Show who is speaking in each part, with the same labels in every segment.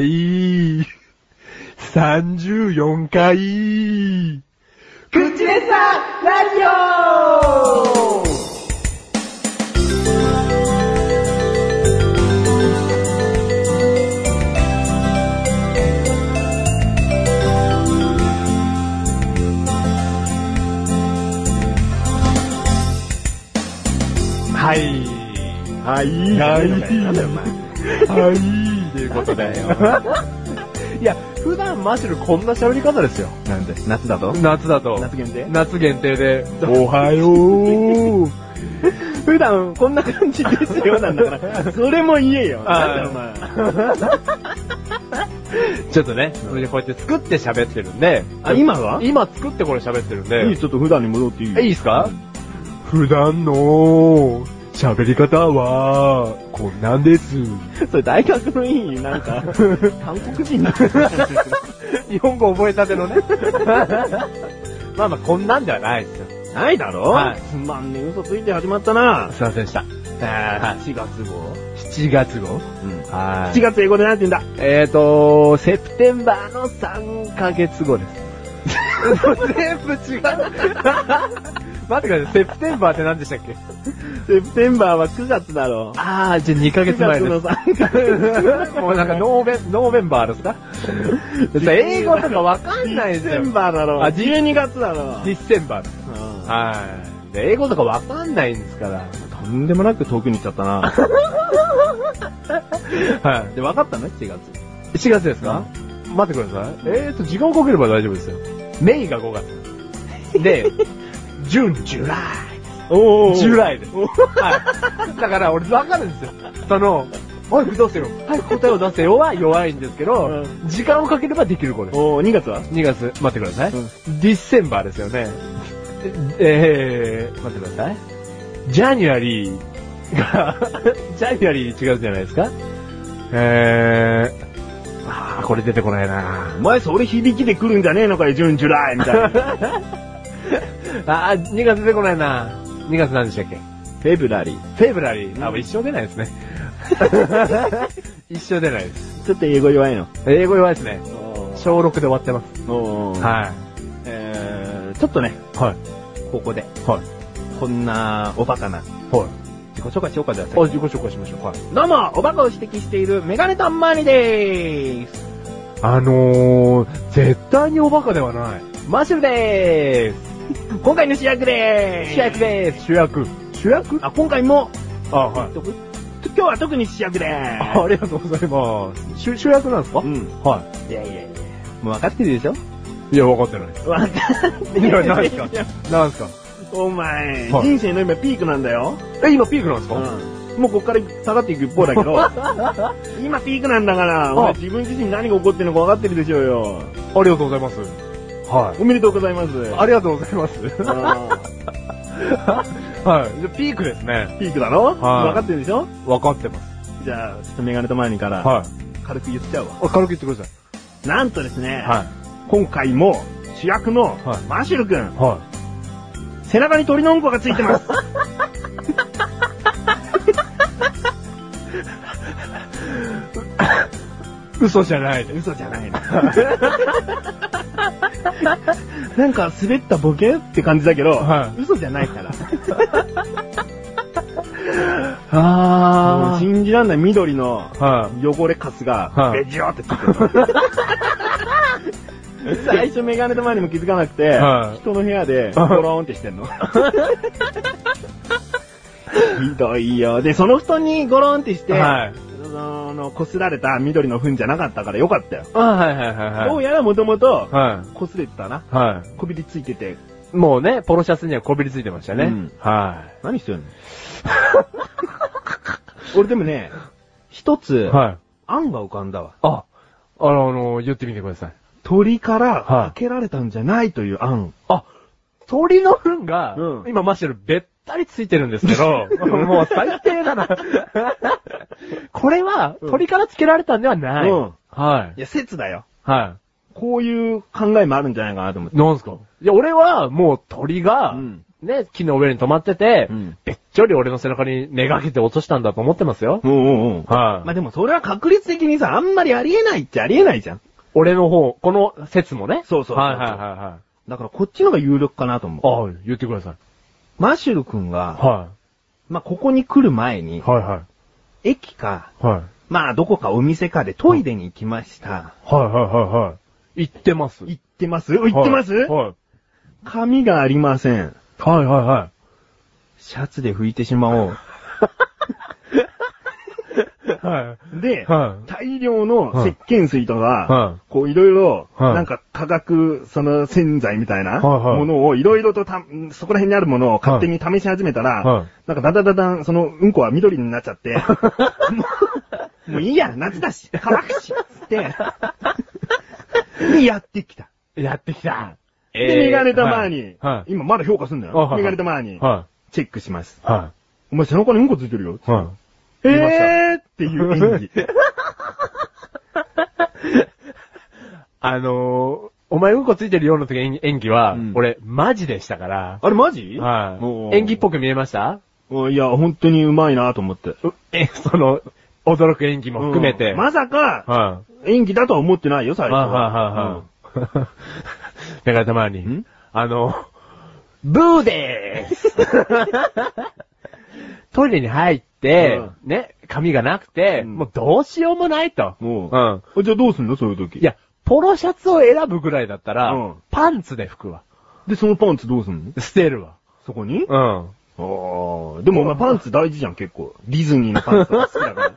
Speaker 1: 第34回
Speaker 2: 口レサラジオ
Speaker 1: はい。
Speaker 3: はい。
Speaker 1: はい
Speaker 3: なんだよ、お前。
Speaker 1: はい。ということで。
Speaker 3: いや、普段マシュルこんな喋り方ですよ。なんで夏だと
Speaker 1: 夏だと。
Speaker 3: 夏限定
Speaker 1: 夏限定で。おはよう。
Speaker 3: 普段こんな感じですよ、なんだから。 それも言えよ。
Speaker 1: あー
Speaker 3: なんだよ、お前。
Speaker 1: ちょっとね、それでこうやって作って喋ってるんで。
Speaker 3: あ、今は
Speaker 1: 今作ってこれ喋ってるん
Speaker 3: いい、
Speaker 1: で。
Speaker 3: ちょっと普段に戻っていい
Speaker 1: えいいですか普段の喋り方は、こんなんです。
Speaker 3: それ大学のいい、なん か、韓国人な。
Speaker 1: 日本語覚えたてのね。 まあまあ、こんなんではないですよ。
Speaker 3: ないだろ
Speaker 1: はい
Speaker 3: つまんねえ、嘘ついて始まったな。
Speaker 1: すいませんでした。
Speaker 3: あー、4月号。
Speaker 1: 7月号
Speaker 3: うん。
Speaker 1: は
Speaker 3: 7月英語でなんて言うんだ
Speaker 1: えーと、セプテンバーの3ヶ月後です。 全部 違う。待ってください、セプテンバーって何でしたっけ
Speaker 3: セプテンバーは9月だろ。
Speaker 1: あー、じゃあ2ヶ
Speaker 3: 9
Speaker 1: 月前
Speaker 3: 月
Speaker 1: で
Speaker 3: の
Speaker 1: す。
Speaker 3: 3ヶ 月。
Speaker 1: もうなんかノーベン、ノーメンバーです か英語とかわかんない
Speaker 3: デ
Speaker 1: です
Speaker 3: ィセ
Speaker 1: よ。
Speaker 3: ンバーだろ。
Speaker 1: あ
Speaker 3: 12月だろ。
Speaker 1: ディッセンバーです。
Speaker 3: うん
Speaker 1: はい。で英語とかわかんないんですから。
Speaker 3: とんでもなく遠くに行っちゃったな。
Speaker 1: は
Speaker 3: で、分かったね、7月。
Speaker 1: い。7月ですか、待ってください。えーと、時間をかければ大丈夫ですよ。メイが5月。 で、ジュン、ジュライ。
Speaker 3: お
Speaker 1: ジュ
Speaker 3: イ。
Speaker 1: ライです。はい。だから俺分かるんですよ。その、おい、どうせよ。はい、答えを出せよは弱いんですけど、
Speaker 3: う
Speaker 1: 時間をかければできる子です。
Speaker 3: おー、2月は
Speaker 1: 2月、待ってください。
Speaker 3: うん
Speaker 1: ディッセンバーですよね。えー、待ってください。ジャニュアリーが、 ジャニュアリー違うじゃないですかえー、あー、これ出てこないな
Speaker 3: お前、それ響きで来るんじゃねえのかよ、ジュン、ジュライみたい な。フ
Speaker 1: あー、2月出てこないな2月何でしたっけ
Speaker 3: ェブラリー。
Speaker 1: フェブラリー。あ、もう一生出ない ですね。一生出ないです。
Speaker 3: ちょっと英語弱いの。
Speaker 1: 英語弱いですね。小6で終わってます。
Speaker 3: おー。
Speaker 1: は
Speaker 3: えー、ちょっとね、
Speaker 1: い。はい。
Speaker 3: ここで、
Speaker 1: はい。
Speaker 3: こんな、おバカな、
Speaker 1: はい。
Speaker 3: 自己紹介しようか、じゃあ。
Speaker 1: あ、自己紹介しましょう。はい。
Speaker 3: どうも、おバカを指摘しているメガネたんまりでーす。
Speaker 1: あのー、絶対におバカではない。
Speaker 3: マッシュ ルでーす。今回の主役でーす。
Speaker 1: 主役です。主役。主役
Speaker 3: あ、今回も、
Speaker 1: あ、はい。
Speaker 3: どこ今日は特に主役でーす。
Speaker 1: ありがとうございます。主、主役なんですか
Speaker 3: うん。
Speaker 1: はい
Speaker 3: やいやいや。もう分かってるでしょ
Speaker 1: い。いや、分かってないです。
Speaker 3: 分かって
Speaker 1: いやないっすかなんですか
Speaker 3: お前、
Speaker 1: はい
Speaker 3: 人生の今ピークなんだよ。
Speaker 1: え、今ピークなんです
Speaker 3: う
Speaker 1: か、
Speaker 3: ん。もうこっから下がっていく一方だ けど、今ピークなんだから、お前自分自身何が起こってるのか分かってるでしょうよ。
Speaker 1: ありがとうございます。は
Speaker 3: おめでとうございます。
Speaker 1: い。ありがとうございます。は
Speaker 3: うん
Speaker 1: い。じゃあピークですね。
Speaker 3: ピークだろ
Speaker 1: はい
Speaker 3: 分かってるでしょ
Speaker 1: 分かってます。
Speaker 3: じゃあ、ちょっとメガネとマニから、
Speaker 1: はい。
Speaker 3: 軽く言っちゃうわ。
Speaker 1: あ軽く言ってくださ
Speaker 3: なんとですね
Speaker 1: い。、はい。
Speaker 3: 今回も主役の
Speaker 1: はい
Speaker 3: マシュル君、
Speaker 1: は
Speaker 3: 背中に鳥のうんこがついてます。
Speaker 1: い。嘘じゃないです。
Speaker 3: 嘘じゃないの。 なんか滑ったボケって感じだけど、
Speaker 1: は
Speaker 3: 嘘じゃない から。もう
Speaker 1: あ
Speaker 3: 信じらんない緑の
Speaker 1: ー。はい。
Speaker 3: 汚れカスが
Speaker 1: は、い
Speaker 3: ベジョーってついて る。最初メガネと前にも気づかなくて
Speaker 1: は、い
Speaker 3: 人の部屋で、ゴローンってしてんの。 ひどいよ。で、その布団にゴローンってして、
Speaker 1: はい。
Speaker 3: その、擦られた緑の糞じゃなかったからよかったよ。
Speaker 1: あはいはいはい
Speaker 3: どう
Speaker 1: い。
Speaker 3: やらもともと、
Speaker 1: は
Speaker 3: 擦れてたな。
Speaker 1: い。は
Speaker 3: こびりついてて、
Speaker 1: い。もうね、ポロシャツにはこびりついてましたね。
Speaker 3: うん
Speaker 1: は
Speaker 3: 何してんの 俺でもね、一
Speaker 1: い。
Speaker 3: つ、
Speaker 1: はい。
Speaker 3: 案が浮かんだわ。
Speaker 1: あ、あの、あの言ってみてください。
Speaker 3: 鳥から
Speaker 1: はい
Speaker 3: かけられたんじゃないという案。
Speaker 1: あ、鳥の糞が、
Speaker 3: うん
Speaker 1: 今マシュルべったりついてるんですけ ど、もう最低だな。これは、
Speaker 3: うん
Speaker 1: 鳥からつけられたんではない。
Speaker 3: うん
Speaker 1: はいい。
Speaker 3: や、説だよ。
Speaker 1: は
Speaker 3: こういう考えもあるんじゃないかなと思っ
Speaker 1: い。
Speaker 3: て。
Speaker 1: なんすかいや、俺はもう鳥が、
Speaker 3: うん
Speaker 1: ね、木の上に止まってて、
Speaker 3: うん
Speaker 1: べっちょり俺の背中にめがけて落としたんだと思ってますよ。
Speaker 3: うんうんうん。
Speaker 1: はい、
Speaker 3: まあでもそれは確率的にさ、あんまりありえないっちゃありえないじゃん。
Speaker 1: 俺の方、この説もね。
Speaker 3: そうそうそう
Speaker 1: はいはいはいはい。
Speaker 3: だからこっちのが有力かなと思う。
Speaker 1: ああ、言ってください。
Speaker 3: マシュル君が、
Speaker 1: は
Speaker 3: まあここに来る前
Speaker 1: い。
Speaker 3: に、
Speaker 1: はいは
Speaker 3: 駅か、
Speaker 1: い。はい。
Speaker 3: まあどこかお店かでトイレに行きました。
Speaker 1: はいはいはいはい。言ってます。
Speaker 3: 行ってます行ってます、
Speaker 1: はい。
Speaker 3: 髪がありません。
Speaker 1: はいはいは
Speaker 3: シャツで拭いてしまお う。
Speaker 1: い。は
Speaker 3: で、
Speaker 1: はい
Speaker 3: 大量の石鹸水とか、
Speaker 1: はい
Speaker 3: こういろいろ、
Speaker 1: はい
Speaker 3: なんか化学、その洗剤みたいな
Speaker 1: はいはい
Speaker 3: ものをいろいろとた、そこら辺にあるものを勝手に試し始めたら、
Speaker 1: はい
Speaker 3: なんかだだだだん、そのうんこは緑になっち ゃって、もうもういいや、夏だし、乾くし、つって、でやってきた。
Speaker 1: い。 やってきた。
Speaker 3: で、メガネたまに、
Speaker 1: はい。
Speaker 3: 今まだ評価すんだよ。
Speaker 1: はいはい
Speaker 3: メガネたまに、
Speaker 1: は
Speaker 3: チェックします。
Speaker 1: い。は
Speaker 3: お前背中にうんこついてるよ。
Speaker 1: い。は
Speaker 3: えーっていう演技。
Speaker 1: い。あのー、お前うんこついてるような時演演技は、
Speaker 3: うん
Speaker 1: 俺、マジでしたから。
Speaker 3: あれマジ
Speaker 1: はい。演技っぽく見えました
Speaker 3: ぽいや、本当にうまいなと思って。
Speaker 1: うえ、その、驚く演技も含めて。
Speaker 3: うんまさか、
Speaker 1: は
Speaker 3: 演技だとは思ってないよ、
Speaker 1: い。は
Speaker 3: 最
Speaker 1: い
Speaker 3: 初
Speaker 1: は
Speaker 3: は。
Speaker 1: いはいはい。メガネたま
Speaker 3: う
Speaker 1: に
Speaker 3: ん。
Speaker 1: あの、ブーでー すトイレに入って、ね、髪がなくて、
Speaker 3: うん
Speaker 1: もうどうしようもないと。
Speaker 3: もう
Speaker 1: うん。
Speaker 3: うんじゃあどうすんのそういう時。
Speaker 1: いや、ポロシャツを選ぶぐらいだったら、
Speaker 3: うん
Speaker 1: パンツで拭くわ。
Speaker 3: で、そのパンツどうすんの
Speaker 1: 捨てるわ。
Speaker 3: そこに
Speaker 1: うん。
Speaker 3: ああ。でもお前パンツ大事じゃん、結構。ディズニーのパンツとか好き だから。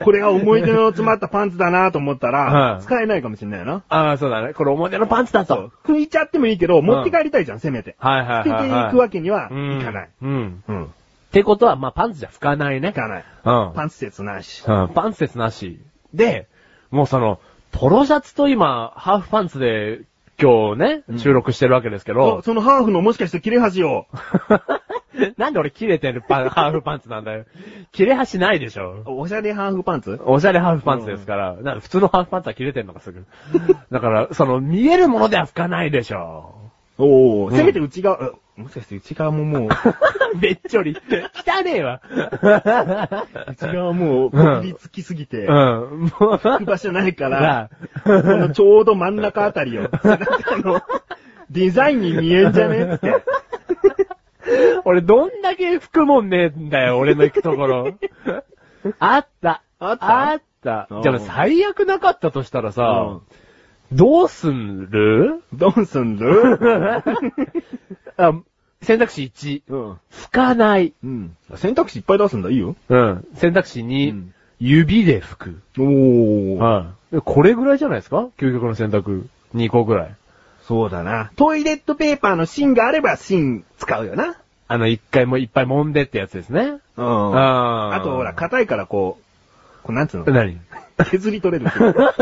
Speaker 3: これが思い出の詰まったパンツだなと思った
Speaker 1: う
Speaker 3: ら
Speaker 1: ん、
Speaker 3: 使えないかもしれないよな。
Speaker 1: ああ、そうだね。これ表のパンツだと。
Speaker 3: 拭いちゃってもいいけど、持って帰りたいじゃん、せめて。
Speaker 1: はいは
Speaker 3: 捨
Speaker 1: い
Speaker 3: て
Speaker 1: は
Speaker 3: て
Speaker 1: い、
Speaker 3: い
Speaker 1: はい。
Speaker 3: くわけにはい
Speaker 1: うん
Speaker 3: かない。。
Speaker 1: うん。
Speaker 3: うん。
Speaker 1: ってことは、まあ、パンツじゃ拭かないね。
Speaker 3: いかない。
Speaker 1: うん。
Speaker 3: パンツ説なし。
Speaker 1: うん、パンツ説なし。で、もうその、ポロシャツと今、ハーフパンツで、今日
Speaker 3: う
Speaker 1: ね、
Speaker 3: ん
Speaker 1: 収録してるわけですけ
Speaker 3: あ
Speaker 1: ど、
Speaker 3: そのハーフのもしかして切れ端を。
Speaker 1: なんで俺切れてるパン、ハーフパンツなんだよ。切れ端ないでしょ。
Speaker 3: おしゃれハーフパンツ
Speaker 1: おしゃれハーフパンツですから、なんか普通のハーフパンツは切れてんのかすぐ。だから、その、見えるものでは拭かないでしょ。
Speaker 3: お
Speaker 1: う
Speaker 3: お、
Speaker 1: ん
Speaker 3: せめて内側、えもしかして内側も もう、
Speaker 1: べっちょりって、汚ねえわ。
Speaker 3: 内側もう、こびりつきすぎて、
Speaker 1: う
Speaker 3: 行
Speaker 1: ん。 もう、
Speaker 3: く場所ないから、こ
Speaker 1: なあ
Speaker 3: のちょうど真ん中あたりを、なんかあの、デザインに見えんじゃねえって。
Speaker 1: 俺どんだけ拭くもんねえんだよ、俺の行くところ。 あった。
Speaker 3: あった
Speaker 1: あった
Speaker 3: うん。
Speaker 1: じゃあ最悪なかったとしたら
Speaker 3: う
Speaker 1: さ
Speaker 3: ん、
Speaker 1: どうすんる
Speaker 3: どうすんる
Speaker 1: あ選択肢1、
Speaker 3: うん。
Speaker 1: 拭かない。
Speaker 3: うん。選択肢いっぱい出すんだ、いいよ。
Speaker 1: うん。選択肢2、
Speaker 3: うん
Speaker 1: 指で拭く。
Speaker 3: おー。
Speaker 1: はい。これぐらいじゃないですか究極の選択。2個ぐらい。
Speaker 3: そうだな。トイレットペーパーの芯があれば芯使うよな。
Speaker 1: あの、一回もいっぱい揉んでってやつですね。
Speaker 3: うんあ
Speaker 1: あ
Speaker 3: とほら、
Speaker 1: か、
Speaker 3: 硬いからこう、こうなんつうの
Speaker 1: 何
Speaker 3: 削り取れるっていう か。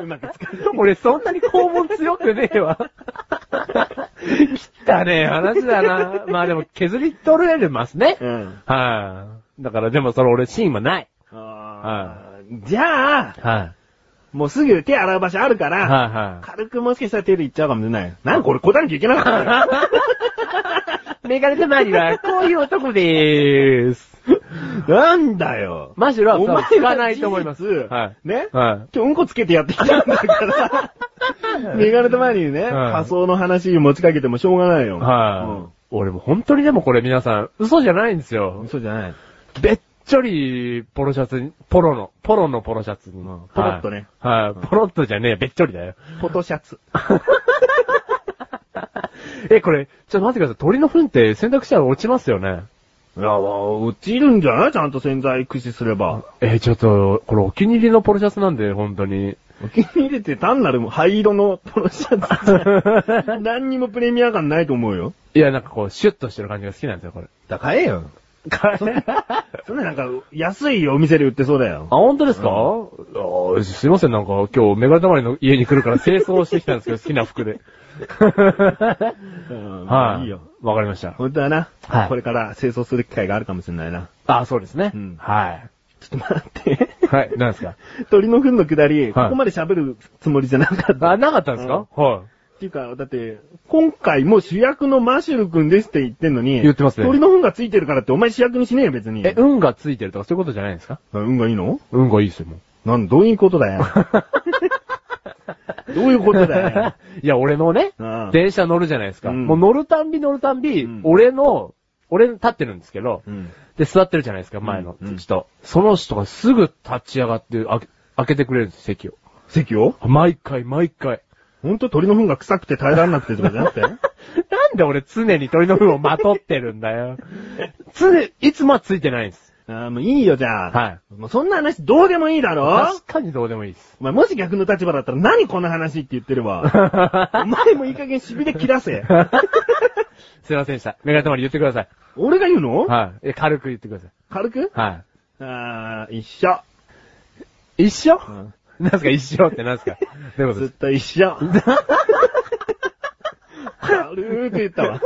Speaker 3: うまく使う。
Speaker 1: 俺そんなに肛門強くねえ わ。汚ねえ話だな。まあでも削り取れれますね。はい、
Speaker 3: ん。
Speaker 1: だからでもその俺シーンはない。
Speaker 3: あーじゃあ、
Speaker 1: は
Speaker 3: もうすぐ手洗う場所あるか
Speaker 1: い、
Speaker 3: ら、
Speaker 1: は
Speaker 3: 軽くもしかしたら手でいっちゃうかもしれない。なんか俺答えなきゃいけなかったよ
Speaker 1: いはい。メガネたまにはこういう男でーす。
Speaker 3: なんだよ。
Speaker 1: マシュルは
Speaker 3: お前
Speaker 1: 多分聞かないと思います。
Speaker 3: は事実
Speaker 1: はい。
Speaker 3: ね
Speaker 1: は
Speaker 3: 今日うんこつけてやってきたんだから。メガネと前にね、
Speaker 1: はい
Speaker 3: 仮想の話持ちかけてもしょうがないよ。
Speaker 1: い。はい、俺も本当にでもこれ皆さん嘘じゃないんですよ
Speaker 3: うん。。そうじゃない。
Speaker 1: べっちょり、ポロシャツに、ポロの、ポロのポロシャツに。
Speaker 3: んポロッとね
Speaker 1: はい。はい。ポロッとじゃねえ、べっちょりだよ。
Speaker 3: フォトシャツ。
Speaker 1: え、これ、ちょっと待ってください。鳥の糞って選択肢は落ちますよね。
Speaker 3: いや、まあ落ちるんじゃないちゃんと洗剤駆使すれば。
Speaker 1: え、ちょっと、これお気に入りのポロシャツなんで、本当に。
Speaker 3: お気に入りって単なる灰色のポロシャツ じゃん何にもプレミア感ないと思うよ。
Speaker 1: いや、なんかこう、シュッとしてる感じが好きなんですよ、これ。
Speaker 3: だからええよ。
Speaker 1: あ、
Speaker 3: そんななんか、安いお店で売ってそうだよ。
Speaker 1: 本当ですか、あすいません、なんか今日、メガネたまりの家に来るから清掃してきたんですけど、好きな服 で。
Speaker 3: うん
Speaker 1: はい。
Speaker 3: いいよ。。
Speaker 1: わかりました。
Speaker 3: 本当はな。
Speaker 1: はい
Speaker 3: これから清掃する機会があるかもしれないな。
Speaker 1: あ、そうですね。
Speaker 3: うん
Speaker 1: はい。
Speaker 3: ちょっと待って。
Speaker 1: はい、なんですか
Speaker 3: 鳥の糞のくだり、
Speaker 1: はい
Speaker 3: ここまで喋るつもりじゃなかった。
Speaker 1: あ、なかったんですか、はい。
Speaker 3: っていうか、だって、今回も主役のマシュル君ですって言ってんのに、
Speaker 1: 言ってますね
Speaker 3: 鳥の糞がついてるからってお前主役にしねえよ別に。
Speaker 1: え、運がついてるとかそういうことじゃないんですか
Speaker 3: 運がいいの
Speaker 1: 運がいいですよ、もう。
Speaker 3: なん、どういうこと だよ。どういうことだ よ。
Speaker 1: いや、俺のね
Speaker 3: うん、
Speaker 1: 電車乗るじゃないですか。
Speaker 3: うん
Speaker 1: もう乗るたんび乗るたんび、
Speaker 3: うん
Speaker 1: 俺の、俺立ってるんですけど、
Speaker 3: うん。
Speaker 1: で、座ってるじゃないですか、前の
Speaker 3: うん
Speaker 1: 人。その人がすぐ立ち上がって、あけ開けてくれるんです、席を。
Speaker 3: 席を
Speaker 1: 毎回、毎回。
Speaker 3: ほんと鳥の糞が臭くて耐えられなくてとかじゃなくて
Speaker 1: なんで俺常に鳥の糞をまとってるんだよ。 常、いつもはついてないんです。
Speaker 3: あーもういいよ、じゃあ。。
Speaker 1: はい
Speaker 3: もうそんな話どうでもいいだろ
Speaker 1: 確かにどうでもいいです。
Speaker 3: お前もし逆の立場だったら何この話って言ってる わ。お前もいい加減痺れ切ら せ。
Speaker 1: すいませんでした。メガネたまり言ってください。
Speaker 3: 俺が言うの
Speaker 1: はい。え軽く言ってください。
Speaker 3: 軽く
Speaker 1: は
Speaker 3: あー、一緒。
Speaker 1: い。一緒なんすか一緒ってなんすかどういうこと
Speaker 3: ず
Speaker 1: で
Speaker 3: っ
Speaker 1: す
Speaker 3: と一 緒。軽く言ったわ。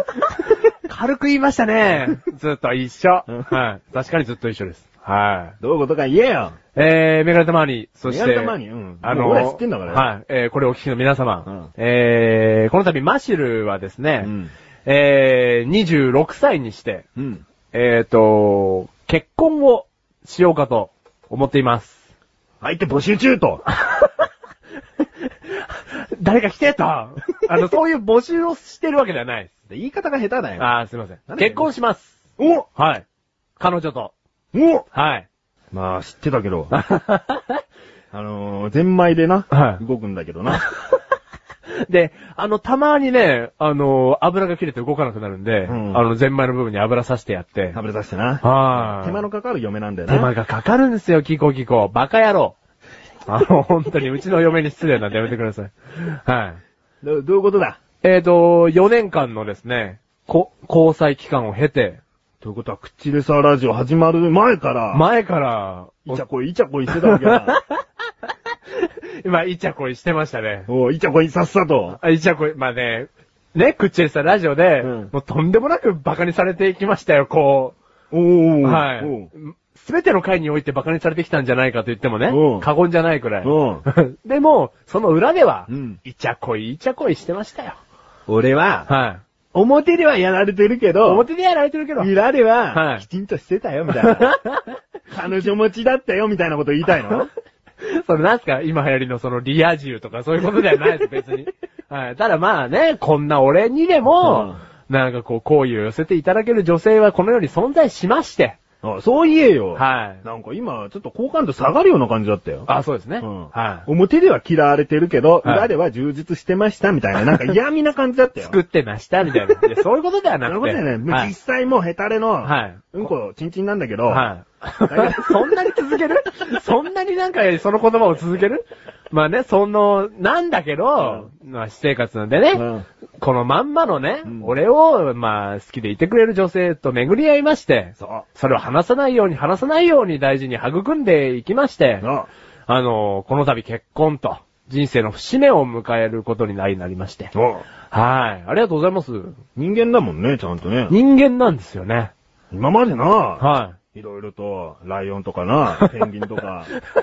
Speaker 1: 軽く言いましたね。 ずっと一緒。
Speaker 3: うん
Speaker 1: はい。確かにずっと一緒です。は
Speaker 3: どういうことか言えよ。
Speaker 1: い。えー、メガネたまり、そして、
Speaker 3: メガネたまりうん
Speaker 1: あ
Speaker 3: も
Speaker 1: の
Speaker 3: う俺は知ってんだから
Speaker 1: はい。えー、これお聞きの皆様、えー、この度マシュルはですね、
Speaker 3: うん
Speaker 1: えー、26歳にして、
Speaker 3: うん。
Speaker 1: えーと、結婚をしようかと思っています。
Speaker 3: 相手募集中 と。
Speaker 1: 誰か来てと あの、そういう募集をしてるわけではないです。
Speaker 3: 言い方が下手だよ。
Speaker 1: あー、すいませ
Speaker 3: なん
Speaker 1: ん。
Speaker 3: で
Speaker 1: 結婚します。
Speaker 3: お
Speaker 1: はい。彼女と。
Speaker 3: お
Speaker 1: はい。
Speaker 3: まあ、知ってたけど。あのー、ゼンマイでな、
Speaker 1: はい
Speaker 3: 動くんだけどな。
Speaker 1: で、あの、たまにね、あの、油が切れて動かなくなるんで、
Speaker 3: うん
Speaker 1: あの、ゼンマイの部分に油さしてやって、
Speaker 3: 食べさせてな。
Speaker 1: はい。
Speaker 3: 手間のかかる嫁なんだよな。
Speaker 1: 手間がかかるんですよ、キコキコ。バカ野郎。あの、本当に、うちの嫁に失礼なんでやめてください。はい。
Speaker 3: どどういうことだ
Speaker 1: えーと、4年間のですね、こ、交際期間を経て、
Speaker 3: ということは、口でさラジオ始まる前から、
Speaker 1: 前から、
Speaker 3: イチャコイ、イチャコイしてたわけ だ。
Speaker 1: 今、イチャコイしてましたね。
Speaker 3: おうイチャコイさっさと。
Speaker 1: あイチャコイ、まあね、ね、クッチェルさんラジオで、
Speaker 3: うん
Speaker 1: もうとんでもなくバカにされていきましたよ、こ
Speaker 3: おー
Speaker 1: う。はい
Speaker 3: おう。
Speaker 1: すべての回においてバカにされてきたんじゃないかと言ってもね
Speaker 3: うん、
Speaker 1: 過言じゃないくらい。
Speaker 3: うん
Speaker 1: でも、その裏では、
Speaker 3: うん
Speaker 1: イチャコイ、イチャコイしてましたよ。
Speaker 3: 俺は、
Speaker 1: はい。
Speaker 3: 表ではやられてるけど、
Speaker 1: 表でやられてるけど。
Speaker 3: 裏で
Speaker 1: は
Speaker 3: は、
Speaker 1: い
Speaker 3: きちんとしてたよ、みたいな。 彼女持ちだったよ、みたいなこと言いたいの
Speaker 1: それなんすか今流行りのそのリア充とかそういうことではないです、 別に。はい。ただまあね、こんな俺にでも、なんかこう、好意を寄せていただける女性はこの世に存在しまして。
Speaker 3: あ そう言えよ。
Speaker 1: はい。
Speaker 3: なんか今、ちょっと好感度下がるような感じだったよ。
Speaker 1: あ、そうですね。
Speaker 3: うん
Speaker 1: はい。
Speaker 3: 表では嫌われてるけど、
Speaker 1: はい
Speaker 3: 裏では充実してましたみたいな、なんか嫌味な感じだったよ。
Speaker 1: 作ってました、みたいな。い やそういうことでは
Speaker 3: な
Speaker 1: なくて。
Speaker 3: るほどね。もう
Speaker 1: は
Speaker 3: 実
Speaker 1: い。
Speaker 3: 際もうヘタレの、
Speaker 1: はい
Speaker 3: うんこ、ちんちんなんだけど、
Speaker 1: はい。 そんなに続け るそんなになんかその言葉を続けるまあね、その、なんだけど、まあ私生活なんでね、
Speaker 3: うん
Speaker 1: このまんまのね、
Speaker 3: うん
Speaker 1: 俺を、まあ好きでいてくれる女性と巡り合いまして、
Speaker 3: そう。
Speaker 1: それを話さないように話さないように大事に育んでいきまして、
Speaker 3: そう
Speaker 1: あの、この度結婚と、人生の節目を迎えることになりなりまして。
Speaker 3: そう。
Speaker 1: はい。ありがとうございます。
Speaker 3: 人間だもんね、ちゃんとね。
Speaker 1: 人間なんですよね。
Speaker 3: 今までな、
Speaker 1: はい
Speaker 3: ろいろと、ライオンとかな、ペンギンとか、
Speaker 1: い。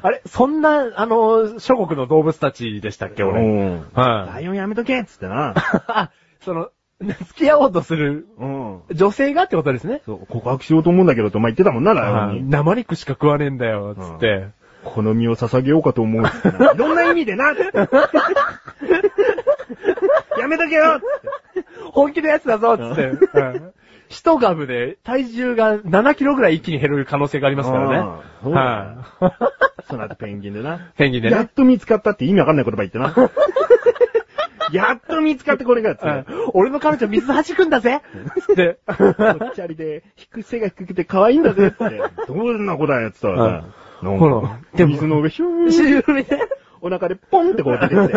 Speaker 1: あれそんな、あの、諸国の動物たちでしたっけ、 俺。
Speaker 3: うんラ
Speaker 1: はい。
Speaker 3: イオンやめとけっつっ てな。
Speaker 1: あ、その、付き合おうとする
Speaker 3: うん。
Speaker 1: 女性がってことですね。
Speaker 3: そう、告白しようと思うんだけどってお前言ってたもんな、ライオ
Speaker 1: はい
Speaker 3: ンに。
Speaker 1: 生肉しか食わねえんだよ、つって。
Speaker 3: この身を捧げようかと思うっつってな。いろんな意味で な、って。やめとけよっつって
Speaker 1: 本気のやつだぞ、つって。うん一株で体重が7キロぐらい一気に減る可能性がありますから
Speaker 3: あーそう
Speaker 1: ね。
Speaker 3: だ
Speaker 1: は
Speaker 3: その後ペンギンでな。
Speaker 1: い。ペンギンで
Speaker 3: や
Speaker 1: ね
Speaker 3: っ。と見つかったって意味わかんない言葉言 ってな。やっと見つかってこれがっつ
Speaker 1: うん
Speaker 3: って。
Speaker 1: 俺の彼女水弾くんだぜつって。
Speaker 3: ぽっちゃりで、低く背が低くて可愛いんだぜって。どんな子だよっつったらさ。なん
Speaker 1: ほら
Speaker 3: か、でも水の上ヒューン。
Speaker 1: 中火で。
Speaker 3: お腹でポンってこう出てきて、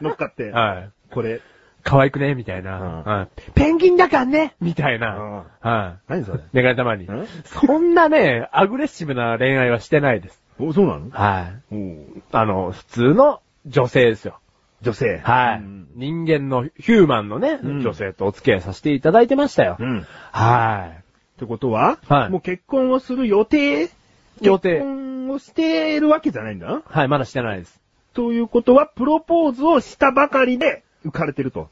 Speaker 3: 乗っかって。
Speaker 1: はい。
Speaker 3: これ、
Speaker 1: 可愛くねみたいな、うんペンギンだからねみたいな。はい
Speaker 3: 何それ
Speaker 1: 願いたまに
Speaker 3: ん。
Speaker 1: そんなね、アグレッシブな恋愛はしてないです。
Speaker 3: お、そうなの
Speaker 1: はい。
Speaker 3: おう
Speaker 1: あの、普通の女性ですよ。
Speaker 3: 女性。
Speaker 1: はい。
Speaker 3: うん
Speaker 1: 人間のヒューマンのね、
Speaker 3: うん
Speaker 1: 女性とお付き合いさせていただいてましたよ。
Speaker 3: うん。っ
Speaker 1: は
Speaker 3: てことは、
Speaker 1: はい
Speaker 3: もう結婚をする予定
Speaker 1: い。予定
Speaker 3: 結。婚をしてるわけじゃないんだ
Speaker 1: はい、まだしてないです。
Speaker 3: ということは、プロポーズをしたばかりで、浮かれて ると。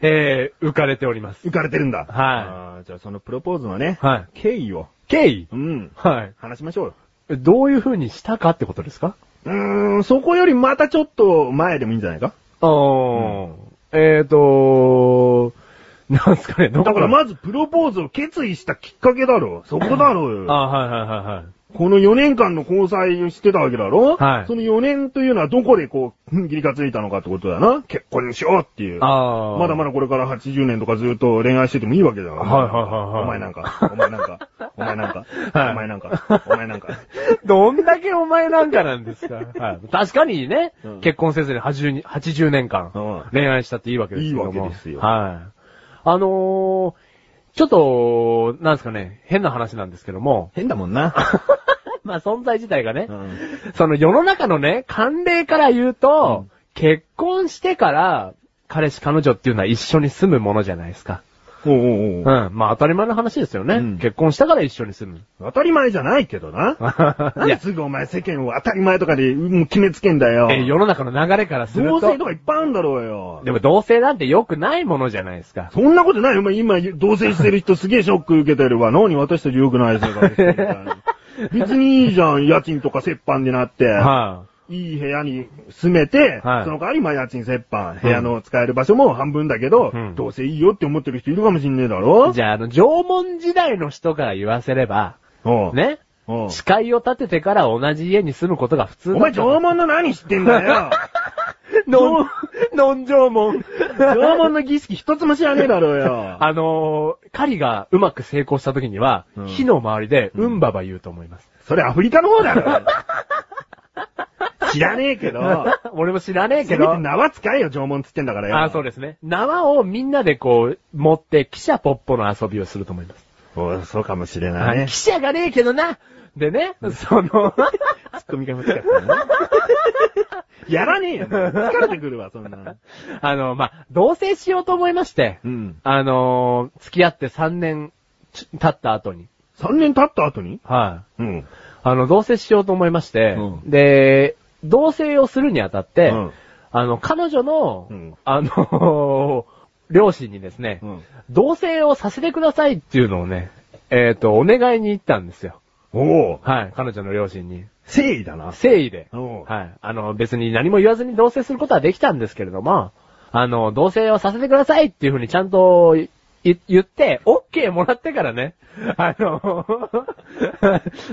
Speaker 1: えー、浮かれております。
Speaker 3: 浮かれてるんだ。。
Speaker 1: はい
Speaker 3: じゃあそのプロポーズのね、
Speaker 1: はい。
Speaker 3: 経緯を、
Speaker 1: 経緯
Speaker 3: うん、
Speaker 1: はい。
Speaker 3: 話しましょうよ。
Speaker 1: どういう風にしたかってことですか
Speaker 3: うーん、そこよりまたちょっと前でもいいんじゃないか
Speaker 1: あー。えーとなんすかね、ど
Speaker 3: だ
Speaker 1: こ
Speaker 3: からまずプロポーズを決意したきっかけだろ。そこだろ
Speaker 1: あ
Speaker 3: よ。
Speaker 1: はいはいはいはい。
Speaker 3: この4年間の交際をしてたわけだろ
Speaker 1: はい
Speaker 3: その4年というのはどこでこう、うん切りがついたのかってことだな。結婚しようっていう。
Speaker 1: ああ。
Speaker 3: まだまだこれから80年とかずっと恋愛しててもいいわけだから。
Speaker 1: はいはいはいはい
Speaker 3: お前なんか、お前なんか、お前なんか、
Speaker 1: はい
Speaker 3: お前なんか、お前なんか。
Speaker 1: どんだけお前なんかなんです か。はい、確かにね、
Speaker 3: うん
Speaker 1: 結婚せずに80 80年間
Speaker 3: うん、
Speaker 1: 恋愛したっていいわけですけども。
Speaker 3: いいわけですよ
Speaker 1: はい。あのー、ちょっと、なんですかね、変な話なんですけど も、
Speaker 3: 変だもんな。
Speaker 1: まあ存在自体がね、
Speaker 3: うん
Speaker 1: その世の中のね、慣例から言うと、結婚してから、彼氏彼女っていうのは一緒に住むものじゃないですか。
Speaker 3: おうおうおう
Speaker 1: うん。まあ当たり前の話ですよね。
Speaker 3: うん
Speaker 1: 結婚したから一緒に 住む。
Speaker 3: 当たり前じゃないけどな。なん
Speaker 1: い
Speaker 3: で
Speaker 1: や、
Speaker 3: すぐお前世間を当たり前とかでもう決めつけんだよ。
Speaker 1: え世の中の流れからする
Speaker 3: 同
Speaker 1: と。
Speaker 3: 性とかいっぱいあるんだろうよ。
Speaker 1: でも同性なんて良くないものじゃないですか。
Speaker 3: そんなことないよ。お前今、同棲してる人すげえショック受けてるわ。何私たち良くない生活してるみたい な別にいいじゃん。家賃とか折半になって。
Speaker 1: はい
Speaker 3: い部屋に住めて、
Speaker 1: はい
Speaker 3: その代わり、まあ、家賃折半、部屋の使える場所も半分だけど、
Speaker 1: うん
Speaker 3: どうせいいよって思ってる人いるかもしんねえだろ
Speaker 1: い。じゃあ、あの、縄文時代の人から言わせれば、
Speaker 3: おう
Speaker 1: ね、
Speaker 3: おう
Speaker 1: 誓いを立ててから同じ家に住むことが普通
Speaker 3: お
Speaker 1: だ
Speaker 3: 前、
Speaker 1: と
Speaker 3: 縄文の何知ってんだ よ
Speaker 1: ノン、ノン縄文。
Speaker 3: 縄文の儀式一つも知らねえだろうよ。
Speaker 1: あのー狩りがうまく成功した時には、
Speaker 3: うん
Speaker 1: 火の周りで、うんばば言うと思います。
Speaker 3: それアフリカの方だろ。知らねえけど、
Speaker 1: 俺も知らねえ
Speaker 3: せ
Speaker 1: け
Speaker 3: め
Speaker 1: ど
Speaker 3: て。縄使えよ、縄文つってんだからよ。
Speaker 1: ああ、そうですね。縄をみんなでこう、持って、汽車ポッポの遊びをすると思います。
Speaker 3: おうそうかもしれ
Speaker 1: あ
Speaker 3: ないね
Speaker 1: 汽。車がねえけどなでね、その、
Speaker 3: ツッコミが難しかったねやらねえよ。疲れてくるわ、そ んな。
Speaker 1: あの、まあ、同棲しようと思いまして、
Speaker 3: うん。
Speaker 1: あのー付き合って3年ち経った後に、
Speaker 3: 3年経った後に
Speaker 1: は
Speaker 3: うん。
Speaker 1: い。あの、同棲しようと思いまして、
Speaker 3: うん
Speaker 1: で、同棲をするにあたって、
Speaker 3: うん
Speaker 1: あの、彼女の、
Speaker 3: うん
Speaker 1: あのー両親にですね、
Speaker 3: うん
Speaker 1: 同棲をさせてくださいっていうのをね、えっ、と、お願いに行ったんですよ。
Speaker 3: おお
Speaker 1: はい、彼女の両親に。
Speaker 3: 誠意だな。
Speaker 1: 誠意で。
Speaker 3: おう
Speaker 1: はい。あの、別に何も言わずに同棲することはできたんですけれども、あの、同棲をさせてくださいっていうふうにちゃんとい言って、OK もらってからね、あの、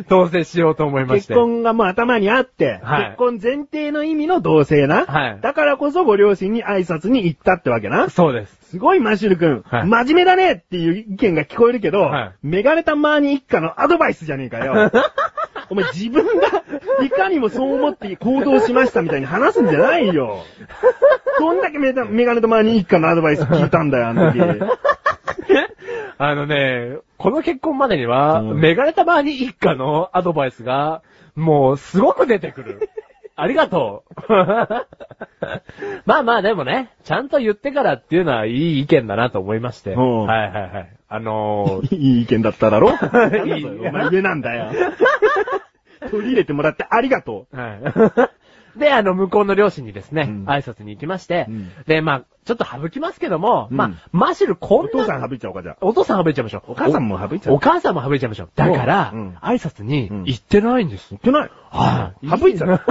Speaker 1: 同棲しようと思いまし
Speaker 3: 結
Speaker 1: て。
Speaker 3: 婚がもう頭にあって、
Speaker 1: はい
Speaker 3: 結婚前提の意味の同性な。
Speaker 1: はい
Speaker 3: だからこそご両親に挨拶に行ったってわけな。
Speaker 1: そうです。
Speaker 3: すごいマシュル君、
Speaker 1: はい
Speaker 3: 真面目だねっていう意見が聞こえるけど、
Speaker 1: はい
Speaker 3: メガネたマーニ一家のアドバイスじゃねえかよ。 お前自分がいかにもそう思って行動しましたみたいに話すんじゃないよ。 どんだけメタメガネたマーニ一家のアドバイス聞いたんだよ、あの 時。
Speaker 1: あのね、この結婚までには、
Speaker 3: うん
Speaker 1: メガネたまに一家のアドバイスが、もうすごく出てく る。ありがとう。 まあまあでもね、ちゃんと言ってからっていうのはいい意見だなと思いまして。
Speaker 3: うん
Speaker 1: はいはいはい。あのー
Speaker 3: いい意見だっただろ
Speaker 1: いい
Speaker 3: お前上なん だよ。取り入れてもらってありがと
Speaker 1: はい。 で、あの、向こうの両親にですね、
Speaker 3: うん
Speaker 1: 挨拶に行きまして、
Speaker 3: うん
Speaker 1: で、まあ、ちょっと省きますけども、
Speaker 3: うん
Speaker 1: まあ、マシュル
Speaker 3: う。
Speaker 1: こん
Speaker 3: お
Speaker 1: な、
Speaker 3: 父さん省いちゃおうか、じゃあ。
Speaker 1: お父さん省いちゃいましょう。
Speaker 3: お母さんも省いちゃおう
Speaker 1: お母さんも省いちゃいましょう。だから、
Speaker 3: うん
Speaker 1: 挨拶に
Speaker 3: うん
Speaker 1: 行ってないんです。
Speaker 3: 言ってない。
Speaker 1: はい。
Speaker 3: 省いちゃう。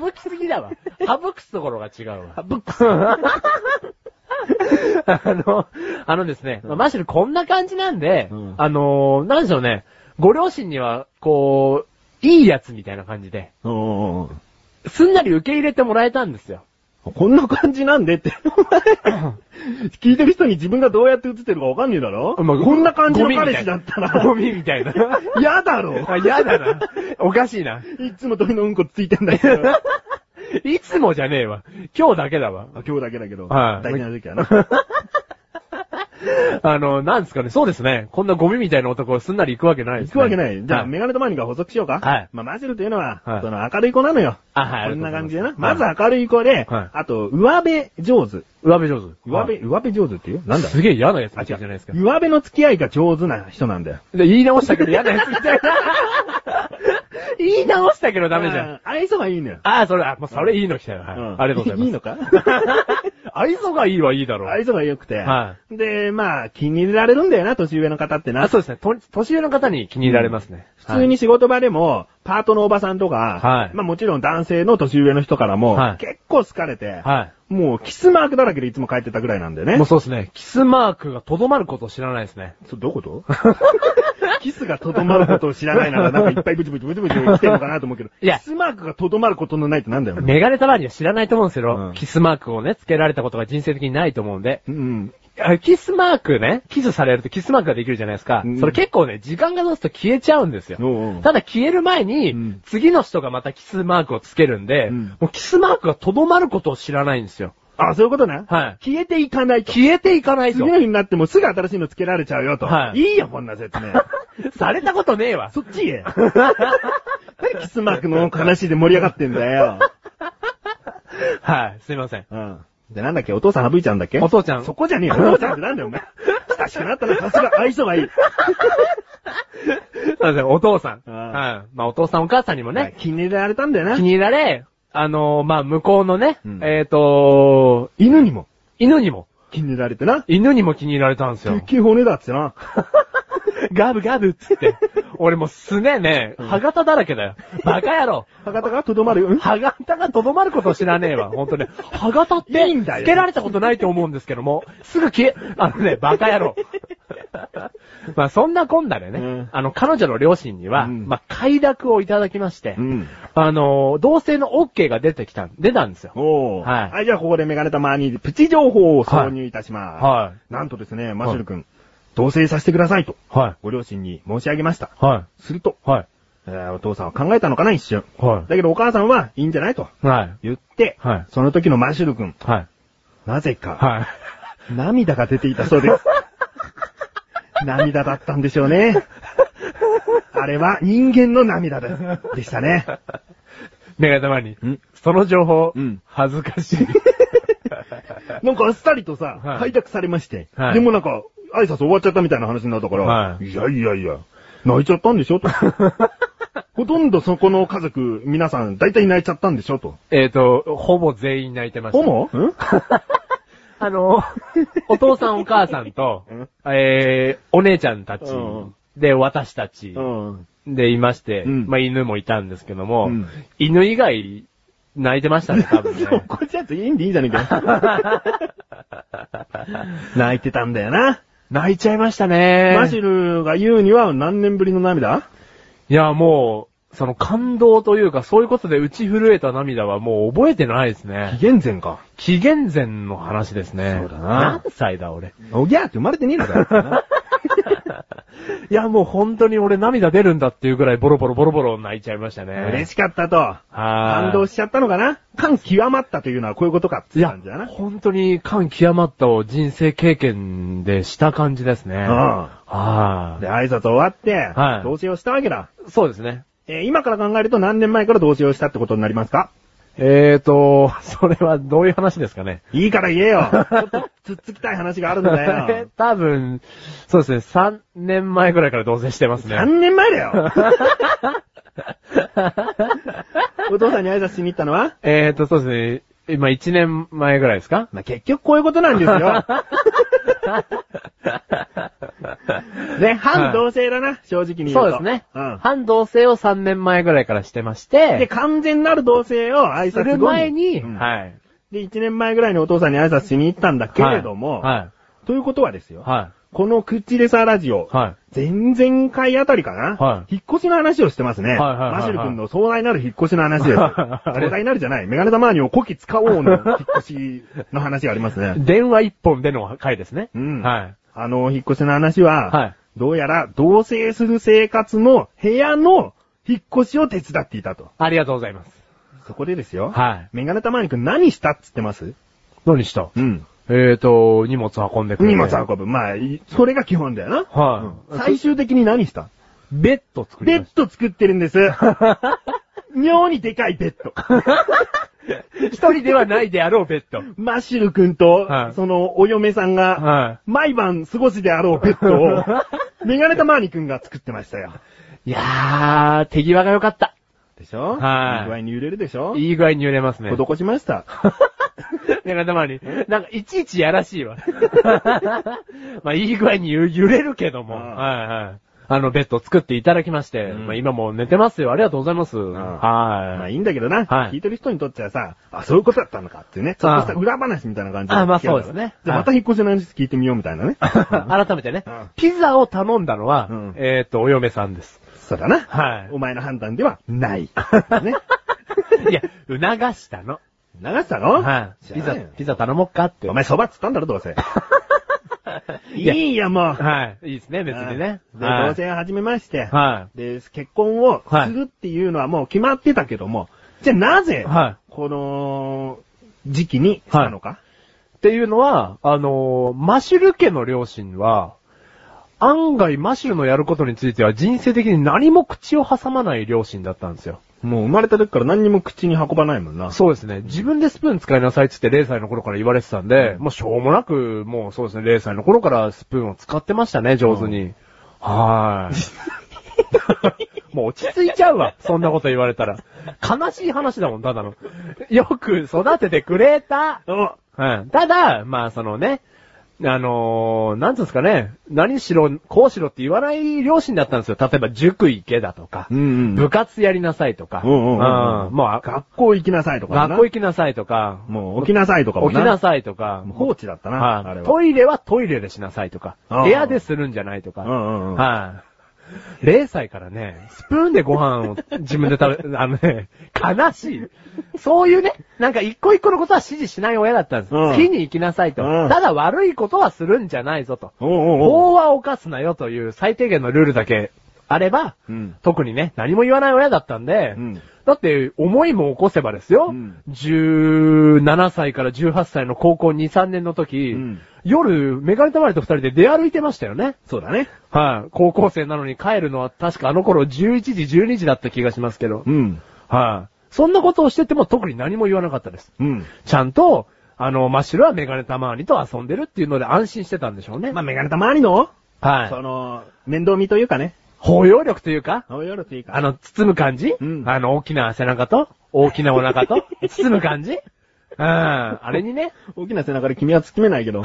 Speaker 1: 省きすぎだわ。省くところが違うわ。
Speaker 3: ぶっく
Speaker 1: あの、あのですね、まあマシュルこんな感じなんで、
Speaker 3: うん
Speaker 1: あのー、なんでしょうね、ご両親には、こう、いいやつみたいな感じで、
Speaker 3: おうおう
Speaker 1: すんなり受け入れてもらえたんですよ。
Speaker 3: おうこんな感じなんでって、お前聞いてる人に自分がどうやって映ってるかわかんねえだろ、こんな感じの彼氏だった
Speaker 1: ゴ
Speaker 3: ら、
Speaker 1: ミみたいな。
Speaker 3: 嫌だろ
Speaker 1: あ嫌だな。おかしいな。
Speaker 3: いつも鳥のうんこついてんだけど。
Speaker 1: いつもじゃねえわ。今日だけだわ。
Speaker 3: あ今日だけだけど、
Speaker 1: はい
Speaker 3: 大事な時はな。
Speaker 1: あの、なんですかね、そうですね。こんなゴミみたいな男をすんなり行くわけないで
Speaker 3: 行
Speaker 1: す、ね。
Speaker 3: くわけない。じゃあ、
Speaker 1: はい
Speaker 3: メガネとマニが補足しようか。
Speaker 1: はい
Speaker 3: まあ、マジルというのは、
Speaker 1: はい
Speaker 3: その明るい子なのよ。
Speaker 1: あはい
Speaker 3: こんな感じで
Speaker 1: あ
Speaker 3: な。
Speaker 1: りがと
Speaker 3: ま
Speaker 1: うござい
Speaker 3: ず
Speaker 1: ます
Speaker 3: 明るい子で、
Speaker 1: はい
Speaker 3: あと、上辺上手。
Speaker 1: 上辺上手。
Speaker 3: 上辺、
Speaker 1: はい
Speaker 3: 上辺上手っていうなんだ
Speaker 1: すげえ嫌なやつ
Speaker 3: あ、
Speaker 1: み
Speaker 3: 違
Speaker 1: たいじゃないですか
Speaker 3: う。。上辺の付き合いが上手な人なんだよ。
Speaker 1: で言い直したけど嫌なやつみたいな。言い直したけどダメじゃん。
Speaker 3: ん。愛想がいいのよ。
Speaker 1: ああ、それ、あ、もうそれいいの来たよ。はい。
Speaker 3: うん
Speaker 1: ありがとうございます。
Speaker 3: いいのか
Speaker 1: 愛想がいいはいいだろう。
Speaker 3: 愛想が良くて。
Speaker 1: は
Speaker 3: で、まあ、気に入られるんだよな、年上の方ってな。
Speaker 1: あ、そうですね。と年上の方に気に入られますね。
Speaker 3: 普通に仕事場でも、パートのおばさんとか、
Speaker 1: はい
Speaker 3: まあもちろん男性の年上の人からも、
Speaker 1: はい
Speaker 3: 結構好かれて、
Speaker 1: は
Speaker 3: もうキスマークだらけでいつも帰ってたぐらいなんだよ
Speaker 1: い。
Speaker 3: ね。
Speaker 1: もうそうですね。キスマークがとどまることを知らないですね。
Speaker 3: そどういうこと キスがとどまることを知らな いなら、なんかいっぱいブチブチブチブチ言ってるのかなと思うけど、
Speaker 1: いや
Speaker 3: キスマークがとどまることのないってなんだよ。
Speaker 1: メガネたまには知らないと思うんですけど、
Speaker 3: うん
Speaker 1: キスマークをね、つけられたことが人生的にないと思うんで。
Speaker 3: うん。
Speaker 1: あキスマークね、キスされるとキスマークができるじゃないですか。
Speaker 3: うん
Speaker 1: それ結構ね、時間が経つと消えちゃうんですよ。
Speaker 3: おうおう
Speaker 1: ただ消える前に、
Speaker 3: うん
Speaker 1: 次の人がまたキスマークをつけるんで、
Speaker 3: うん
Speaker 1: もうキスマークがとどまることを知らないんですよ。
Speaker 3: あ、そういうことね。
Speaker 1: はい
Speaker 3: 消えていかないと。
Speaker 1: 消えていかない
Speaker 3: 次
Speaker 1: と。
Speaker 3: の日になってもすぐ新しいのつけられちゃうよと。
Speaker 1: はい
Speaker 3: いよ、こんな 説明。
Speaker 1: されたことねえわ。
Speaker 3: そっ ちへ。何キスマークの話で盛り上がってんだよ。
Speaker 1: はい、すいません。
Speaker 3: うん。で、なんだっけお父さん省いちゃうんだっけ
Speaker 1: お父ちゃん
Speaker 3: そこじゃねえよ。お父ちゃんってなん だよ、お前。親しくなったな、さすが愛想がいい。
Speaker 1: すいません、お父さん。
Speaker 3: うん
Speaker 1: はい。まあ、お父さんお母さんにもね、
Speaker 3: 気に入られたんだよな。
Speaker 1: 気に入られ、あのーまあ、向こうのね、
Speaker 3: うん
Speaker 1: えっ、と
Speaker 3: 犬にも
Speaker 1: 犬にも、
Speaker 3: 気に入られてな。
Speaker 1: 犬にも気に入られたんですよ
Speaker 3: 鉄。球骨だっつってな。
Speaker 1: ガブガブっつって。俺もうすねね、歯型だらけだよ。バカ野郎。
Speaker 3: 博多がとどまるよ。ん
Speaker 1: 歯型がとどまることを知らねえわ。ほんとね。歯型って、
Speaker 3: いいんだよ
Speaker 1: つけられたことないと思うんですけども、すぐ消え、あのね、バカ 野郎。まあそんなこんなでね、
Speaker 3: うん
Speaker 1: あの、彼女の両親には、
Speaker 3: うん
Speaker 1: まあ快諾をいただきまして、
Speaker 3: うん。
Speaker 1: あのー同性の OK が出てきたん、出たんですよ。
Speaker 3: おー。
Speaker 1: はい
Speaker 3: じゃあここでメガネたまにプチ情報を挿入いたします。
Speaker 1: はいはい
Speaker 3: なんとですね、マシュル君、同棲させてくださいと、
Speaker 1: は
Speaker 3: ご両親に申し上げました。
Speaker 1: い。は
Speaker 3: すると、
Speaker 1: い。はい。
Speaker 3: えーお父さんは考えたのかな、一瞬。
Speaker 1: は
Speaker 3: だけどお母さんはいいんじゃないと
Speaker 1: い。はい。
Speaker 3: 言って、
Speaker 1: はい
Speaker 3: その時のマシュル君、
Speaker 1: はい。
Speaker 3: なぜか、
Speaker 1: はい。
Speaker 3: 涙が出ていたそ うです。涙だったんでしょうね。あれは人間の涙ででしたね。
Speaker 1: メガネ玉に
Speaker 3: ん。
Speaker 1: その情報、
Speaker 3: うん
Speaker 1: 恥ずかし い。
Speaker 3: なんかあっさりとさ、
Speaker 1: はい
Speaker 3: 開拓されまして、
Speaker 1: はい
Speaker 3: でもなんか、挨拶終わっちゃったみたいな話になったから、
Speaker 1: はい
Speaker 3: い、やいやいや、泣いちゃったんでしょ と。ほとんどそこの家族、皆さん、大体泣いちゃったんでしょと。
Speaker 1: えっと、ほぼ全員泣いてました。
Speaker 3: ほぼん
Speaker 1: あの、お父さんお母さんと
Speaker 3: うん、
Speaker 1: えー、お姉ちゃんたち
Speaker 3: うん、
Speaker 1: で、私たち、
Speaker 3: ん。
Speaker 1: でいまして、
Speaker 3: うん
Speaker 1: まあ犬もいたんですけども、
Speaker 3: うん
Speaker 1: 犬以外、泣いてま したね、多分ね。
Speaker 3: そこじゃいいんでいいんじゃねえか。 泣いてたんだよな。
Speaker 1: 泣いちゃいましたね。
Speaker 3: マシルが言うには何年ぶりの涙
Speaker 1: いや、もう、その感動というか、そういうことで打ち震えた涙はもう覚えてないですね。
Speaker 3: 元前か。
Speaker 1: 紀元前の話ですね。
Speaker 3: そうだな
Speaker 1: 何歳だ、俺。
Speaker 3: おぎゃーって生まれてねえの かよ。
Speaker 1: いや、もう本当に俺涙出るんだっていうぐらいボロボロボロボロ泣いちゃいましたね。
Speaker 3: 嬉しかったと。
Speaker 1: 感
Speaker 3: 感動しちゃったのかな感極まったというのはこういうことかって
Speaker 1: い
Speaker 3: 言った
Speaker 1: や
Speaker 3: んじゃな、。
Speaker 1: 本当に感極まったを人生経験でした感じですね。ああ
Speaker 3: で、挨拶終わって、
Speaker 1: はい
Speaker 3: 同棲をしたわけだ。
Speaker 1: そうですね。
Speaker 3: えー今から考えると何年前から同棲をしたってことになりますか
Speaker 1: えーと、 それはどういう話ですかね。
Speaker 3: いいから言えよ。ちょっとつっつきたい話がある んだよ。
Speaker 1: 多分、そうですね、3年前ぐらいから同棲してますね。
Speaker 3: 何年前 だよお父さんに挨拶しに行ったのは
Speaker 1: えーと、そうですね、今1年前ぐらいですか
Speaker 3: まあ、結局こういうことなんで すよ。ね、反同性だな、正直に言うと。
Speaker 1: そうですね。
Speaker 3: うん。
Speaker 1: 反同棲を3年前ぐらいからしてまして、
Speaker 3: で、完全なる同性を挨拶
Speaker 1: す
Speaker 3: 後
Speaker 1: る前に、
Speaker 3: うん
Speaker 1: はい。
Speaker 3: で、1年前ぐらいにお父さんに挨拶しに行ったんだけれども、
Speaker 1: は
Speaker 3: ということはです
Speaker 1: い。
Speaker 3: よ、
Speaker 1: は
Speaker 3: このクッチレサーラジオ、
Speaker 1: い。はい。
Speaker 3: 前々回あたりかな、
Speaker 1: はい
Speaker 3: 引っ越しの話をしてますね。
Speaker 1: いはいはいはい
Speaker 3: マシュル君の壮大なる引っ越しの 話です。
Speaker 1: あれ
Speaker 3: 壮大なるじゃない。メガネ玉にをこき使おうの引っ越しの話がありますね。
Speaker 1: 電話一本での回ですね。
Speaker 3: うん
Speaker 1: はい。
Speaker 3: あの、引っ越しの話は、
Speaker 1: はい
Speaker 3: どうやら同棲する生活の部屋の引っ越しを手伝っていたと。
Speaker 1: ありがとうございます。
Speaker 3: そこでですよ。
Speaker 1: はい。
Speaker 3: メガネたまにくん何したっつってます
Speaker 1: 何した
Speaker 3: うん。
Speaker 1: えーと、荷物運んでくれ
Speaker 3: 荷
Speaker 1: て
Speaker 3: 物運ぶ。まあ、いそれが基本だよな。
Speaker 1: はい
Speaker 3: うん最終的に何した
Speaker 1: ベッド作り
Speaker 3: ベ
Speaker 1: ま
Speaker 3: ッ
Speaker 1: し
Speaker 3: ド作ってる んです。妙にでかいベッド。
Speaker 1: た。一人ではないであろうベッド。
Speaker 3: マシル君と、
Speaker 1: はい
Speaker 3: その、お嫁さんが、
Speaker 1: は
Speaker 3: 毎晩過ごすであろうベッドを、メガネたマーニ君が作ってましたよ。
Speaker 1: い。いやー、手際が良かった。
Speaker 3: でしょ
Speaker 1: はい
Speaker 3: い具合に揺れるでしょ
Speaker 1: いい具合に揺れますね。
Speaker 3: 施しました。
Speaker 1: なんかたまに、なんかいちいちやらしいわ。 まあいい具合に揺揺れるけども、
Speaker 3: うん
Speaker 1: はいはい。あのベッド作っていただきまして、
Speaker 3: うん
Speaker 1: まあ今もう寝てますよ。ありがとうございます。
Speaker 3: まあ
Speaker 1: はい。
Speaker 3: いいんだけどな、
Speaker 1: はい
Speaker 3: 聞いてる人にとってはさ、あ、そういうことだったのかっていうね、ちょっとした裏話みたいな感じ
Speaker 1: あまあそうですね
Speaker 3: じゃあ
Speaker 1: はい
Speaker 3: また引っ越しの話聞いてみようみたいなね。
Speaker 1: 改めてね、
Speaker 3: うん
Speaker 1: ピザを頼んだのは、
Speaker 3: うん
Speaker 1: えーっと、お嫁さんです。
Speaker 3: そうだな。
Speaker 1: はい
Speaker 3: お前の判断では ない。ね。
Speaker 1: いや、促したの。
Speaker 3: 流したの
Speaker 1: はい。ピ
Speaker 3: ピザ
Speaker 1: ザ、。ピザ頼もうかって。
Speaker 3: お前そばっつったんだろ、どうせ。い
Speaker 1: や
Speaker 3: いよ、もう。
Speaker 1: はい。いいですね、別にね。
Speaker 3: で、同
Speaker 1: はい
Speaker 3: 棲を始めまして。
Speaker 1: は
Speaker 3: で、結婚をするっていうのはもう決まってたけども、じゃあなぜ、
Speaker 1: は
Speaker 3: この時期にしたのか、
Speaker 1: い。っていうのは、あのーマシュル家の両親は、案外マシュルのやることについては人生的に何も口を挟まない両親だったんですよ。
Speaker 3: もう生まれた時から何にも口に運ばないもんな。
Speaker 1: そうですね。自分でスプーン使いなさいってって0歳の頃から言われてたんで、もうしょうもなく、もうそうですね、0歳の頃からスプーンを使ってましたね、上手に。はーい。 もう落ち着いちゃうわ、そんなこと言われたら。悲しい話だもん、ただの。よく育ててくれた。
Speaker 3: お
Speaker 1: うん。ただ、まあそのね、あのー、なんつうんですかね、何しろ、こうしろって言わない両親だったんですよ。例えば塾行けだとか、
Speaker 3: ん
Speaker 1: 部活やりなさいとか、
Speaker 3: うんうんうんうん
Speaker 1: もうあ
Speaker 3: 学校行きなさいとかな。
Speaker 1: 学校行きなさいとか、
Speaker 3: もう起きなさいとかも
Speaker 1: 起
Speaker 3: な。
Speaker 1: きなさいとか、
Speaker 3: もう放置だったな、あ
Speaker 1: はい
Speaker 3: れは。
Speaker 1: トイレはトイレでしなさいとか、
Speaker 3: ああ
Speaker 1: 部屋でするんじゃないと
Speaker 3: う
Speaker 1: か、
Speaker 3: んうんうん。
Speaker 1: はい。0歳からね、スプーンでご飯を自分で食べ、 あのね、悲しい。そういうね、なんか一個一個のことは指示しない親だったんです。
Speaker 3: うん
Speaker 1: 好きに行きなさいと。
Speaker 3: うん
Speaker 1: ただ悪いことはするんじゃないぞと。
Speaker 3: おうおうおう
Speaker 1: 法は犯すなよという最低限のルールだけあれば、
Speaker 3: うん
Speaker 1: 特にね、何も言わない親だったんで、
Speaker 3: うん
Speaker 1: だって思いも起こせばですよ、
Speaker 3: うん
Speaker 1: 17歳から18歳の高校2、3年の時、
Speaker 3: うん
Speaker 1: 夜、メガネたまりと二人で出歩いてましたよね。
Speaker 3: そうだね。
Speaker 1: はい、高校生なのに帰るのは確かあの頃11時、12時だった気がしますけど、
Speaker 3: うん。
Speaker 1: はい、そんなことをしてても特に何も言わなかったです。
Speaker 3: うん。
Speaker 1: ちゃんと、あの、真っ白はメガネたまわりと遊んでるっていうので安心してたんでしょうね。
Speaker 3: まあ、メガネたまわりの、
Speaker 1: はい。
Speaker 3: その、面倒見というかね。
Speaker 1: 包容力というか、
Speaker 3: そういうのっていいか。
Speaker 1: あの、包む感じ、
Speaker 3: うん
Speaker 1: あの、大きな背中と、大きなお腹 と、包む感じうん。あれにね、
Speaker 3: 大きな背中で君は突っ込めないけど。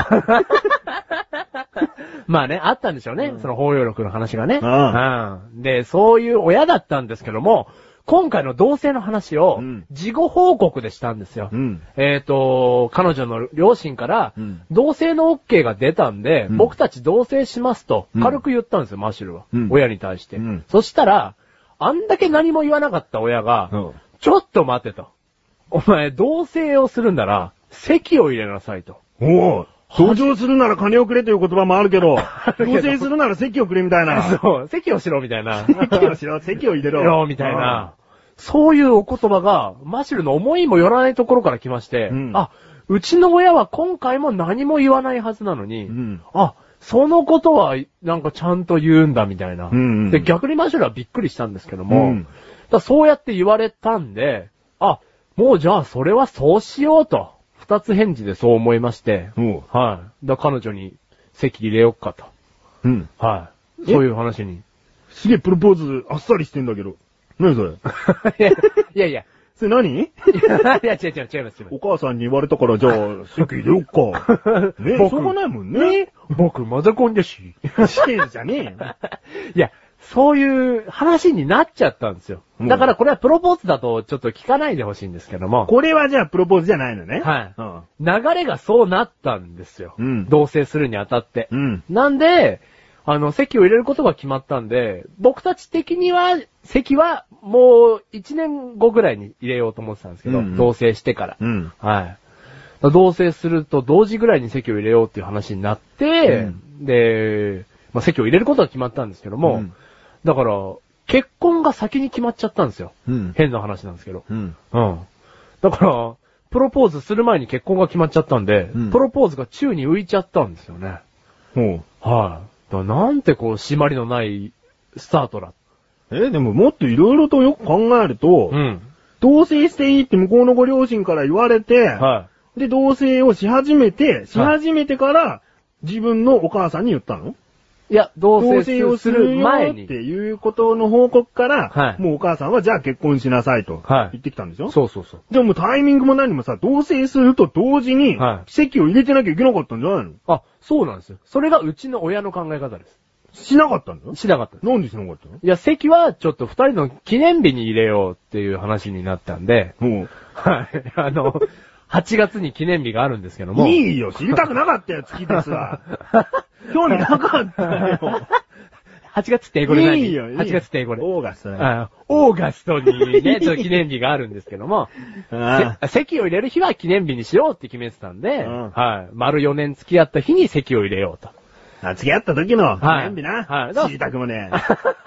Speaker 1: まあね、あったんでしょうね。その包容力の話がね、
Speaker 3: うん
Speaker 1: うんで、そういう親だったんですけども、今回の同性の話を
Speaker 3: うん、
Speaker 1: 事後報告でしたんですよ。
Speaker 3: うん
Speaker 1: えっ、と、彼女の両親から
Speaker 3: うん、
Speaker 1: 同性の OK が出たんで、
Speaker 3: うん
Speaker 1: 僕たち同性しますと、
Speaker 3: うん
Speaker 1: 軽く言ったんですよ、マシュルは。
Speaker 3: うん
Speaker 1: 親に対して、
Speaker 3: うん
Speaker 1: そしたら、あんだけ何も言わなかった親が、
Speaker 3: うん
Speaker 1: ちょっと待てと。お前、同性をするなら、席を入れなさいと。
Speaker 3: おお同情するなら金をくれという言葉も あるけど
Speaker 1: る、けど
Speaker 3: 同棲するなら席をくれみたい な。
Speaker 1: そう、席をしろみたい な。
Speaker 3: 席をしろ、席を入れろ。
Speaker 1: よみたいな。そういうお言葉が、マシュルの思いもよらないところから来まして、
Speaker 3: うん
Speaker 1: あ、うちの親は今回も何も言わないはずなのに、
Speaker 3: うん
Speaker 1: あ、そのことは、なんかちゃんと言うんだみたいな。
Speaker 3: うんうん
Speaker 1: で、逆にマシュルはびっくりしたんですけども、
Speaker 3: うん
Speaker 1: だからそうやって言われたんで、あ、もうじゃあそれはそうしようと、二つ返事でそう思いまして、
Speaker 3: うん。おう
Speaker 1: はい。だから彼女に席入れよっかと。
Speaker 3: うん。
Speaker 1: はい。
Speaker 3: え
Speaker 1: そういう話 に。
Speaker 3: すげえプロポーズあっさりしてんだけど。何それ
Speaker 1: いやいやいや。
Speaker 3: それ何
Speaker 1: いや、 いや違う違う違います、違います。
Speaker 3: お母さんに言われたから、 じゃあ、席入れよっか。ねし
Speaker 1: 僕
Speaker 3: ょうがないもんね。
Speaker 1: 僕、マザコンだし。
Speaker 3: 試験じゃねえよ。
Speaker 1: いや、そういう話になっちゃったんですよ。
Speaker 3: うん
Speaker 1: だからこれはプロポーズだとちょっと聞かないでほしいんですけども、
Speaker 3: これはじゃあ、プロポーズじゃないのね。
Speaker 1: はい
Speaker 3: うん。
Speaker 1: 流れがそうなったんですよ。
Speaker 3: うん
Speaker 1: 同棲するにあたって。
Speaker 3: うん
Speaker 1: なんで、あの、席を入れることが決まったんで、僕たち的には、席はもう1年後ぐらいに入れようと思ってたんですけど、
Speaker 3: うんうん
Speaker 1: 同棲してから。
Speaker 3: うん。
Speaker 1: はい。同棲すると同時ぐらいに席を入れようっていう話になって、で、まあ、席を入れることは決まったんですけども、
Speaker 3: うん
Speaker 1: だから、結婚が先に決まっちゃったんですよ。
Speaker 3: うん
Speaker 1: 変な話なんですけど。
Speaker 3: うん。
Speaker 1: うん。だから、プロポーズする前に結婚が決まっちゃったんで、
Speaker 3: うん
Speaker 1: プロポーズが宙に浮いちゃったんですよね。
Speaker 3: おう
Speaker 1: はい。だからなんてこう、締まりのないスタートだ。
Speaker 3: え、でももっといろいろとよく考えると、
Speaker 1: ん。
Speaker 3: 同棲していいって向こうのご両親から言われて、
Speaker 1: は
Speaker 3: で、同棲をし始めて、し始めてから、自分のお母さんに言ったの
Speaker 1: い。いや、同
Speaker 3: 同
Speaker 1: 棲
Speaker 3: 棲
Speaker 1: を
Speaker 3: を
Speaker 1: す
Speaker 3: する
Speaker 1: る
Speaker 3: 前
Speaker 1: 前
Speaker 3: に。っ
Speaker 1: に
Speaker 3: て。いうことの報告から、
Speaker 1: はい
Speaker 3: もうお母さんはじゃあ結婚しなさいと、
Speaker 1: はい
Speaker 3: 言ってきたんでしょ
Speaker 1: そうそうそう。
Speaker 3: でももうタイミングも何もさ、同棲すると同時に
Speaker 1: は、い
Speaker 3: 席を入れてなきゃいけなかったんじゃないの
Speaker 1: あ、そうなんですよ。それがうちの親の考え方です。
Speaker 3: しなかったんだよ
Speaker 1: しなかったです。
Speaker 3: なんでしなかったの
Speaker 1: いや、席はちょっと二人の記念日に入れようっていう話になったんで、
Speaker 3: も
Speaker 1: はい。あの、8月に記念日があるんですけど
Speaker 3: う、
Speaker 1: も。
Speaker 3: いいよ、知りたくなかったよ、月です わ。興味なかったよ。
Speaker 1: 8月ってこれ何
Speaker 3: いいよ、いいよ。
Speaker 1: 8月ってこれ。
Speaker 3: オーガストだよ
Speaker 1: あオーガスト にね、ちょっと記念日があるんですけども、
Speaker 3: あ
Speaker 1: せ席を入れる日は記念日にしようって決めてたんで、
Speaker 3: うん
Speaker 1: はい。丸4年付き合った日に席を入れようと。
Speaker 3: ああ付き合った時の、
Speaker 1: はい
Speaker 3: 記念日な。
Speaker 1: はい
Speaker 3: 知りたくも ねえ。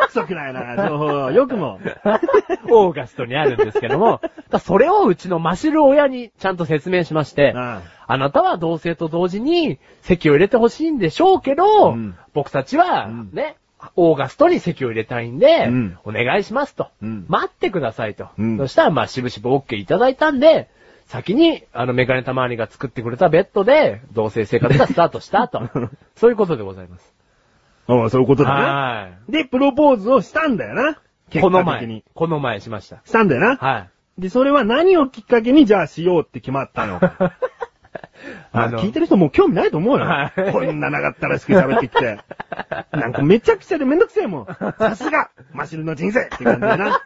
Speaker 3: くそくないな、情報 はよくも。
Speaker 1: オーガストにあるんですけども、だからそれをうちのマシル親にちゃんと説明しまして、
Speaker 3: あ
Speaker 1: あなたは同性と同時に席を入れてほしいんでしょうけど、
Speaker 3: うん
Speaker 1: 僕たちは
Speaker 3: うん
Speaker 1: ね、オーガストに席を入れたいんで、
Speaker 3: うん
Speaker 1: お願いしますと、
Speaker 3: うん
Speaker 1: 待ってくださいと。
Speaker 3: うん
Speaker 1: そしたら、まあ、しぶしぶ OK いただいたんで、先に、あの、メガネたまわりが作ってくれたベッドで、同性生活がスタートした と。そういうことでございます。
Speaker 3: ああ、そういうことだね。
Speaker 1: は
Speaker 3: で、プロポーズをしたんだよな。
Speaker 1: い。
Speaker 3: 結
Speaker 1: この
Speaker 3: 果的に
Speaker 1: 前。、この前しました。
Speaker 3: したんだよな。
Speaker 1: はい。
Speaker 3: で、それは何をきっかけにじゃあしようって決まったの。 まあ聞いてる人もう興味ないと思うよ。
Speaker 1: はい
Speaker 3: こんな長ったらしく喋って きて。なんかめちゃくちゃでめんどくせえもん。さすが、マシルの人生って感じだな。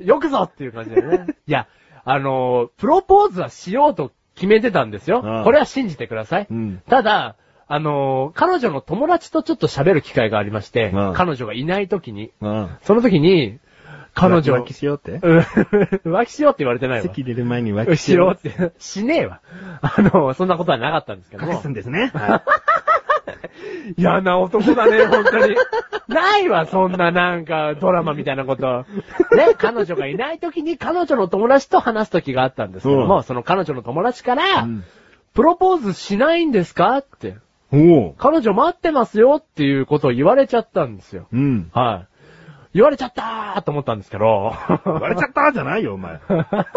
Speaker 1: よくぞっていう感じだよね。 いや、あのープロポーズはしようと決めてたんですよ。
Speaker 3: うん
Speaker 1: これは信じてください。
Speaker 3: うん
Speaker 1: ただ、あのー彼女の友達とちょっと喋る機会がありまして、
Speaker 3: うん
Speaker 1: 彼女がいない時に、
Speaker 3: うん。
Speaker 1: その時に、彼女、
Speaker 3: 浮気しようって
Speaker 1: うん 浮気しようって言われてないわ
Speaker 3: 席。出る前に浮気し
Speaker 1: し
Speaker 3: よ
Speaker 1: ろ
Speaker 3: う
Speaker 1: っ。て、しねえわ。あのーそんなことはなかったんですけど
Speaker 3: 隠
Speaker 1: も
Speaker 3: す。んですね。
Speaker 1: 嫌な男だね、本当に。ないわ、そんななんか、ドラマみたいなこと。ね、彼女がいない時に彼女の友達と話す時があったんですけども、
Speaker 3: うん
Speaker 1: その彼女の友達から、
Speaker 3: うん
Speaker 1: プロポーズしないんですかって、
Speaker 3: おう。
Speaker 1: 彼女待ってますよっていうことを言われちゃったんですよ。
Speaker 3: うん。
Speaker 1: はい。言われちゃったーと思ったんですけど、
Speaker 3: 言われちゃったじゃないよ、お前。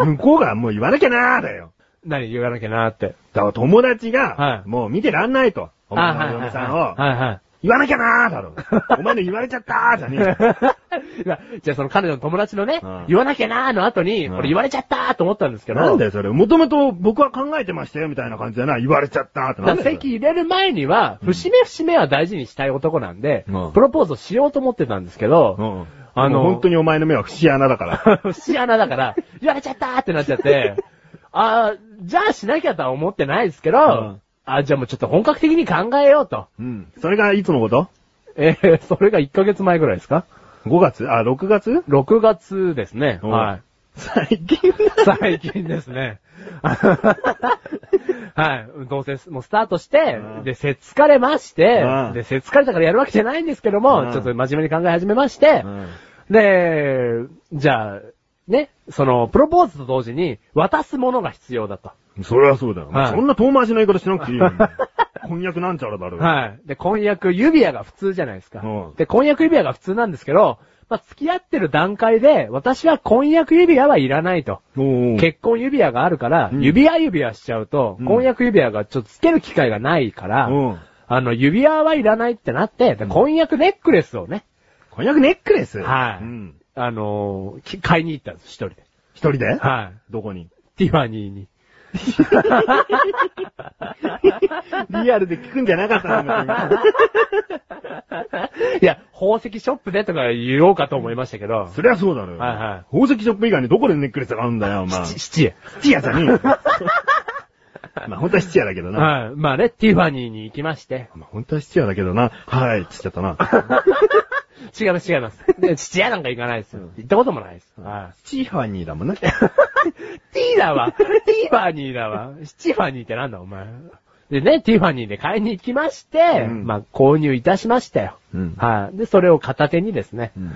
Speaker 3: 向こうがもう言わなきゃなーだよ。
Speaker 1: 何言わなきゃなーって。
Speaker 3: だから友達
Speaker 1: は
Speaker 3: が、
Speaker 1: い
Speaker 3: もう見てらんないと。お前
Speaker 1: あ
Speaker 3: の
Speaker 1: はい
Speaker 3: 嫁さんを、
Speaker 1: はいはい。
Speaker 3: 言わなきゃなーだろ。お前の言われちゃったーじゃねえよ。
Speaker 1: いやじゃあその彼女の友達のね、
Speaker 3: うん
Speaker 1: 言わなきゃなーの後に、
Speaker 3: うん
Speaker 1: 俺言われちゃったーと思ったんですけど、
Speaker 3: なんだよ、それ。もともと僕は考えてましたよ、みたいな感じだな。言われちゃったってな
Speaker 1: だ
Speaker 3: ん
Speaker 1: から
Speaker 3: だよ。
Speaker 1: 席入れる前には、節目節目は大事にしたい男なんで、
Speaker 3: うん
Speaker 1: プロポーズをしようと思ってたんですけ
Speaker 3: う
Speaker 1: ど、
Speaker 3: ん。
Speaker 1: あの
Speaker 3: もう本当にお前の目は節穴だから。
Speaker 1: 節穴だから、言われちゃったーってなっちゃ って、あーじゃあしなきゃとは思ってないですけど、
Speaker 3: ん
Speaker 1: あーじゃあもうちょっと本格的に考えようと。
Speaker 3: うん。それがいつのこと
Speaker 1: えーそれが1ヶ月前ぐらいですか
Speaker 3: ?5 月あ、6月
Speaker 1: ?6 月ですね。
Speaker 3: うん
Speaker 1: はい。
Speaker 3: 最近だ。
Speaker 1: 最近ですね。 はい。同棲もうスタートして
Speaker 3: うん、
Speaker 1: で、せっつかれまして
Speaker 3: うん、
Speaker 1: で、せっつかれたからやるわけじゃないんですけど
Speaker 3: うん
Speaker 1: も、ちょっと真面目に考え始めまして、で、じゃあ、ね、その、プロポーズと同時に、渡すものが必要だと。
Speaker 3: うんそれはそうだよ。
Speaker 1: はい
Speaker 3: そんな遠回しの言い方しなくていい よ。婚約なんちゃらだろ。
Speaker 1: はい。で、婚約指輪が普通じゃないですか
Speaker 3: うん。
Speaker 1: で、婚約指輪が普通なんですけど、まあ、付き合ってる段階で、私は婚約指輪はいらないと。
Speaker 3: おうおう
Speaker 1: 結婚指輪があるから、
Speaker 3: うん
Speaker 1: 指輪指輪しちゃうと、
Speaker 3: うん
Speaker 1: 婚約指輪がちょっとつける機会がないから、
Speaker 3: うん
Speaker 1: あの、指輪はいらないってなって、で
Speaker 3: うん
Speaker 1: 婚約ネックレスをね、
Speaker 3: 婚約ネックレス
Speaker 1: はい
Speaker 3: うん。
Speaker 1: あのーき買いに行ったんです、一人で。
Speaker 3: 一人で
Speaker 1: はい。
Speaker 3: どこに
Speaker 1: ティファニーに。
Speaker 3: リアルで聞くんじゃなかったな、別に
Speaker 1: いや、宝石ショップでとか言おうかと思いましたけど、
Speaker 3: そりゃそうだろ。
Speaker 1: はいはい
Speaker 3: 宝石ショップ以外にどこでネックレスがあるんだよ、お前。
Speaker 1: 七七へ。
Speaker 3: 質屋じゃね えよ。まあ本当は質屋だけどな。
Speaker 1: はい。まあね、ティファニーに行きまして。
Speaker 3: まあ本当は質屋だけどな。はい、つっちゃったな。
Speaker 1: 違います、違い ます。で父屋なんか行かないですよ。行ったこともないです。はい。
Speaker 3: チーファニーだもんな。
Speaker 1: ティーだわ。ティーファニーだわ。ティーファニーってなんだお前。でね、ティーファニーで買いに行きまして、
Speaker 3: うん
Speaker 1: まあ購入いたしましたよ。
Speaker 3: うん
Speaker 1: はい、で、それを片手にですね、
Speaker 3: うん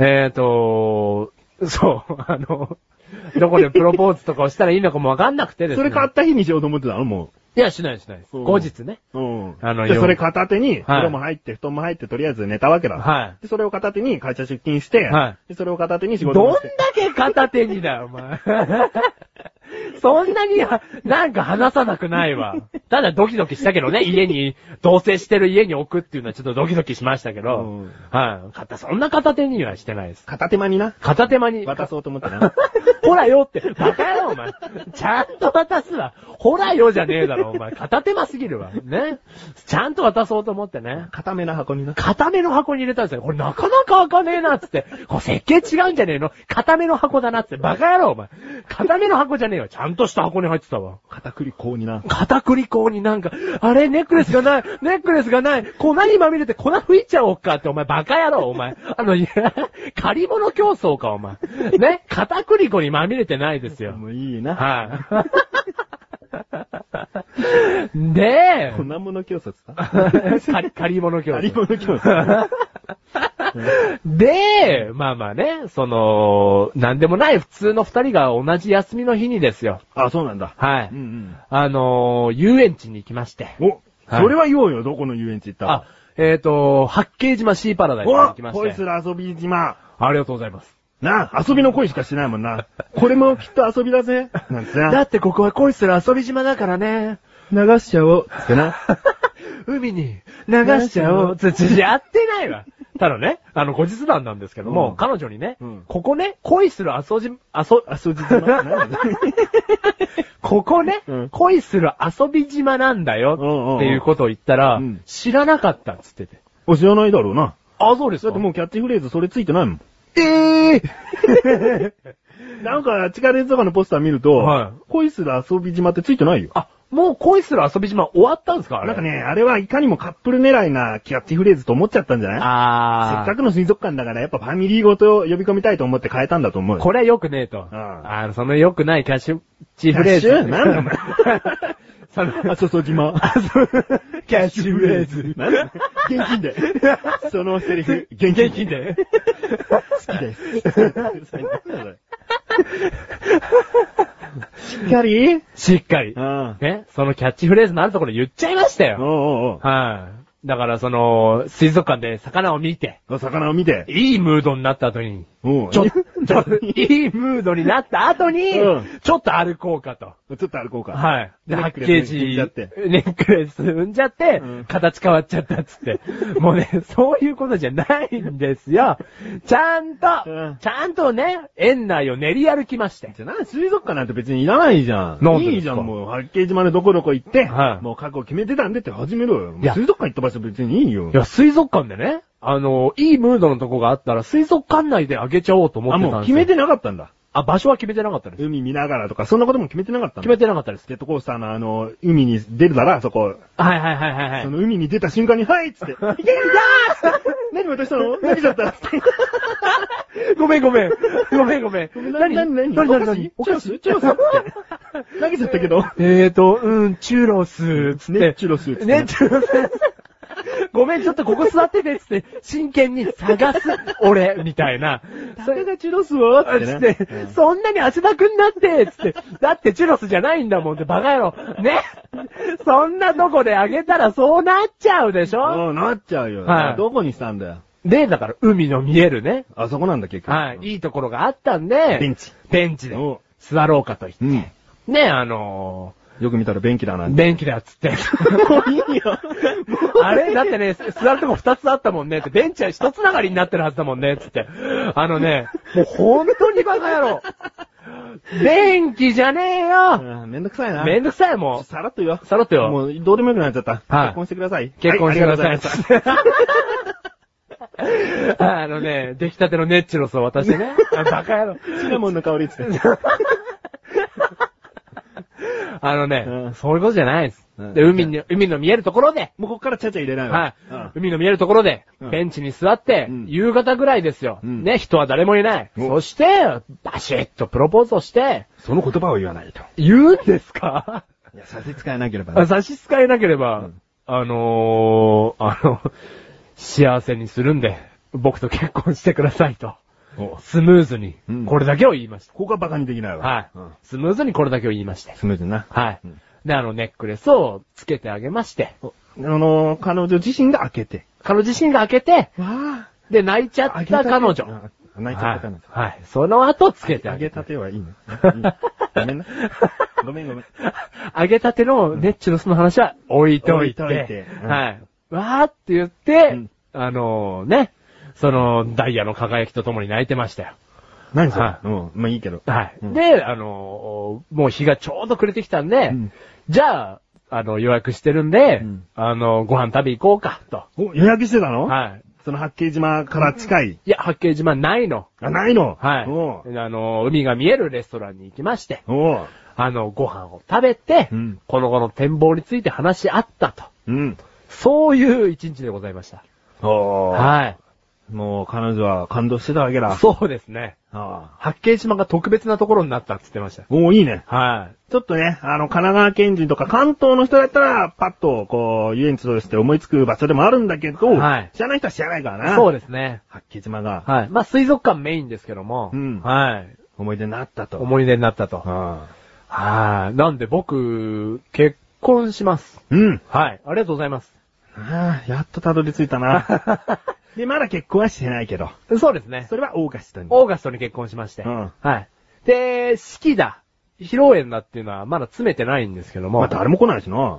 Speaker 1: えっ、ー、と、そう、あの、どこでプロポーズとかをしたらいいのかもわかんなくてです
Speaker 3: そ
Speaker 1: ね。
Speaker 3: れ買った日にしようと思ってたのも
Speaker 1: いや、しないしないです。
Speaker 3: うん
Speaker 1: 後日ね。
Speaker 3: う。うん。
Speaker 1: あの
Speaker 3: で、
Speaker 1: よ
Speaker 3: それ片手に、風
Speaker 1: はい
Speaker 3: 呂も入って、布団も入って、とりあえず寝たわけだ。。
Speaker 1: はい
Speaker 3: で、それを片手に会社出勤して、。
Speaker 1: はい
Speaker 3: で、それを片手に仕事
Speaker 1: どん
Speaker 3: を
Speaker 1: だ
Speaker 3: して。
Speaker 1: け片手 にだよ、お前。そんなには、なんか話さなくないわ。ただドキドキしたけどね、家に、同棲してる家に置くっていうのはちょっとドキドキしましたけど、
Speaker 3: うん
Speaker 1: はい、片そんな片手にはしてないです。
Speaker 3: 片手間にな。
Speaker 1: 片手間に、
Speaker 3: 渡そうと思ってな。
Speaker 1: ほらよって、バカやろお前。ちゃんと渡すわ。ほらよじゃねえだろお前。片手間すぎるわ。ね。ちゃんと渡そうと思ってね。
Speaker 3: 片目の箱にな。
Speaker 1: 固めの箱に入れたんですよ。これなかなか開かねえなっつって。これ設計違うんじゃねえの固めの箱だなっつって。バカ野郎お前。固めの箱じゃねえよ。ちゃんとした箱に入ってたわ。
Speaker 3: 片栗粉にな。
Speaker 1: 片栗粉になんか、あれ、ネックレスがない、ネックレスがない、粉にまみれて粉吹いちゃおっかって、お前、バカ野郎、お前。あの、いや、借り物競争か、お前。ね、片栗粉にまみれてないですよ。
Speaker 3: もういいな。
Speaker 1: はい。で、
Speaker 3: 粉物競争っつった
Speaker 1: 借り借り物競
Speaker 3: 借
Speaker 1: 争。
Speaker 3: り物競 争。
Speaker 1: で、まあまあね、その、なんでもない普通の二人が同じ休みの日にですよ。
Speaker 3: あ、そうなんだ。
Speaker 1: は
Speaker 3: う
Speaker 1: い。
Speaker 3: ん
Speaker 1: あのー遊園地に行きまして。
Speaker 3: うん。お、
Speaker 1: はい
Speaker 3: それは言おうよ。どこの遊園地行った
Speaker 1: あ、えっ、と、八景島シーパラダイスに行きま
Speaker 3: お
Speaker 1: し
Speaker 3: 恋す
Speaker 1: て。
Speaker 3: る遊び島。
Speaker 1: ありがとうございます。
Speaker 3: なあ、遊びの恋しかしないもんな。これもきっと遊びだぜ。なんて
Speaker 1: だ
Speaker 3: な。
Speaker 1: ってここは恋する遊び島だからね。
Speaker 3: 流しちゃおう。ってな。
Speaker 1: 海に流しちゃおう。つつやってないわ。ただね、あの、後日談なんですけども、
Speaker 3: うん
Speaker 1: 彼女にね、
Speaker 3: うん
Speaker 1: ここね、恋する遊び、遊、
Speaker 3: 遊び島。 なんだ
Speaker 1: ここね、
Speaker 3: うん
Speaker 1: 恋する遊び島なんだよ、
Speaker 3: うんうんうん
Speaker 1: っていうことを言ったら、
Speaker 3: うん
Speaker 1: 知らなかったっつってて。
Speaker 3: お、知らないだろうな。
Speaker 1: あ、そうです
Speaker 3: だってもうキャッチフレーズそれついてないもん。
Speaker 1: ええ
Speaker 3: なんか、地下鉄とかのポスター見ると、
Speaker 1: はい
Speaker 3: 恋する遊び島ってついてないよ。
Speaker 1: あ、もう恋する遊び島終わったんですかあれ
Speaker 3: なんかね、あれはいかにもカップル狙いなキャッチフレーズと思っちゃったんじゃないせ
Speaker 1: あー
Speaker 3: っかくの水族館だからやっぱファミリーごと呼び込みたいと思って変えたんだと思うよ。
Speaker 1: これは良くねえと。
Speaker 3: ん
Speaker 1: あの、その良くないキャッシュ、チフレーズ。
Speaker 3: キャッシュなんだお前
Speaker 1: その、
Speaker 3: あ、そそ島。
Speaker 1: キャッシュフレーズ。
Speaker 3: なんだ現 金で。そのセリフ、現金で。
Speaker 1: 現金 で。
Speaker 3: 好きです。 しっかりうん。
Speaker 1: しっかり。
Speaker 3: おう
Speaker 1: ね、そのキャッチフレーズのあるところ言っちゃいましたよ。
Speaker 3: おう
Speaker 1: はい。だから、その、水族館で魚を見て、
Speaker 3: おう。お魚を見て。
Speaker 1: いいムードになった後に、
Speaker 3: おう
Speaker 1: ちょっ
Speaker 3: ちょっ
Speaker 1: と、いいムードになった後に、
Speaker 3: うん
Speaker 1: ちょっと歩こうかと。
Speaker 3: と、ちょっと歩こうか。
Speaker 1: はい。で、
Speaker 3: ネ
Speaker 1: ハ
Speaker 3: ッ
Speaker 1: ッ
Speaker 3: クレス
Speaker 1: ケージ、
Speaker 3: 踏んじゃって
Speaker 1: ネックレス踏んじゃって、
Speaker 3: うん
Speaker 1: 形変わっちゃったっつ って。もうね、そういうことじゃないんですよ。ちゃんと、
Speaker 3: うん
Speaker 1: ちゃんとね、園内を練り歩きまして。
Speaker 3: じゃあな、水族館なんて別にいらないじゃん。
Speaker 1: なんでですか
Speaker 3: いいじゃん、もう。八景島でどこどこ行って、
Speaker 1: はい
Speaker 3: もう覚悟決めてたんでって始めろよ。もう
Speaker 1: いや
Speaker 3: 水族館行った場所別にいいよ
Speaker 1: い。や、水族館でね、あの、いいムードのとこがあったら、水族館内であげちゃおうと思っ
Speaker 3: あ、
Speaker 1: てた
Speaker 3: も
Speaker 1: ん
Speaker 3: う
Speaker 1: です
Speaker 3: 決
Speaker 1: よ。
Speaker 3: めてなかったんだ。
Speaker 1: あ、場所は決めてなかったです。
Speaker 3: 海見ながらとか、そんなことも決めてなかったんだ。
Speaker 1: 決めてなかったです。
Speaker 3: ジェットコースターのあの、海に出るなら、そこ、
Speaker 1: はいはいはいはいはい
Speaker 3: そ。の海に出た瞬間に、はい っつって、いけいけいけ何渡したの何ちゃった
Speaker 1: ごめんごめん。ごめんごめん。
Speaker 3: 何何何
Speaker 1: 何何何
Speaker 3: お菓子チュロスチュロ スって。投げちゃったけど。
Speaker 1: えーと、うん、チュロス、つって。
Speaker 3: ねチュロスつって
Speaker 1: ね、チュロス。 ごめん、ちょっとここ座ってて、つって、真剣に探す、俺、みたい な。それ
Speaker 3: がチュロスを
Speaker 1: つって、そんなに汗だくになって、つって、だってチュロスじゃないんだもんって、バカ野郎。ね。そんなとこであげたらそうなっちゃうでしょ
Speaker 3: うん、なっちゃうよ。
Speaker 1: はい
Speaker 3: どこにしたんだよ。
Speaker 1: で、だから海の見えるね。
Speaker 3: あそこなんだ、結局。
Speaker 1: はい、いいところがあったんで、
Speaker 3: ベンチ。
Speaker 1: ベンチで
Speaker 3: お
Speaker 1: 座ろうかと言って。
Speaker 3: うん。
Speaker 1: ね、あの
Speaker 3: よく見たら便器だな。
Speaker 1: ー、便器だっつっ て。
Speaker 3: もういいよ。
Speaker 1: あれだってね、座るとこ二つあったもんねって、ベンチは一つながりになってるはずだもんね、つって。あのね、 もう本当にバカ野郎。便器じゃねえよ
Speaker 3: うん めんどくさいな。
Speaker 1: めんど
Speaker 3: ど
Speaker 1: くさいも
Speaker 3: さらっと言わ。
Speaker 1: う。さらっとよ。
Speaker 3: もう、どうでもよくなっちゃった。
Speaker 1: はい
Speaker 3: 結婚してください。
Speaker 1: 結婚してくださいっ
Speaker 3: はありがとうござま
Speaker 1: つって。 あのね、出来たてのネッチロスを渡して ね。あバカ野郎。
Speaker 3: すシナモンの香り っつって。
Speaker 1: あのね、
Speaker 3: うん
Speaker 1: そういうことじゃないです。
Speaker 3: うん
Speaker 1: で、海に、海の見えるところで、
Speaker 3: もうこっからちゃちゃ入れないわ。
Speaker 1: はい、海の見えるところで
Speaker 3: うん、
Speaker 1: ベンチに座って、
Speaker 3: うん
Speaker 1: 夕方ぐらいですよ、
Speaker 3: うん
Speaker 1: ね、人は誰もいない。
Speaker 3: お
Speaker 1: そして、バシッとプロポーズをして、
Speaker 3: その言葉を言わないと。
Speaker 1: 言うんですか
Speaker 3: いや、差し支えなければ
Speaker 1: あ
Speaker 3: ね。
Speaker 1: 差し支えなければ、
Speaker 3: ん
Speaker 1: あのー、あの、幸せにするんで、僕と結婚してくださいと。
Speaker 3: お
Speaker 1: スムーズに
Speaker 3: うん、
Speaker 1: これだけを言いました。
Speaker 3: ここがバカにできないわ。
Speaker 1: はい、
Speaker 3: うん
Speaker 1: スムーズにこれだけを言いまして。
Speaker 3: スムーズにな。
Speaker 1: はい、
Speaker 3: うん
Speaker 1: で、あの、ネックレスをつけてあげまして、
Speaker 3: おあのー、彼女自身が開けて。
Speaker 1: 彼女自身が開けて、
Speaker 3: わ
Speaker 1: で、泣いちゃった彼女。
Speaker 3: 泣いちゃった彼女。
Speaker 1: はい。はい。その後つけてあ
Speaker 3: あ
Speaker 1: げ
Speaker 3: げ
Speaker 1: た
Speaker 3: た
Speaker 1: と。
Speaker 3: てはいいの。いいのごめんな。ごめんごめん。
Speaker 1: 揚げたてのネッチのその話は置いといて。
Speaker 3: 置いといてうん
Speaker 1: はい。わーって言って、
Speaker 3: うん
Speaker 1: あのね、その、ダイヤの輝きとともに泣いてましたよ。
Speaker 3: 何それ、
Speaker 1: はい
Speaker 3: うん。まあいいけど。
Speaker 1: はい。
Speaker 3: うん
Speaker 1: で、あのーもう日がちょうど暮れてきたんで、
Speaker 3: うん
Speaker 1: じゃあ、あの、予約してるんで、
Speaker 3: うん
Speaker 1: あの、ご飯食べ行こうか、と。
Speaker 3: お、予約してたのい。
Speaker 1: はい。
Speaker 3: その八景島から近い。
Speaker 1: いや、八景島ないの。
Speaker 3: あ、ないの
Speaker 1: はい。
Speaker 3: おう
Speaker 1: あの、海が見えるレストランに行きまして、
Speaker 3: おう
Speaker 1: あの、ご飯を食べて、
Speaker 3: うん
Speaker 1: この後の展望について話し合ったと。
Speaker 3: うん。
Speaker 1: そういう一日でございました。
Speaker 3: おー
Speaker 1: はい。
Speaker 3: もう彼女は感動してたわけだ。
Speaker 1: そうですね。
Speaker 3: ああ
Speaker 1: 八景島が特別なところになったって言ってました。
Speaker 3: おーいいね。
Speaker 1: はい。
Speaker 3: ちょっとね、あの、神奈川県人とか関東の人だったら、パッと、こう、遊園地として思いつく場所でもあるんだけど、
Speaker 1: はい
Speaker 3: 知らない人は知らないからな。
Speaker 1: そう
Speaker 3: で
Speaker 1: ですね。
Speaker 3: 八景島が、
Speaker 1: はい。まあ、水族館メインですけども、
Speaker 3: うん
Speaker 1: はい。
Speaker 3: 思い出になったと。
Speaker 1: 思い出になったと。
Speaker 3: ああ
Speaker 1: はい。なんで僕、結婚します。
Speaker 3: うん。
Speaker 1: はい。ありがとうございます。
Speaker 3: ああ、やっとたどり着いた な。で、まだ結婚はしてないけど。
Speaker 1: そうですね
Speaker 3: そ。れはオーガストに。
Speaker 1: オーガストに結婚しまして。
Speaker 3: うん
Speaker 1: はい。で、式だ。披露宴だっていうのはまだ詰めてないんですけども。
Speaker 3: まあ、誰も来ないしな。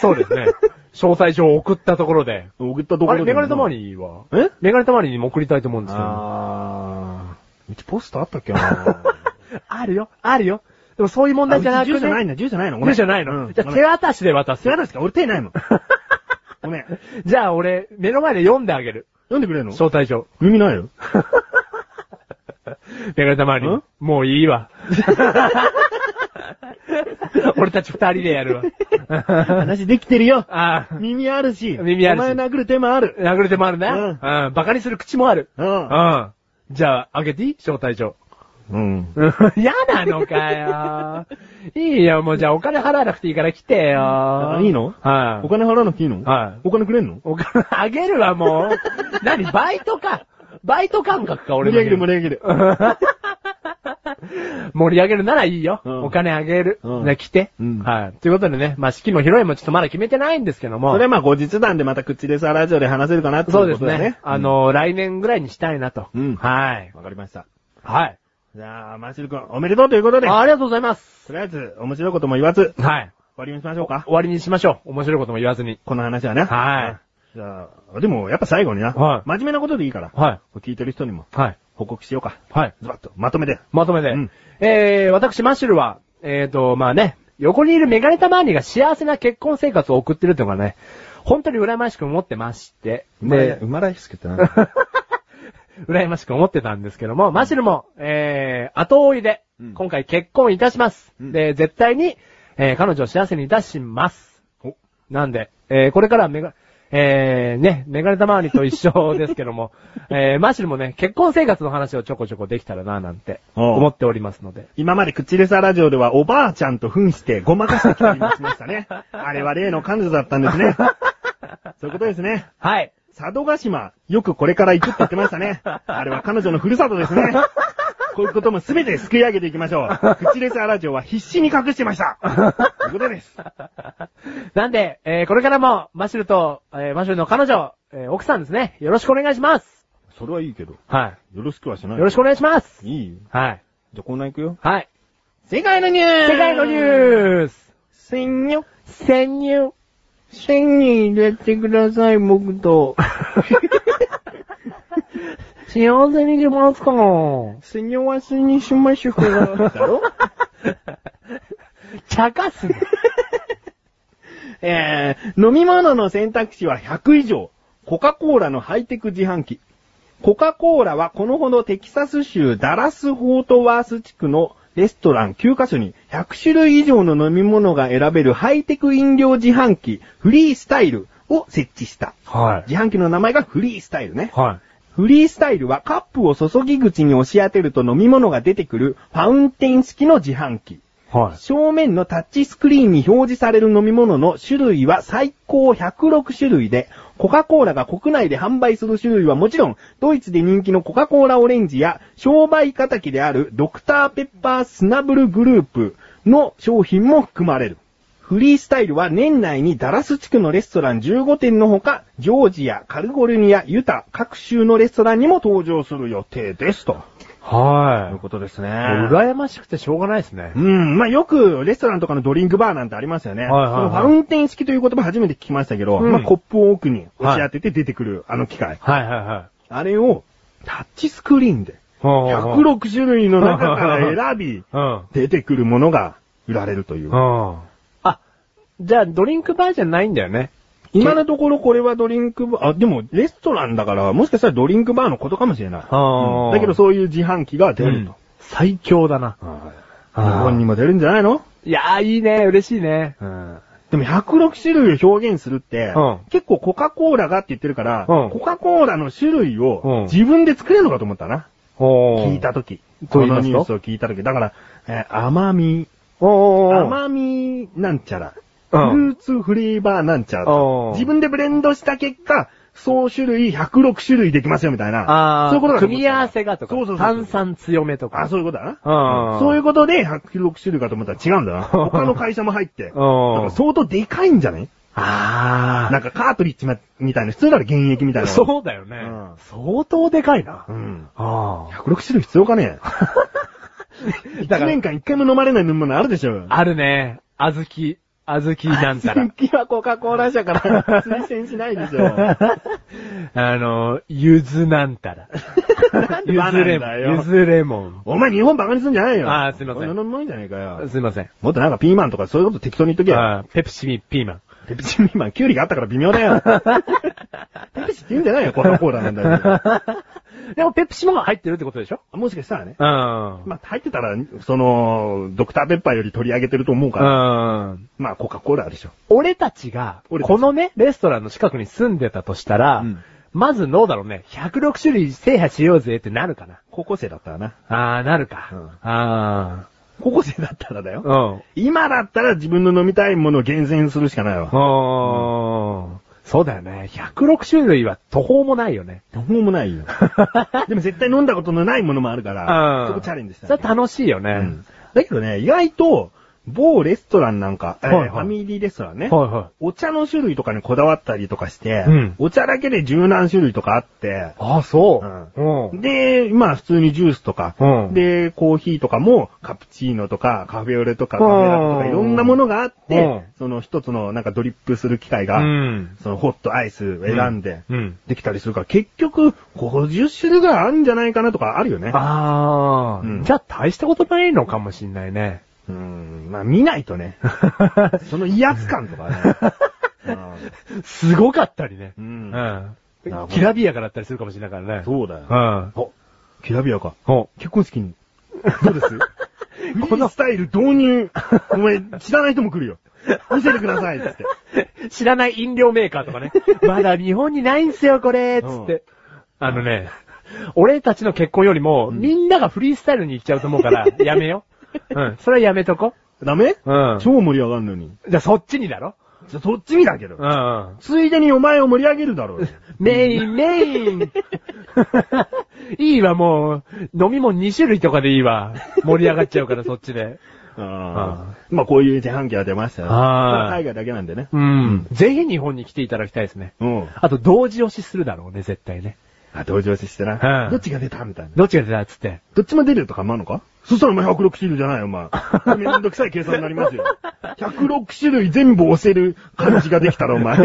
Speaker 1: そうですね。詳細状を送ったところで。
Speaker 3: 送ったとこ
Speaker 1: あ
Speaker 3: ろ
Speaker 1: れ、
Speaker 3: で
Speaker 1: メ
Speaker 3: も
Speaker 1: ガネたまには
Speaker 3: え
Speaker 1: メガネたまりにも送りたいと思うんですけど。あ
Speaker 3: ああ。うちポストあったっけな
Speaker 1: るよ、あるよ。でも そういう問題じゃなくて、
Speaker 3: あうち住所ない
Speaker 1: の。
Speaker 3: んだ、住所ないの。ごめ
Speaker 1: 住
Speaker 3: ん
Speaker 1: 所ないの。
Speaker 3: うん
Speaker 1: じゃあ手渡しで渡す
Speaker 3: 手。渡しか俺手ない もん。ごめん。
Speaker 1: じゃあ俺、目の前で読んであげる。
Speaker 3: 読んでくれるの
Speaker 1: 招待状。
Speaker 3: 耳ないよ。
Speaker 1: メガネたまり
Speaker 3: ん。
Speaker 1: もういい わ。俺たち二人でやるわ。
Speaker 3: 話できてるよ。
Speaker 1: ああ。
Speaker 3: 耳あるし。
Speaker 1: 耳あるし
Speaker 3: お前殴る手もある。
Speaker 1: 殴れてもあるね。
Speaker 3: うん
Speaker 1: うん。バカにする口もある。
Speaker 3: うん
Speaker 1: うん。じゃあ、あげていい招待状。
Speaker 3: うん。
Speaker 1: 嫌なのかよ。いいよ、もうじゃあお金払わなくていいから来てよ。
Speaker 3: いいの
Speaker 1: はい
Speaker 3: お。金払わなくていいの
Speaker 1: はい
Speaker 3: お金くれんの
Speaker 1: お金あげるわ、もう。 何バイトか。バイト感覚か、俺
Speaker 3: 盛
Speaker 1: の
Speaker 3: り上げる盛り上げる。
Speaker 1: 盛り上げるならいいよ。
Speaker 3: うん
Speaker 1: お金あげる。
Speaker 3: うん
Speaker 1: ね、来て。
Speaker 3: うん
Speaker 1: はい。ということでね、まあ、式も披露宴もちょっとまだ決めてないんですけども。
Speaker 3: それはまあ後日談でまた口でさラジオで話せるかなって
Speaker 1: そう
Speaker 3: い
Speaker 1: で
Speaker 3: こ
Speaker 1: す
Speaker 3: とだ
Speaker 1: ね。あ、の、来年ぐらいにしたいなと。
Speaker 3: うん
Speaker 1: はい。
Speaker 3: わかりました。
Speaker 1: はい。
Speaker 3: じゃあ、マシル君、おめでとうということで、
Speaker 1: あありがとうございます。
Speaker 3: とりあえず、面白いことも言わず、終
Speaker 1: はい。
Speaker 3: わりにしましょうか。
Speaker 1: 終わりにしましょう。面白いことも言わずに。
Speaker 3: この話はね。。
Speaker 1: はい
Speaker 3: じゃあ、でも、やっぱ最後にな。
Speaker 1: はい
Speaker 3: 真面目なことでいいから。
Speaker 1: はい。
Speaker 3: 聞いてる人にも、
Speaker 1: はい。
Speaker 3: 報告しようか。
Speaker 1: はい。
Speaker 3: ズバッと、まとめて。
Speaker 1: まとめて。
Speaker 3: うん
Speaker 1: えー、私、マッシュルは、えーと、まあね、横にいるメガネタマーニが幸せな結婚生活を送ってるというのがね、本当に羨ましく思ってまして、で、
Speaker 3: まらしくてな。
Speaker 1: 羨ましく思ってたんですけども、マッシュルも、えー、後追いで
Speaker 3: うん、
Speaker 1: 今回結婚いたします。
Speaker 3: うん
Speaker 1: で、絶対に、えー、彼女を幸せにいたします。
Speaker 3: お
Speaker 1: なんで、えー、これからメガ、えー、ね、メガネタマーニと一緒ですけど も、えー、マッシュルもね、結婚生活の話をちょこちょこできたらな、なんて、
Speaker 3: おう
Speaker 1: 思っておりますので。
Speaker 3: 今まで口レサラジオではおばあちゃんと扮してごまかしてきたりもしました ね。あれは例の彼女だったんですね。そういうことですね。
Speaker 1: はい。
Speaker 3: 佐渡島、よくこれから行くって言ってましたね。あれは彼女のふるさとですね。こういうこともすべてすくい上げていきましょう。口レサラジオは必死に隠してました。ということです。
Speaker 1: なんで、えーこれからも、マシュルと、えーマシュルの彼女、えー奥さんですね、よろしくお願いします。
Speaker 3: それはいいけど、
Speaker 1: は
Speaker 3: よろしくはしない
Speaker 1: よろしくお願いします。
Speaker 3: いいよ。
Speaker 1: はい。
Speaker 3: じゃあコーナー行くよ。
Speaker 1: はい。
Speaker 3: 世界のニュース
Speaker 1: 世界のニ
Speaker 3: ー
Speaker 1: ュース
Speaker 3: ス潜入
Speaker 1: 潜入
Speaker 3: 潜入入れてください、僕と。
Speaker 1: 幸せにしますか
Speaker 3: 潜入はすにしましょう。だろ
Speaker 1: 茶化すね
Speaker 3: えー、飲み物の選択肢は100以上。コカ・コーラのハイテク自販機。コカ・コーラはこのほどテキサス州ダラス・フォートワース地区のレストラン9カ所に100種類以上の飲み物が選べるハイテク飲料自販機フリースタイルを設置した。
Speaker 1: は。
Speaker 3: 自販機の名前がフリースタイルね。
Speaker 1: は
Speaker 3: フリースタイルはカップを注ぎ口に押し当てると飲み物が出てくるファウンテン式の自販機。
Speaker 1: い。は。
Speaker 3: 正面のタッチスクリーンに表示される飲み物の種類は最高106種類で、コカ・コーラが国内で販売する種類はもちろん、ドイツで人気のコカ・コーラオレンジや、商売敵であるドクターペッパースナブルグループの商品も含まれる。フリースタイルは年内にダラス地区のレストラン15店のほか、ジョージア、カルゴルニア、ユタ、各州のレストランにも登場する予定ですと。という
Speaker 1: は
Speaker 3: ことですね。
Speaker 1: い。もう羨ましくてしょうがないですね
Speaker 3: う。ん。まあ、よく、レストランとかのドリンクバーなんてありますよね。
Speaker 1: はいはいはい
Speaker 3: そのファウンテン式という言葉初めて聞きましたけど、
Speaker 1: うん
Speaker 3: まあ、コップを奥に押し当てて出てくる、あの機械。
Speaker 1: はいはいはい。
Speaker 3: あれを、タッチスクリーンで、
Speaker 1: ほうほう
Speaker 3: 106種類の中から選び、
Speaker 1: うん。
Speaker 3: 出てくるものが売られるという。
Speaker 1: うん。あ、じゃあドリンクバーじゃないんだよね。
Speaker 3: 今のところこれはドリンクバー、あ、でもレストランだから、もしかしたらドリンクバーのことかもしれない。
Speaker 1: あー
Speaker 3: うんだけどそういう自販機が出ると。
Speaker 1: 最強だな。
Speaker 3: はい
Speaker 1: あ
Speaker 3: 日
Speaker 1: ー
Speaker 3: 本にも出るんじゃないの
Speaker 1: いやー、いいね、嬉しいね。
Speaker 3: うんでも106種類を表現するって、
Speaker 1: うん
Speaker 3: 結構コカ・コーラがって言ってるから、
Speaker 1: うん
Speaker 3: コカ・コーラの種類
Speaker 1: うん
Speaker 3: を自分で作れるのかと思ったな。
Speaker 1: お
Speaker 3: 聞い。たとき。
Speaker 1: と
Speaker 3: こ
Speaker 1: 言い
Speaker 3: の
Speaker 1: ますと
Speaker 3: ニュースを聞いたとき。だから、えー甘み、
Speaker 1: おー。
Speaker 3: 甘みなんちゃら、
Speaker 1: うん
Speaker 3: フルーツフレーバーなんちゃら
Speaker 1: おー、
Speaker 3: と自分でブレンドした結果、総種類106種類できますよみたいな。
Speaker 1: あー
Speaker 3: そういうことだと思
Speaker 1: 組
Speaker 3: っ
Speaker 1: み
Speaker 3: た
Speaker 1: 合わせがとか。
Speaker 3: そうそうそう
Speaker 1: 炭酸強めとか。
Speaker 3: あ、そういうことだな。
Speaker 1: うん
Speaker 3: そういうことで106種類かと思ったら違うん だな。他の会社も入って。だから相当でかいんじゃない
Speaker 1: あー。
Speaker 3: なんかカートリッジまみたいな、普通なら現役みたいな。
Speaker 1: そうだよね、
Speaker 3: うん
Speaker 1: 相当でかいな。
Speaker 3: うん。
Speaker 1: あー。
Speaker 3: 106種類必要 かね ?1
Speaker 1: だから
Speaker 3: 年間1回も飲まれない飲み物あるでしょ。
Speaker 1: あるね。あずき。あずきなんた ら。
Speaker 3: 人気はコカ・コーラ社から推薦しないでしょ。
Speaker 1: あの、ゆずなんたら。
Speaker 3: なんでバナナだよ
Speaker 1: ゆずレモン。
Speaker 3: お前日本バカにすんじゃないよ。
Speaker 1: あーすいません
Speaker 3: 俺のもんじゃねえか
Speaker 1: ゆずレモン
Speaker 3: よ。
Speaker 1: すいません。
Speaker 3: もっとなんかピーマンとかそういうこと適当に言っとけよ。
Speaker 1: あーペプシミピーマン。
Speaker 3: ペプシピーマン、キュウリがあったから微妙 だよ。ペプシって言うんじゃないよ、コカ・コーラなんだよ。
Speaker 1: でも、ペプシも入ってるってことでしょ
Speaker 3: もしかしたらね。
Speaker 1: うん。
Speaker 3: まあ、入ってたら、その、ドクターペッパーより取り上げてると思うから。
Speaker 1: うん。
Speaker 3: まあ、コカ・コーラでしょ。
Speaker 1: 俺たちが、
Speaker 3: 俺たち
Speaker 1: このね、レストランの近くに住んでたとしたら、
Speaker 3: うん
Speaker 1: まずどうだろうね、106種類制覇しようぜってなるかな。
Speaker 3: 高校生だったらな。
Speaker 1: あー、なるか。
Speaker 3: うん
Speaker 1: あ
Speaker 3: 高校生だったらだよ
Speaker 1: ー。。うん。
Speaker 3: 今だったら自分の飲みたいものを厳選するしかないわ。
Speaker 1: うん。そうだよね。106種類は途方もないよ ね。
Speaker 3: どうもな いよ。でも絶対飲んだことのないものもあるから、
Speaker 1: うん
Speaker 3: そこチャレンジしたい、
Speaker 1: それは楽しいよね。
Speaker 3: うんだけどね、意外と、某レストランなんか、えー
Speaker 1: はいはい
Speaker 3: ファミリーレストランね、
Speaker 1: はいはい。
Speaker 3: お茶の種類とかにこだわったりとかして、
Speaker 1: うん
Speaker 3: お茶だけで十何種類とかあって、
Speaker 1: あー、そうう。うん。
Speaker 3: で、まあ普通にジュースとか、
Speaker 1: うん
Speaker 3: で、コーヒーとかも、カプチーノとか、カフェオレとか、カフェラテとか、
Speaker 1: うん
Speaker 3: いろんなものがあって、
Speaker 1: うん
Speaker 3: その一つのなんかドリップする機械が、
Speaker 1: うん。
Speaker 3: そのホットアイス選んで、
Speaker 1: うん。
Speaker 3: できたりするから、結局、50種類ぐらいあるんじゃないかなとかあるよね。
Speaker 1: あー、
Speaker 3: うん
Speaker 1: じゃあ大したことないのかもしんないね。
Speaker 3: うん、まあ見ないと ね、その威圧感とかね。
Speaker 1: すごかったりね。
Speaker 3: うん
Speaker 1: う
Speaker 3: なるほど
Speaker 1: きらびやかだったりするかもしれないからね。う。
Speaker 3: そうだよ。
Speaker 1: ん。
Speaker 3: お、きらびやか。
Speaker 1: お
Speaker 3: 結婚式に。どう ですこ
Speaker 1: こ
Speaker 3: の
Speaker 1: の
Speaker 3: スタイル導入。お前、知らない人も来るよ。見せてくださいっつっ て。
Speaker 1: 知らない飲料メーカーとかね。 まだ日本にないんすよ、これ
Speaker 3: うん
Speaker 1: つって。あのね、 俺たちの結婚よりも、みんながフリースタイルに行っちゃうと思う から、やめよ。うん。それはやめとこ。
Speaker 3: ダメ
Speaker 1: うん。
Speaker 3: 超盛り上がるのに。
Speaker 1: じゃあそっちにだろ
Speaker 3: じゃ、そっちにだけど。
Speaker 1: うん。
Speaker 3: ついでにお前を盛り上げるだろうよ。
Speaker 1: メ イン、メインいいわ、もう。飲み物2種類とかでいいわ。盛り上がっちゃうから、そっちで。
Speaker 3: あーまあ、こういう自販機は出ましたよ。
Speaker 1: はい
Speaker 3: 海外だけなんでね。
Speaker 1: うん。ぜひ日本に来ていただきたいですね。
Speaker 3: うん。
Speaker 1: あと、同時押しするだろうね、絶対ね。
Speaker 3: あ、同情して
Speaker 1: う
Speaker 3: な。
Speaker 1: ん
Speaker 3: どっちが出たみたいな。
Speaker 1: どっちが出たっつって。
Speaker 3: どっちも出るとかもあるのかそしたらお前106種類じゃないよ、お前。めんどくさい計算にな りますよ。106種類全部押せる感じができたら、お前。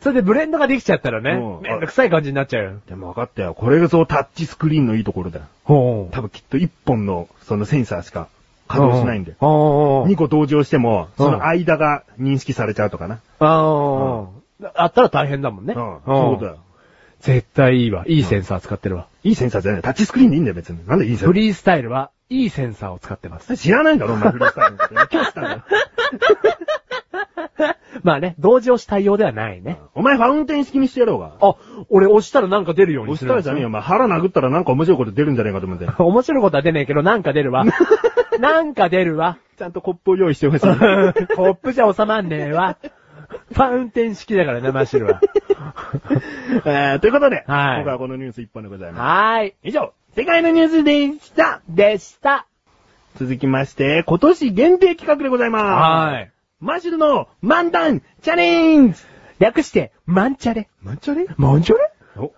Speaker 1: それでブレンドができちゃったらね
Speaker 3: う、ん
Speaker 1: めんどくさい感じになっちゃうよ。
Speaker 3: でも分かったよ。これがそうタッチスクリーンのいいところだよ。
Speaker 1: ほ
Speaker 3: 多分きっと1本のそのセンサーしか稼働しないんで。
Speaker 1: ほ
Speaker 3: 2個同情しても、
Speaker 1: うん
Speaker 3: その間が認識されちゃうとかな。
Speaker 1: あーあったら大変だもんね。
Speaker 3: うん。
Speaker 1: ん
Speaker 3: そうだよ。
Speaker 1: 絶対いいわ。いいセンサー使ってるわ。
Speaker 3: いいセンサーじゃない。タッチスクリーンでいいんだよ、別に。なんでいいセン
Speaker 1: フ
Speaker 3: サ
Speaker 1: リースタイルは、いいセンサーを使ってます。
Speaker 3: ー知らないんだろ、お前、フリースタイルって。今日したんだよ。
Speaker 1: まあね、同時押し対応ではないね。
Speaker 3: お前、ファウンテン式にしてやろうが。
Speaker 1: あ、俺押したらなんか出るよう
Speaker 3: 押
Speaker 1: にす
Speaker 3: し
Speaker 1: る
Speaker 3: た
Speaker 1: んで
Speaker 3: ら
Speaker 1: す
Speaker 3: じ
Speaker 1: よ
Speaker 3: ゃねえよ、お前。腹殴ったらなんか面白いこと出るんじゃねえかと思って。
Speaker 1: 面白いことは出ねえけど、なんか出るわ。なんか出るわ。
Speaker 3: ちゃんとコップを用意してほしい。
Speaker 1: コップじゃ収まんねえわ。ファウンテン式だからね、マシ ルは。
Speaker 3: えー、ということで、
Speaker 1: はい
Speaker 3: 今回はこのニュース一本でございま
Speaker 1: はーい。
Speaker 3: す。以上、世界のニュースでした
Speaker 1: でした。
Speaker 3: 続きまして、今年限定企画でございます。
Speaker 1: はい。
Speaker 3: マッシュルの漫談チャレンジ
Speaker 1: 略して、マンチャレ。
Speaker 3: マンチャレ
Speaker 1: マンチャレ
Speaker 3: お、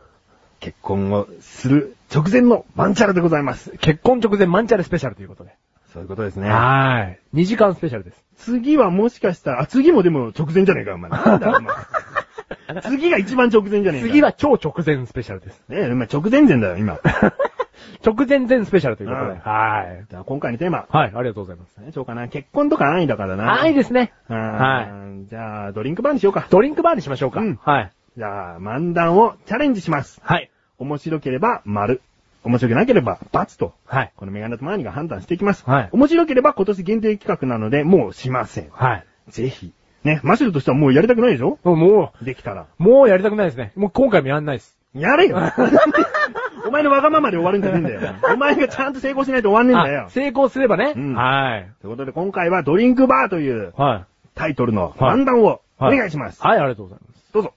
Speaker 3: 結婚をする直前のバンチャルでございます。
Speaker 1: 結婚直前マンチャレスペシャルということで。
Speaker 3: そういうことですね。
Speaker 1: はーい。2時間スペシャルです。
Speaker 3: 次はもしかしたら、あ、次もでも直前じゃねえか、お前。なんだよ、お 前。次が一番直前じゃねえか。
Speaker 1: 次。は超直前スペシャルです。
Speaker 3: ねえ、今直前前だよ、今。
Speaker 1: 直前前スペシャルということで。
Speaker 3: うん
Speaker 1: は
Speaker 3: じゃあ今回のテーマ。
Speaker 1: ーい。はい、ありがとうございます。
Speaker 3: 何でしょうかな。結婚とか安易だからな。
Speaker 1: はい、ですね。は
Speaker 3: はい。じゃあ、ドリンクバーにしようか
Speaker 1: い。。ドリンクバーにしましょうか。
Speaker 3: うん
Speaker 1: はい。
Speaker 3: じゃあ、漫談をチャレンジします。
Speaker 1: はい。
Speaker 3: 面白ければ丸。面白くなければ×と。
Speaker 1: はい。
Speaker 3: このメガネとマーニが判断していきます。
Speaker 1: はい
Speaker 3: 面白ければ今年限定企画なので、もうしません。
Speaker 1: はい。
Speaker 3: ぜひ。ね、マシュルとしてはもうやりたくないでしょ
Speaker 1: も
Speaker 3: できたら。
Speaker 1: う、もうやりたくないですね。もう今回もやんないです。
Speaker 3: やれよお前のわがままで終わるんじゃねえんだよ。お前がちゃんと成功しないと終わんねえんだよ
Speaker 1: あ。成功すればね。
Speaker 3: うん
Speaker 1: はい。
Speaker 3: ということで今回はドリンクバーという
Speaker 1: はい。
Speaker 3: タイトルの
Speaker 1: はい
Speaker 3: 判断をお
Speaker 1: はい
Speaker 3: 願いします。
Speaker 1: はい、ありがとうございます。
Speaker 3: どうぞ。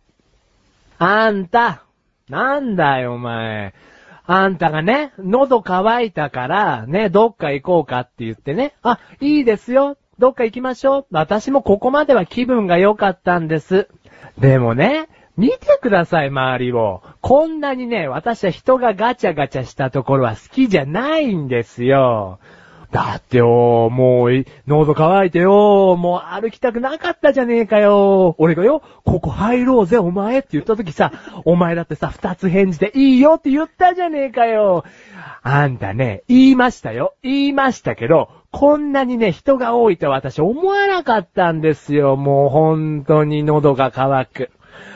Speaker 1: あんた、なんだよ、お前。あんたがね、喉乾いたから、ね、どっか行こうかって言ってね、あ、いいですよ、どっか行きましょう。私もここまでは気分が良かったんです。でもね、見てください、周りを。こんなにね、私は人がガチャガチャしたところは好きじゃないんですよ。だってよ、もうい、喉乾いてよ、もう歩きたくなかったじゃねえかよ。俺がよ、ここ入ろうぜ、お前って言った時さ、お前だってさ、二つ返事でいいよって言ったじゃねえかよ。あんたね、言いましたよ。言いましたけど、こんなにね、人が多いとは私思わなかったんですよ。もう本当に喉が乾く。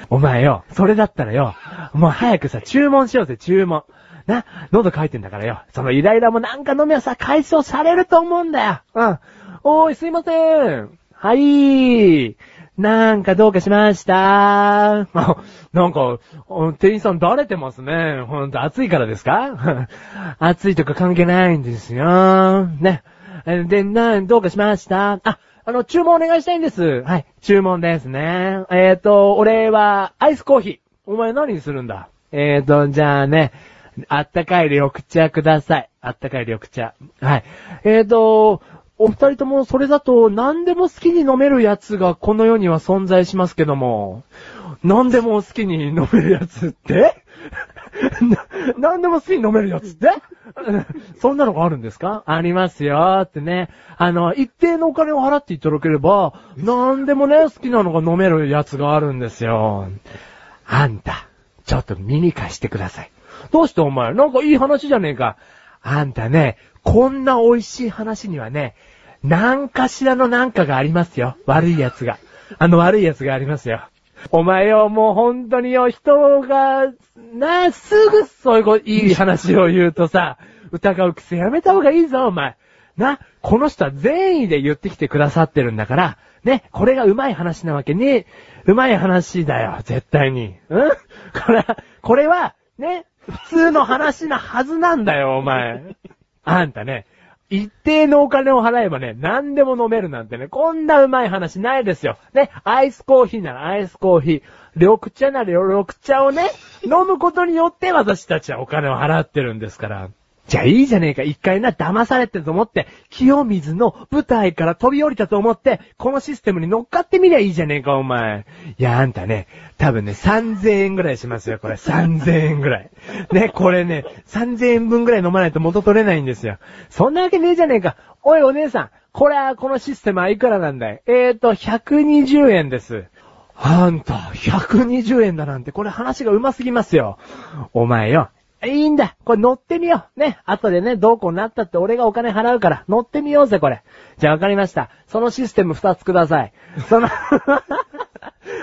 Speaker 1: お前よ、それだったらよ、もう早くさ、注文しようぜ、注文。な、喉乾いてんだからよ、そのイライラもなんか飲みはさ、解消されると思うんだよ。うん。おーい、すいません。はい。なんかどうかしました あなんか、うん店員さんだれてますね。ほんと暑いからですか 暑いとか関係ないんですよ。ね。えで、な、どうかしましたあ、あの、注文お願いしたいんです。はい、注文ですね。えっ、と、俺は、アイスコーヒー。お前何にするんだえっ、と、じゃあね、あったかい緑茶ください。あったかい緑茶。はい。えっ、と、お二人ともそれだと何でも好きに飲めるやつがこの世には存在しますけども、何でも好きに飲めるやつ ってな、何でも好きに飲めるやつってうん そんなのがあるんですかありますよってね。あの、一定のお金を払っていただければ、何でもね、好きなのが飲めるやつがあるんですよ。あんた、ちょっと耳貸してください。どうしてお前、なんかいい話じゃねえか。あんたね、こんな美味しい話にはね、何かしらのなんかがありますよ。悪い奴が。あの悪い奴がありますよ。お前よ、もう本当によ、人が、なあ、すぐそういうこいい話を言うとさ、疑う癖やめた方がいいぞ、お前。な、この人は善意で言ってきてくださってるんだから、ね、これがうまい話なわけねえ、うまい話だよ、絶対に。うんこれは、これは、ね、普通の話なはずなんだよ、お前。あんたね、一定のお金を払えばね、何でも飲めるなんてね、こんなうまい話ないですよ。ね、アイスコーヒーならアイスコーヒー、緑茶なら緑茶をね、飲むことによって私たちはお金を払ってるんですから。じゃあいいじゃねえか、一回な、騙されてると思って、清水の舞台から飛び降りたと思って、このシステムに乗っかってみりゃいいじゃねえか、お前。いや、あんたね、多分ね、3000円ぐらいしますよ、これ。3000円ぐらい。ね、これね、3000円分ぐらい飲まないと元取れないんですよ。そんなわけねえじゃねえか。おい、お姉さん、これは、このシステムはいくらなんだいえーと、120円です。あんた、120円だなんて、これ話がうますぎますよ。お前よ。いいんだ。これ乗ってみよう。ね。後でね、どうこうなったって俺がお金払うから、乗ってみようぜ、これ。じゃあわかりました。そのシステム2つください。その、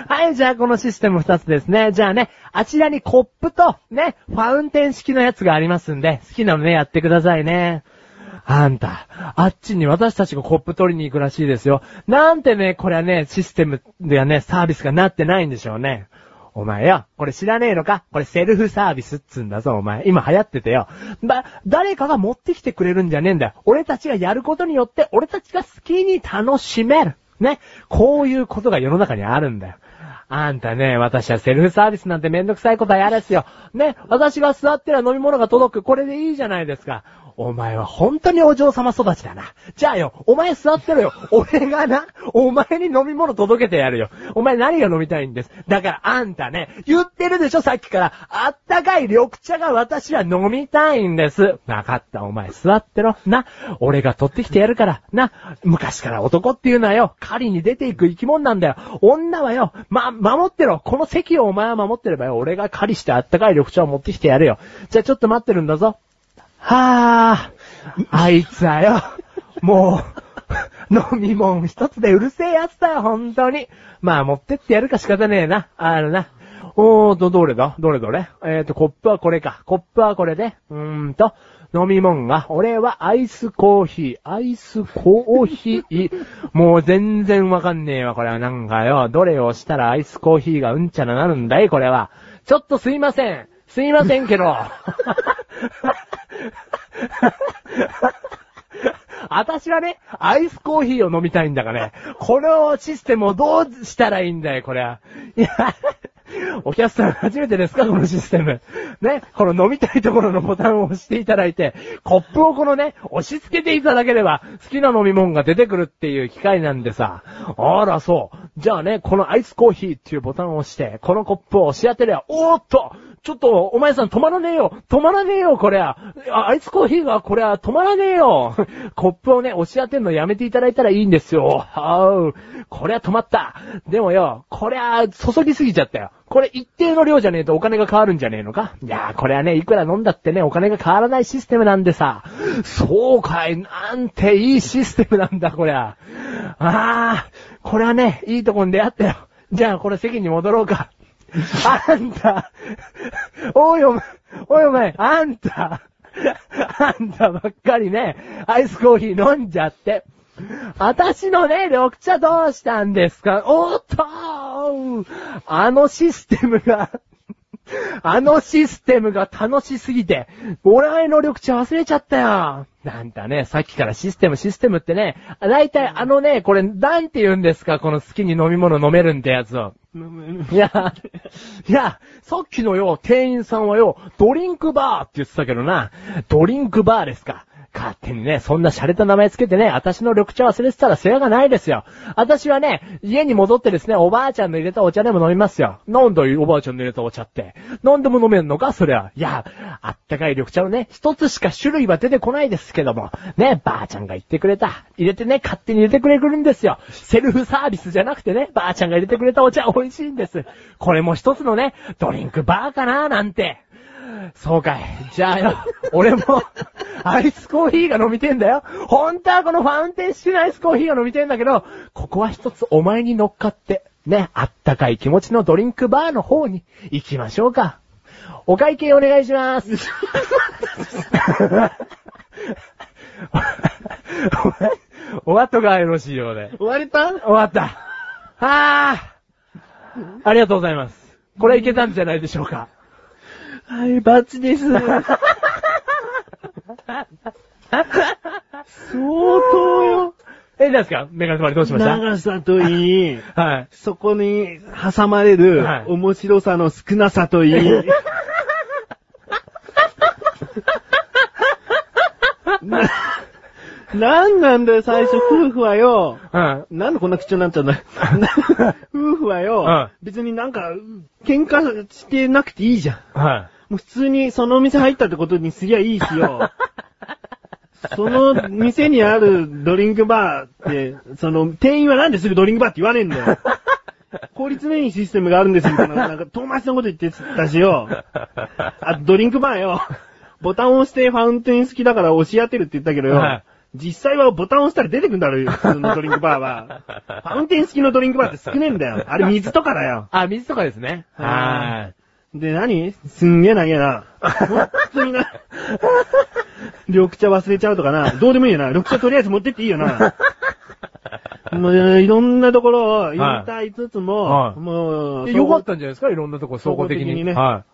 Speaker 1: はい、じゃあこのシステム2つですね。じゃあね、あちらにコップと、ね、ファウンテン式のやつがありますんで、好きなのね、やってくださいね。あんた、あっちに私たちがコップ取りに行くらしいですよ。なんてね、これはね、システムではね、サービスがなってないんでしょうね。お前よ、これ知らねえのかこれセルフサービスっつんだぞ、お前。今流行っててよ。ば、誰かが持ってきてくれるんじゃねえんだよ。俺たちがやることによって、俺たちが好きに楽しめる。ね。こういうことが世の中にあるんだよ。あんたね、私はセルフサービスなんてめんどくさいことは嫌ですよ。ね、私が座ってら飲み物が届く、これでいいじゃないですか。お前は本当にお嬢様育ちだな。じゃあよ、お前座ってろよ。俺がな、お前に飲み物届けてやるよ。お前何が飲みたいんです。だからあんたね、言ってるでしょ、さっきから。あったかい緑茶が私は飲みたいんです。なかった、お前座ってろ。な、俺が取ってきてやるから。な、昔から男っていうのはよ、狩りに出ていく生き物なんだよ。女はよ、ま、守ってろ。この席をお前は守ってればよ、俺が狩りしてあったかい緑茶を持ってきてやるよ。じゃあちょっと待ってるんだぞ。はぁ、あいつはよ、もう、飲み物一つでうるせえやつだよ、本当に。まあ、持ってってやるか仕方ねえな。あのな。おーと、どれだどれどれえーと、コップはこれか。コップはこれで。うーんと、飲み物が、俺はアイスコーヒー、アイスコーヒー。もう全然わかんねえわ、これは。なんかよ、どれをしたらアイスコーヒーがうんちゃらなるんだい、これは。ちょっとすいません。すいませんけど。 私はね、アイスコーヒーを飲みたいんだからね。このシステムをどうしたらいいんだよ、これは。いや、お客さん初めてですかこのシステム。ね、この飲みたいところのボタンを押していただいて、コップをこのね、押し付けていただければ、好きな飲み物が出てくるっていう機会なんでさ。あら、そう。じゃあね、このアイスコーヒーっていうボタンを押して、このコップを押し当てりゃ、おーっとちょっと、お前さん止まらねえよ止まらねえよ、こりゃあアイスコーヒーが、こりゃ止まらねえよ コップをね、押し当てるのやめていただいたらいいんですよ。あう。こりゃ止まった。でもよ、こりゃ、注ぎすぎちゃったよ。これ一定の量じゃねえとお金が変わるんじゃねえのかいやー、これはね、いくら飲んだってね、お金が変わらないシステムなんでさ。そうかい、なんていいシステムなんだ、こりゃ。あー、これはね、いいとこに出会ったよ。じゃあ、これ席に戻ろうか。あんた、おいお前、おいお前、あんた、あんたばっかりね、アイスコーヒー飲んじゃって。私のね、緑茶どうしたんですかおっとあのシステムが、あのシステムが楽しすぎて、俺の緑茶忘れちゃったよ。なんだね、さっきからシステム、システムってね、だいたいあのね、これ、なんて言うんですかこの好きに飲み物飲めるんってやつを。いや、いや、さっきのよ、店員さんはよ、ドリンクバーって言ってたけどな、ドリンクバーですか。勝手にね、そんな洒落た名前つけてね、私の緑茶忘れてたら世話がないですよ。私はね、家に戻ってですね、おばあちゃんの入れたお茶でも飲みますよ。飲んだおばあちゃんの入れたお茶って。飲んでも飲めんのかそりゃ。いや、あったかい緑茶のね、一つしか種類は出てこないですけども、ね、ばあちゃんが言ってくれた。入れてね、勝手に入れてくれるんですよ。セルフサービスじゃなくてね、ばあちゃんが入れてくれたお茶美味しいんです。これも一つのね、ドリンクバーかななんて。そうかい。じゃあよ、俺も、アイスコーヒーが飲みてんだよ。本当はこのファウンテン式のアイスコーヒーが飲みてんだけど、ここは一つお前に乗っかって、ね、あったかい気持ちのドリンクバーの方に行きましょうか。お会計お願いし ます。お前、終わっとかよろしいようで。
Speaker 3: 終われた
Speaker 1: 終わった。ああありがとうございます。これいけたんじゃないでしょうか。
Speaker 3: はい、バチです。相当よ。
Speaker 1: え、なんですかメガネ止まりどうしました
Speaker 3: 長さといい、
Speaker 1: はい。
Speaker 3: そこに挟まれる
Speaker 1: はい
Speaker 3: 面白さの少なさとい い。な、なんなんだよ、最初、夫婦はよ。
Speaker 1: うん。
Speaker 3: なんでこんな口調になっちゃうんだ よ。な夫婦はよ、
Speaker 1: うん
Speaker 3: 別になんか、喧嘩してなくていいじゃん。
Speaker 1: は
Speaker 3: もう普通にそのお店入ったってことにすりゃいい しよ。その店にあるドリンクバーって、その店員はなんですぐドリンクバーって言わねえんだ よ。効率のいいシステムがあるんですみたいな、なんか遠回しのこと言ってたしよ。あとドリンクバーよ。ボタンを押してファウンテン好きだから押し当てるって言ったけどよ。
Speaker 1: はい
Speaker 3: 実際はボタンを押したら出てくんだろよ、普通のドリンクバーは。 ファウンテン好きのドリンクバーって少ねえんだよ。あれ水とかだよ。
Speaker 1: あ、水とかですね。は
Speaker 3: で、何すんげえ長えな。本当にな。緑茶忘れちゃうとかな。どうでもいいよな。緑茶とりあえず持ってっていいよな。もう、いろんなところを言いたいつつも、
Speaker 1: はい
Speaker 3: もう、
Speaker 1: い。よかったんじゃないですかいろんなとこ総合的に。
Speaker 3: ね。
Speaker 1: は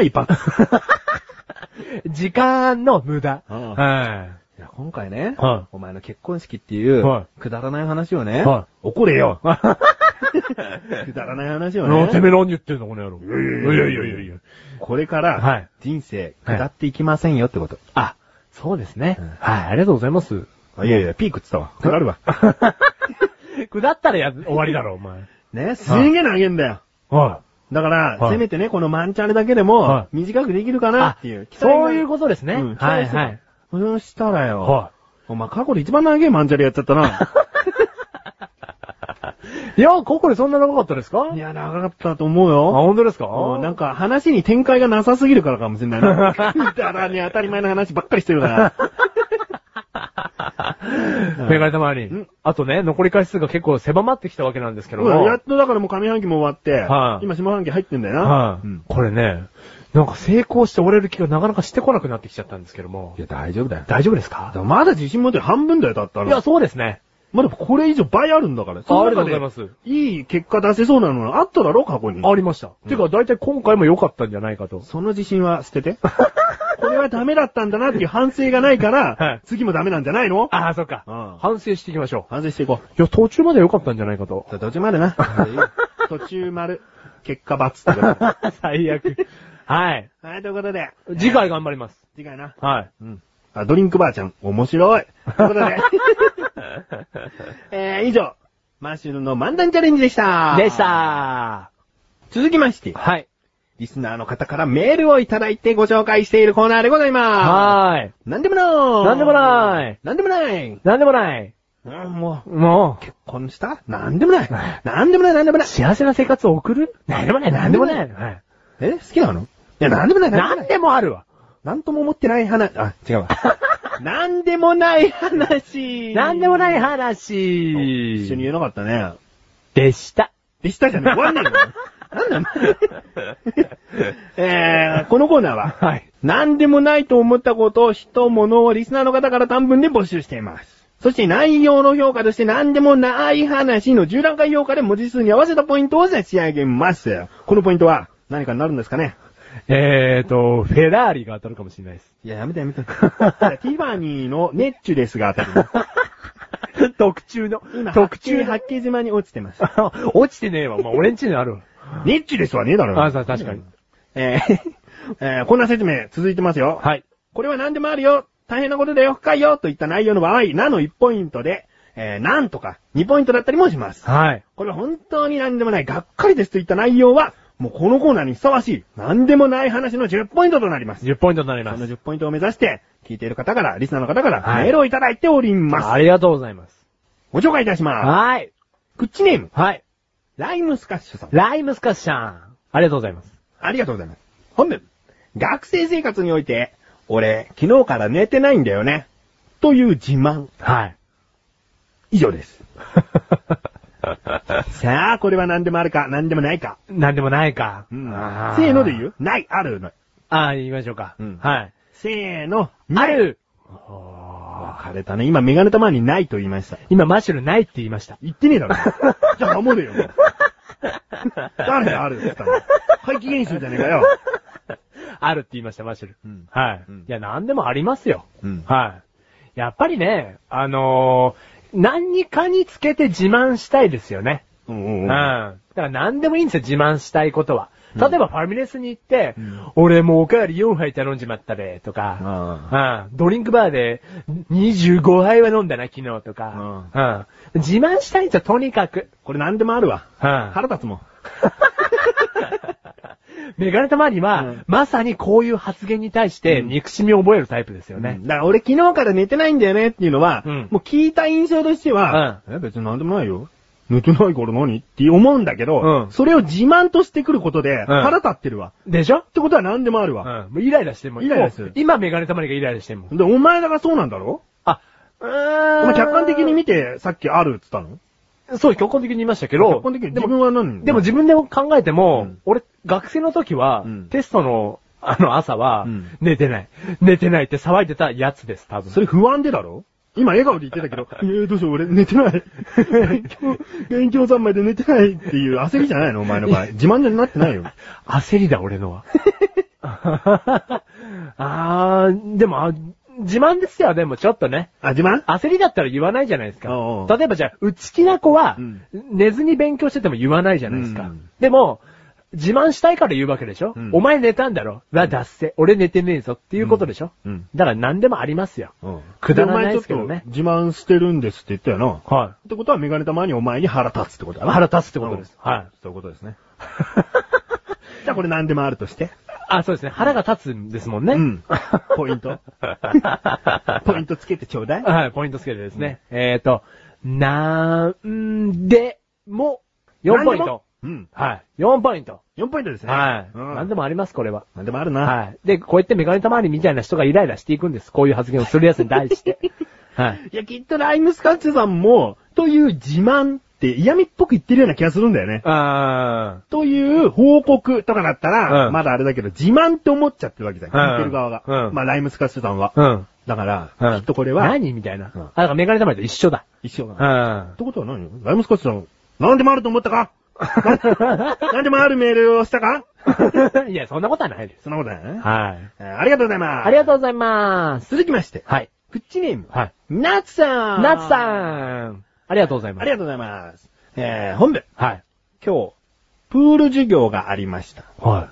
Speaker 3: いパック。
Speaker 1: い。時間の無駄。
Speaker 3: うん
Speaker 1: はい
Speaker 4: や今回ね、
Speaker 1: はい
Speaker 4: お前の結婚式っていう、
Speaker 1: は
Speaker 4: くだらない話をね、
Speaker 1: は
Speaker 4: 怒れよ。
Speaker 3: くだらない話よ
Speaker 1: なあて
Speaker 3: ね。
Speaker 1: めえ何言ってんの、この野郎。いやいやいやいや。
Speaker 3: これ
Speaker 1: は
Speaker 3: から
Speaker 1: い、
Speaker 3: 人生、下っていきませんよってこと。
Speaker 1: あ、そうですね
Speaker 3: うん。
Speaker 1: はい、ありがとうございます。
Speaker 3: あいやいや、ピークっつったわ。下がるわ。
Speaker 1: 下ったらや、終わりだろ、お前。
Speaker 3: ね、すげえ投げんだよ。
Speaker 1: は
Speaker 3: だから、
Speaker 1: はい
Speaker 3: せめてね、このマンチャレだけで
Speaker 1: は
Speaker 3: も、短くできるかなっていう。
Speaker 1: い。そういう
Speaker 3: こ
Speaker 1: ことですね。
Speaker 3: うん期
Speaker 1: は
Speaker 3: 待
Speaker 1: い、
Speaker 3: してた
Speaker 1: はい。
Speaker 3: と。そしたらよ、
Speaker 1: は
Speaker 3: お前過去で一番長いマンチャレやっちゃった な。
Speaker 1: い。いや、ここでそんな長かったですか
Speaker 3: い
Speaker 1: あ、
Speaker 3: や、長かったと思うよ。
Speaker 1: 本当ですか
Speaker 3: うんなんか話に展開がなさすぎるからかもしれない な。だらね、当たり前の話ばっかりしてるから。
Speaker 1: メガネたまわり
Speaker 3: ん。
Speaker 1: あとね、残り回数が結構狭まってきたわけなんですけど
Speaker 3: うん
Speaker 1: も。
Speaker 3: やっとだからもう上半期も終わって、
Speaker 1: はい
Speaker 3: 今下半期入ってんだよな。
Speaker 1: はい、
Speaker 3: うん
Speaker 1: これね、なんか成功して折れる気がなかなかしてこなくなってきちゃったんですけども
Speaker 3: い。や、大丈夫だよ。だ
Speaker 1: 大丈夫です
Speaker 3: か
Speaker 1: から
Speaker 3: まだ自信持ってる半分だよ、たった
Speaker 1: いや、
Speaker 3: ら。
Speaker 1: そうですね。
Speaker 3: まだこれ以上倍あるんだから。
Speaker 1: あ
Speaker 3: そ
Speaker 1: あ
Speaker 3: の
Speaker 1: りがと
Speaker 3: 中
Speaker 1: うご
Speaker 3: で
Speaker 1: ざいます。
Speaker 3: いい結果出せそうなのあっただろ、過去に。
Speaker 1: ありました。てか、だいたい今回も良かったんじゃないかと。
Speaker 3: その自信は捨て て。これはダメだったんだなっていう反省がないか ら、
Speaker 1: はい
Speaker 3: 次もダメなんじゃないの
Speaker 1: ああ、そっか、
Speaker 3: うん
Speaker 1: 反省していきましょう。
Speaker 3: 反省していこう。
Speaker 1: いや、途中まで良かったんじゃないかと。
Speaker 3: さあ途中までな。途中丸、結果罰ってこと で
Speaker 1: 最悪。はい。
Speaker 3: はい、ということで、
Speaker 1: 次回頑張ります。
Speaker 3: 次回な。
Speaker 1: はい。
Speaker 3: うん。あ、ドリンクバーちゃん、面白い。ということで。えー、以上、マッシュルの漫談チャレンジでした。
Speaker 1: でし。た
Speaker 3: 続きまして
Speaker 1: ー。、はい。
Speaker 3: リスナーの方からメールをいただいてご紹介しているコーナーでございま
Speaker 1: はーい。
Speaker 3: す。なんでもない。
Speaker 1: なんでもない。
Speaker 3: なんでもない。
Speaker 1: なんでもない。
Speaker 3: うん、もう、
Speaker 1: もう、
Speaker 3: 結婚したなんでもない。なんでもない、なんでもない。
Speaker 1: 幸せな生活を送るなんでもない、なんでもない。はい。
Speaker 3: え好きなのいや、なんでもない、
Speaker 1: なんでもあるわ。
Speaker 3: なんとも思ってない話、あ、違うわ。 なんでもない話。
Speaker 1: なんでもない
Speaker 3: 一緒に言え
Speaker 1: 話
Speaker 3: なかったね。
Speaker 1: でした。
Speaker 3: でしたじゃねえ。終わん ねえよ。なんだお前えー、このコーナーは、
Speaker 1: はい。
Speaker 3: 何でもないと思ったことを人物をリスナーの方から短文で募集しています。そして内容の評価として何でもない話の10段階評価で文字数に合わせたポイントを差し上げます。このポイントは何かになるんですかね
Speaker 1: えーと、フェラーリが当たるかもしれないです。
Speaker 3: いや、やめてや めて。ティファニーのネッチュレスが当たる。
Speaker 1: 特注の
Speaker 3: 今、、
Speaker 1: 特
Speaker 3: 特
Speaker 1: 注
Speaker 3: 注
Speaker 1: の
Speaker 3: 八景島に落ちてます。
Speaker 1: 落ちてねえわ。まあ、俺んちにあるわ。
Speaker 3: ネッチュレスはねえだろ。
Speaker 1: あそう確かに。
Speaker 3: えーえーこんな説明続いてますよ。
Speaker 1: はい。
Speaker 3: これは何でもあるよ、大変なことだよ、深いよ、といった内容の場合、なの1ポイントで、えー、なんとか2ポイントだったりもします。
Speaker 1: はい。
Speaker 3: これは本当に何でもない、がっかりですといった内容は、もうこのコーナーにふさわしい、何でもない話の10ポイントとなります。
Speaker 1: 10ポイントになり
Speaker 3: そ
Speaker 1: ま
Speaker 3: の
Speaker 1: す。
Speaker 3: 10ポイントを目指して、聞いている方から、リスナーの方から、
Speaker 1: はい
Speaker 3: メールをいただいております。
Speaker 1: ありがとうございます。
Speaker 3: ご紹介いたします。
Speaker 1: はい。
Speaker 3: クッチネーム、
Speaker 1: はい。
Speaker 3: ライムスカッシュさん。
Speaker 1: ライムスカッシャン。ありがとうございます。
Speaker 3: ありがとうございます。本文。学生生活において、俺、昨日から寝てないんだよね。という自慢。
Speaker 1: はい。
Speaker 3: 以上です。さあ、これは何でもあるか、何でもないか。
Speaker 1: なんでもないか。
Speaker 3: う
Speaker 1: せ
Speaker 3: んせーので言
Speaker 1: う
Speaker 3: うない、あるの。
Speaker 1: ああ、言いましょうか。
Speaker 3: うん
Speaker 1: はい。
Speaker 3: せーの、
Speaker 1: あ
Speaker 3: ない。
Speaker 1: る
Speaker 3: 分かれたね。今、メガネたまにないと言いました。
Speaker 1: 今、マッシュルないって言いました。
Speaker 3: 言ってねえ だろ。じゃあ、守れよ。誰があるって言ったの怪奇現象じゃねえかよ。
Speaker 1: あるって言いました、マッシュル。
Speaker 3: うん
Speaker 1: はい、
Speaker 3: うん
Speaker 1: いや、なんでもありますよ。
Speaker 3: うん
Speaker 1: はい。やっぱりね、あのー何かにつけて自慢したいですよね。
Speaker 3: うん
Speaker 1: う。
Speaker 3: うんん
Speaker 1: だ
Speaker 3: うん。
Speaker 1: から何でもいいんですよ、自慢したいことは。例えばファミレスに行って、
Speaker 3: うん
Speaker 1: 俺もうおかわり4杯頼んじまったで、とか、うんドリンクバーで25杯は飲んだな、昨日とか。うん自慢したいんですよ、とにかく。
Speaker 3: これ何でもあるわ。
Speaker 1: うん
Speaker 3: 腹立つもん。
Speaker 1: メガネたまには、
Speaker 3: うん
Speaker 1: まさにこういう発言に対して憎しみを覚えるタイプですよ
Speaker 3: う
Speaker 1: ね
Speaker 3: ん。だから俺昨日から寝てないんだよねっていうのは、
Speaker 1: うん
Speaker 3: もう聞いた印象としては、え、別になんでもないよ。寝てないから何って思うんだけど、
Speaker 1: うん
Speaker 3: それを自慢としてくることで、腹立ってるわ。
Speaker 1: でしょ
Speaker 3: ってことは何でもある
Speaker 1: うん。
Speaker 3: わ。
Speaker 1: もうイライラしてんもん
Speaker 3: イライラする
Speaker 1: もう今メガネたまりがイライラしてんもん。
Speaker 3: で、お前らがそうなんだろ
Speaker 1: あ、うー
Speaker 3: お
Speaker 1: ん。
Speaker 3: 前客観的に見て、さっきあるって言ったの
Speaker 1: そう、客観的に言いましたけど。
Speaker 3: 客観的に
Speaker 1: で
Speaker 3: 自
Speaker 1: も、
Speaker 3: 分は何
Speaker 1: でも自分でも考えても、
Speaker 3: うん
Speaker 1: 俺、学生の時は、
Speaker 3: うん
Speaker 1: テストの、あの朝は、
Speaker 3: うん
Speaker 1: 寝てない。寝てないって騒いでたやつです、多分。
Speaker 3: それ不安でだろ今笑顔で言ってたけ ど、えー、どうしよう、俺寝てない。勉強、勉強三昧で寝てないっていう焦りじゃないのお前の場合。自慢じゃなってな いよ。
Speaker 1: 焦りだ、俺のは。あー、でも、あ自慢ですよ、でもちょっとね。
Speaker 3: あ、自慢
Speaker 1: 焦りだったら言わないじゃないですか
Speaker 3: おうお。う
Speaker 1: 例えばじゃあ、内気な子は
Speaker 3: うん、
Speaker 1: 寝ずに勉強してても言わないじゃないです
Speaker 3: う
Speaker 1: か
Speaker 3: ん。
Speaker 1: でも、自慢したいから言うわけでしょ
Speaker 3: うん
Speaker 1: お前寝たんだろわ、脱せ。俺寝てねえぞっていうことでしょ
Speaker 3: うんうん
Speaker 1: だから何でもありますよ。
Speaker 3: うん。
Speaker 1: くだらないですけどね
Speaker 3: お前ちょっと自慢してるんですって言ったよな。
Speaker 1: は
Speaker 3: ってことはメガネたまにお前に腹立つってことだな。
Speaker 1: 腹立つってことです
Speaker 3: うん
Speaker 1: はい。
Speaker 3: そういうこ とですね。じゃあこれ何でもあるとして。
Speaker 1: い。あ、そうですね。腹が立つんですもんね。
Speaker 3: うん。ポイントポイントつけてちょうだい。
Speaker 1: はい、ポイントつけてですね。えっと、なんでも、4ポイント。
Speaker 3: 何でも。うん。
Speaker 1: はい。4ポイント。
Speaker 3: 4ポイントですね。
Speaker 1: はい。
Speaker 3: うん
Speaker 1: 何でもあります、これは。
Speaker 3: 何でもあるな。
Speaker 1: はい。で、こうやってメガネたまわりみたいな人がイライラしていくんです。こういう発言をするやつに対して。 はい。
Speaker 3: いや、きっとライムスカッチュさんも、という自慢って嫌味っぽく言ってるような気がするんだよね。
Speaker 1: あ
Speaker 3: という報告とかだったら、
Speaker 1: うん
Speaker 3: まだあれだけど、自慢って思っちゃってるわけじゃん。
Speaker 1: うん
Speaker 3: 聞いてる側が。
Speaker 1: うん
Speaker 3: まあ、ライムスカッチュさんは。
Speaker 1: ー。うん。
Speaker 3: だから、
Speaker 1: うん。
Speaker 3: きっとこれは、
Speaker 1: 何みたいな。
Speaker 3: うん
Speaker 1: あ、だからメガネたまわりと一緒だ。
Speaker 3: 一緒だ
Speaker 1: う
Speaker 3: な。っ
Speaker 1: ん。
Speaker 3: てことは何よライムスカッチュさん、何でもあると思った か何でもあるメールをしたか
Speaker 1: いや、そんなことはないです。
Speaker 3: そんなことないね。
Speaker 1: はい。
Speaker 3: えーありがとうございます。
Speaker 1: ありが
Speaker 3: う。
Speaker 1: とうございます。
Speaker 3: 続きまして、
Speaker 1: はい。
Speaker 3: フッチネーム、
Speaker 1: はい。
Speaker 3: ナツさん。
Speaker 1: ナツ
Speaker 3: ん。
Speaker 1: さん。ありがとうございま
Speaker 3: あ
Speaker 1: す。
Speaker 3: りがとうございます。えー、本部、
Speaker 1: はい。
Speaker 3: 今日、プール授業がありました。
Speaker 1: は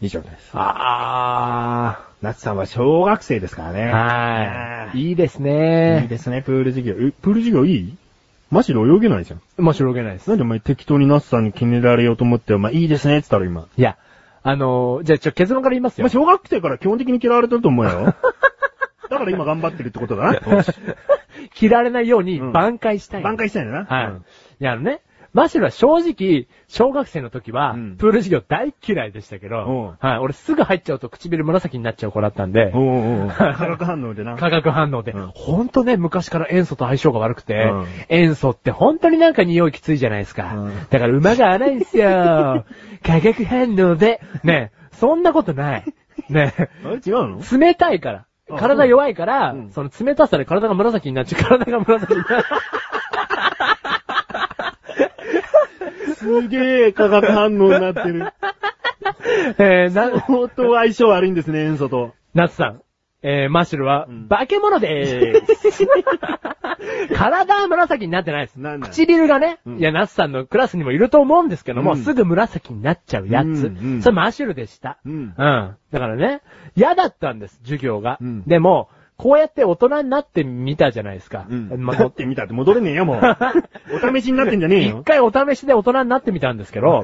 Speaker 1: い。
Speaker 3: 以上です。
Speaker 1: あ
Speaker 3: 夏さんは小学生ですから
Speaker 1: ー。
Speaker 3: ね。
Speaker 1: は
Speaker 3: あ
Speaker 1: い。いいです
Speaker 3: ーいい
Speaker 1: ね。
Speaker 3: ですね、プール授業。えプール授業いいマジで泳げないじゃん。
Speaker 1: 面白げないです
Speaker 3: な。んでお前適当にナスさんに気に入られようと思って、お前いいですねって言ったら今。
Speaker 1: いや、あのー、じゃあちょ、結論から言います
Speaker 3: お
Speaker 1: よ
Speaker 3: 前。小学生から基本的に嫌われてると思う よ。だから今頑張ってるってことだな。
Speaker 1: 切られないように
Speaker 3: うん
Speaker 1: 挽回したい。
Speaker 3: 挽回したいんだな。
Speaker 1: はい。
Speaker 3: うん
Speaker 1: いや、あのね、マシュルは正直、小学生の時は、
Speaker 3: うん
Speaker 1: プール授業大嫌いでしたけど、はい、俺すぐ入っちゃうと唇紫になっちゃう子だったんで、
Speaker 3: おうおうおう化学反応でな。
Speaker 1: 化学反応で、
Speaker 3: うん
Speaker 1: ほんとね、昔から塩素と相性が悪くて、
Speaker 3: うん
Speaker 1: 塩素ってほんとになんか匂いきついじゃないですか。
Speaker 3: うん
Speaker 1: だから馬が荒いんすよ。 化学反応で、ねえそんなことない。ねえ
Speaker 3: あれ違うの
Speaker 1: 冷たいから。
Speaker 3: あ
Speaker 1: 体弱いから、
Speaker 3: うん
Speaker 1: その冷たさで体が紫になっちゃう。体が紫にな っちゃ
Speaker 3: すげえ化学反応になってる。
Speaker 1: う。えー、な、
Speaker 3: 相当相性悪いんですね、塩素と。
Speaker 1: 夏さん。えー、マッシュルは、
Speaker 3: うん
Speaker 1: 化け物でー す。体は紫になってないです。
Speaker 3: なんない
Speaker 1: 唇がね、
Speaker 3: うん
Speaker 1: いや、ナスさんのクラスにもいると思うんですけども、
Speaker 3: うん
Speaker 1: すぐ紫になっちゃうやつ。
Speaker 3: うんうん
Speaker 1: それマッシュルでした。
Speaker 3: う
Speaker 1: うん
Speaker 3: ん。
Speaker 1: だからね、嫌だったんです、授業が。
Speaker 3: うん
Speaker 1: でも、こうやって大人になってみたじゃないですか。
Speaker 3: うん。
Speaker 1: まあ
Speaker 3: 戻ってみたって戻れねえよ、もう。 お試しになってんじゃねえ
Speaker 1: 一
Speaker 3: よ。
Speaker 1: 回お試しで大人になってみたんですけ ど、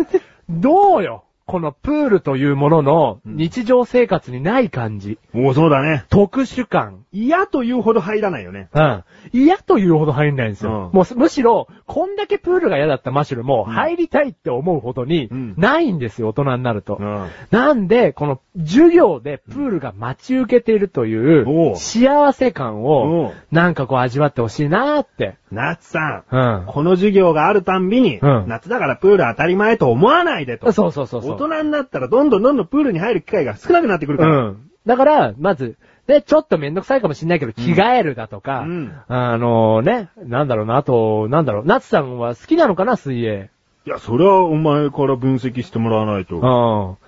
Speaker 1: どうよこのプールというものの
Speaker 3: うん
Speaker 1: 日常生活にない感じ。
Speaker 3: もうそうだね。
Speaker 1: 特殊感。
Speaker 3: 嫌というほど入らないよね。
Speaker 1: うん。嫌というほど入んないんですよ。
Speaker 3: うん
Speaker 1: もうすむしろ、こんだけプールが嫌だったマシュルも
Speaker 3: うん
Speaker 1: 入りたいって思うほどに
Speaker 3: うん、
Speaker 1: ないんですよ、大人になると。
Speaker 3: ん。
Speaker 1: なんで、この授業でプールが待ち受けているとい
Speaker 3: お
Speaker 1: う
Speaker 3: う
Speaker 1: 幸せ感
Speaker 3: お
Speaker 1: を
Speaker 3: う、
Speaker 1: なんかこう味わってほしいなーって。
Speaker 3: 夏さ、
Speaker 1: うんん。
Speaker 3: この授業があるたんびに、
Speaker 1: うん
Speaker 3: 夏だからプール当たり前と思わないでと。
Speaker 1: そうそうそうそう。
Speaker 3: 大人になったらどんどんどんどんプールに入る機会が少なくなってくるから。
Speaker 1: うん。だから、まず、で、ちょっとめんどくさいかもしんないけど、着替えるだとか、
Speaker 3: うん
Speaker 1: あのね、なんだろうな、あと、なんだろう、夏さんは好きなのかな、水泳。
Speaker 3: いや、それはお前から分析してもらわないと。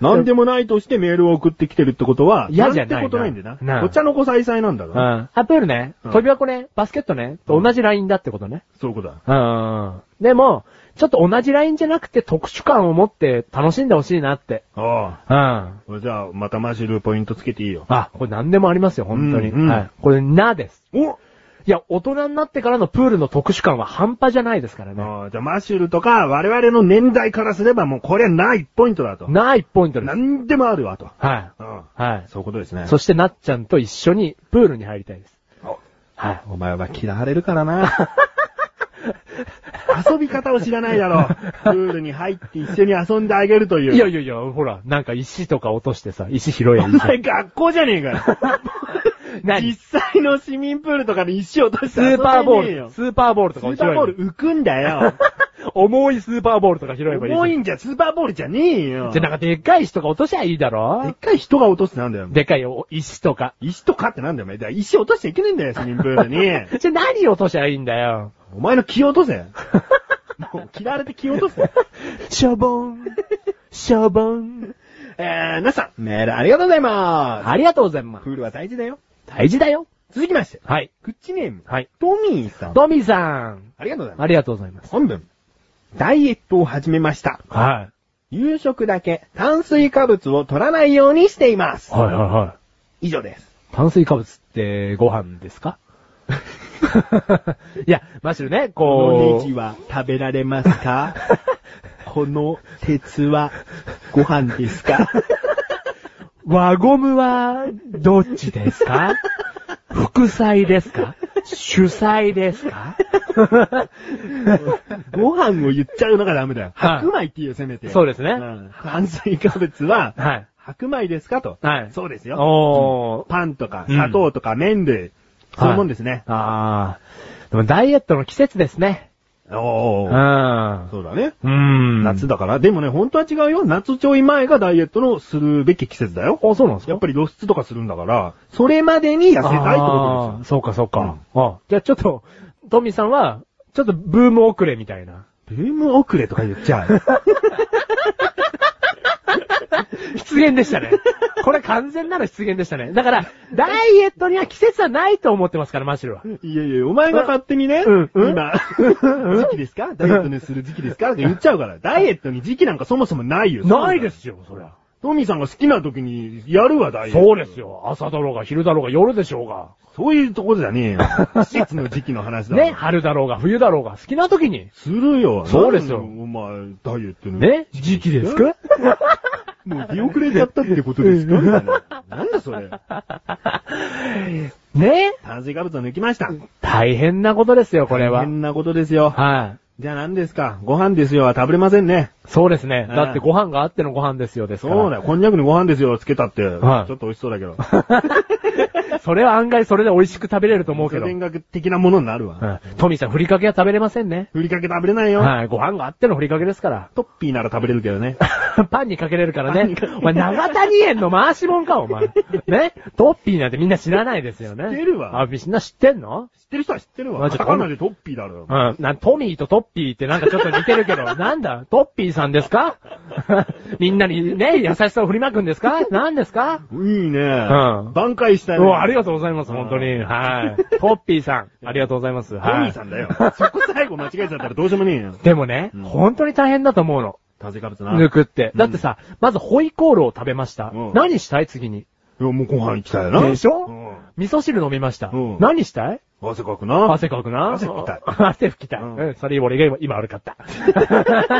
Speaker 1: うん。
Speaker 3: なんでもないとしてメールを送ってきてるってことは、
Speaker 1: 嫌じゃないなん
Speaker 3: てことないんだよ
Speaker 1: な
Speaker 3: な。お茶の子さいさいなんだ
Speaker 1: う
Speaker 3: ろ。
Speaker 1: ん。あ、プールね、
Speaker 3: うん
Speaker 1: 飛び箱ね、バスケットね、と同じラインだってことね。
Speaker 3: そういうことだ。
Speaker 1: うん。でも、ちょっと同じラインじゃなくて特殊感を持って楽しんでほしいなって。
Speaker 3: あ
Speaker 1: うん。
Speaker 3: あ。じゃあ、またマジルポイントつけていいよ。
Speaker 1: あ、これ何でもありますよ、本当に。
Speaker 3: うんうん
Speaker 1: はい。これ、なです。
Speaker 3: お
Speaker 1: いや、大人になってからのプールの特殊感は半端じゃないですからね。
Speaker 3: あーじゃあ、マッシュルとか、我々の年代からすればもうこれはないポイントだと。
Speaker 1: ないポイントです。
Speaker 3: なんでもあるわと。
Speaker 1: はい。
Speaker 3: うん。
Speaker 1: はい。
Speaker 3: そういうことですね。
Speaker 1: そしてなっちゃんと一緒にプールに入りたいです。
Speaker 3: お
Speaker 1: はい。
Speaker 3: お前は嫌われるからな。 遊び方を知らないだろう。プールに入って一緒に遊んであげるという。
Speaker 1: いやいやいや、ほら、なんか石とか落としてさ、石拾え
Speaker 3: お
Speaker 1: やん。
Speaker 3: 前学校じゃねえかよ。
Speaker 1: 何
Speaker 3: 実際の市民プールとかで石落とし
Speaker 1: ス
Speaker 3: て遊べねえ
Speaker 1: ーパーボー
Speaker 3: よ
Speaker 1: ル、スーパーボールと
Speaker 3: ス
Speaker 1: か
Speaker 3: ー
Speaker 1: 拾
Speaker 3: パ
Speaker 1: え
Speaker 3: ー
Speaker 1: ば
Speaker 3: ボー
Speaker 1: い
Speaker 3: ル
Speaker 1: い。
Speaker 3: 浮くんだよ。
Speaker 1: 重いスーパーボールとか拾えばいい。
Speaker 3: 重いんじゃスーパーボールじゃねえよ。
Speaker 1: じゃ、なんかでっかい石とか落としゃいいだ
Speaker 3: でっ
Speaker 1: ろ
Speaker 3: かい人が落とすなんだよ。
Speaker 1: でっかいお石とか。
Speaker 3: 石とかってなんだよ、お前。だから石落としちゃいけねえんだよ、市民プールに。
Speaker 1: じゃあ何落としゃいいんだよ。
Speaker 3: お前の気を 落とせ。もう嫌われて気を落とせ。
Speaker 1: しょぼん。しょぼん。
Speaker 3: えー、皆さん、メールありがとうございます。
Speaker 1: ありがとうございます。
Speaker 3: プールは大事だよ。
Speaker 1: 大事だよ。
Speaker 3: 続きまして、
Speaker 1: はい。
Speaker 3: クッチネーム、
Speaker 1: はい。
Speaker 3: トミーさん。
Speaker 1: トミーさん。
Speaker 3: ありがとうございま。
Speaker 1: ありがとうございますす。
Speaker 3: 本文、ダイエットを始めました。
Speaker 1: は
Speaker 3: 夕食だけ炭水化物を取らないようにしています。
Speaker 1: はいはいは
Speaker 3: 以上です。
Speaker 1: い。炭水化物ってご飯ですか いや、マシュルね、
Speaker 3: この
Speaker 1: こ
Speaker 3: ネ
Speaker 1: う。
Speaker 3: ギは食べられま すかこの鉄はご飯で すか
Speaker 1: 輪ゴムは、どっちです か副菜ですか主菜です か
Speaker 3: ご飯を言っちゃうのがダメだよ。
Speaker 1: はい
Speaker 3: 白米っていうよせめて。
Speaker 1: そうですね
Speaker 3: ん炭水化物は、
Speaker 1: はい。
Speaker 3: 白米ですかと。
Speaker 1: はい
Speaker 3: そうですよ。
Speaker 1: おー。
Speaker 3: パンとか
Speaker 1: うん
Speaker 3: 砂糖とか麺類。そういうもんですね。
Speaker 1: あー。でもダイエットの季節ですね。
Speaker 3: お
Speaker 1: う
Speaker 3: ー。
Speaker 1: ん。
Speaker 3: そうだね。
Speaker 1: うん。
Speaker 3: 夏だから。でもね、本当は違うよ。夏ちょい前がダイエットのするべき季節だよ。
Speaker 1: あ、そうなんですか
Speaker 3: やっぱり露出とかするんだから、それまでに痩せたいってことですよ
Speaker 1: あーそうかそうか。あじゃあちょっと、トミーさんは、ちょっとブーム遅れみたいな。
Speaker 3: ブーム遅れとか言っ ちゃう。
Speaker 1: 失言でした ね。これ完全なる失言でしたね。だから、ダイエットには季節はないと思ってますから、マシルは。
Speaker 3: いやいや、お前が勝手にね、
Speaker 1: うんうん
Speaker 3: 今、時期ですかダイエットにする時期ですかって言っちゃうから、ダイエットに時期なんかそもそもないよ。
Speaker 1: ないですよ、そりゃ。
Speaker 3: トミーさんが好きな時にやるわ、ダイエット。
Speaker 1: そうです。よ。朝だろうが、昼だろうが、夜でしょうが。
Speaker 3: そういうところじ ゃねえよ。季節の時期の話だ。
Speaker 1: ね、。春だろうが、冬だろうが、好きな時に。
Speaker 3: するよ。
Speaker 1: そうですよ
Speaker 3: なんだお前、ダイエットに。
Speaker 1: ね時期ですか
Speaker 3: もう出遅れちゃったってことです かみたいななんだそれ。
Speaker 1: ね
Speaker 3: 炭水化物を抜きました。
Speaker 1: 大変なことですよ、これは
Speaker 3: 大。変なことですよ。
Speaker 1: はい。
Speaker 3: じゃあ何ですかご飯ですよは食べれませんね。
Speaker 1: そうですね。
Speaker 3: うん
Speaker 1: だってご飯があってのご飯ですよ、ですから。
Speaker 3: そうだよ。こんにゃくにご飯ですよつけたって。
Speaker 1: はい
Speaker 3: ちょっと美味しそうだけど。
Speaker 1: それは案外それで美味しく食べれると思うけど。
Speaker 3: 古典学的なものになるわ。
Speaker 1: はいトミーさん、ふりかけは食べれませんね。
Speaker 3: ふりかけ食べれないよ。
Speaker 1: はい、ご飯があってのふりかけですから。
Speaker 3: トッピーなら食べれるけどね。
Speaker 1: パンにかけれるから
Speaker 3: パンに
Speaker 1: ね
Speaker 3: かけ。
Speaker 1: お前、長谷園の回しもんか、お前。ねトッピーなんてみんな知らないですよね。
Speaker 3: 知ってるわ
Speaker 1: あ、みんな知ってんの
Speaker 3: 知ってる人は知ってる
Speaker 1: ま
Speaker 3: わ。
Speaker 1: あちょ
Speaker 3: カ
Speaker 1: っと
Speaker 3: タカナでトッピーだろ。
Speaker 1: うん。な、トミーとトッピーってなんかちょっと似てるけど、 なんだトッピーさんですか みんなにね、優しさを振りまくんですか何ですか
Speaker 3: いいね。
Speaker 1: うん
Speaker 3: 挽回したいね。
Speaker 1: おありがと
Speaker 3: と
Speaker 1: うございます、
Speaker 3: うん
Speaker 1: 本当に。はい。トッピーさん、ありがとうございます。
Speaker 3: ト
Speaker 1: は
Speaker 3: ミー
Speaker 1: い
Speaker 3: さ。んだよ。そこ最後間違えちゃったらどうしようもねえよ。
Speaker 1: でもね
Speaker 3: うん、
Speaker 1: 本当に大変だと思うの。
Speaker 3: 炭水化物な。
Speaker 1: 抜くって。
Speaker 3: うん
Speaker 1: だってさ、まずホイコーローを食べました
Speaker 3: うん。
Speaker 1: 何したい次に。
Speaker 3: いや、もうご飯行きたいよな。
Speaker 1: でし
Speaker 3: う
Speaker 1: ょ
Speaker 3: ん
Speaker 1: 味噌汁飲みました
Speaker 3: うん。
Speaker 1: 何したい
Speaker 3: 汗かくな。
Speaker 1: 汗かくな。
Speaker 3: 汗拭きたい
Speaker 1: 汗拭きたい。
Speaker 3: うん
Speaker 1: うん、それ俺が今悪かった。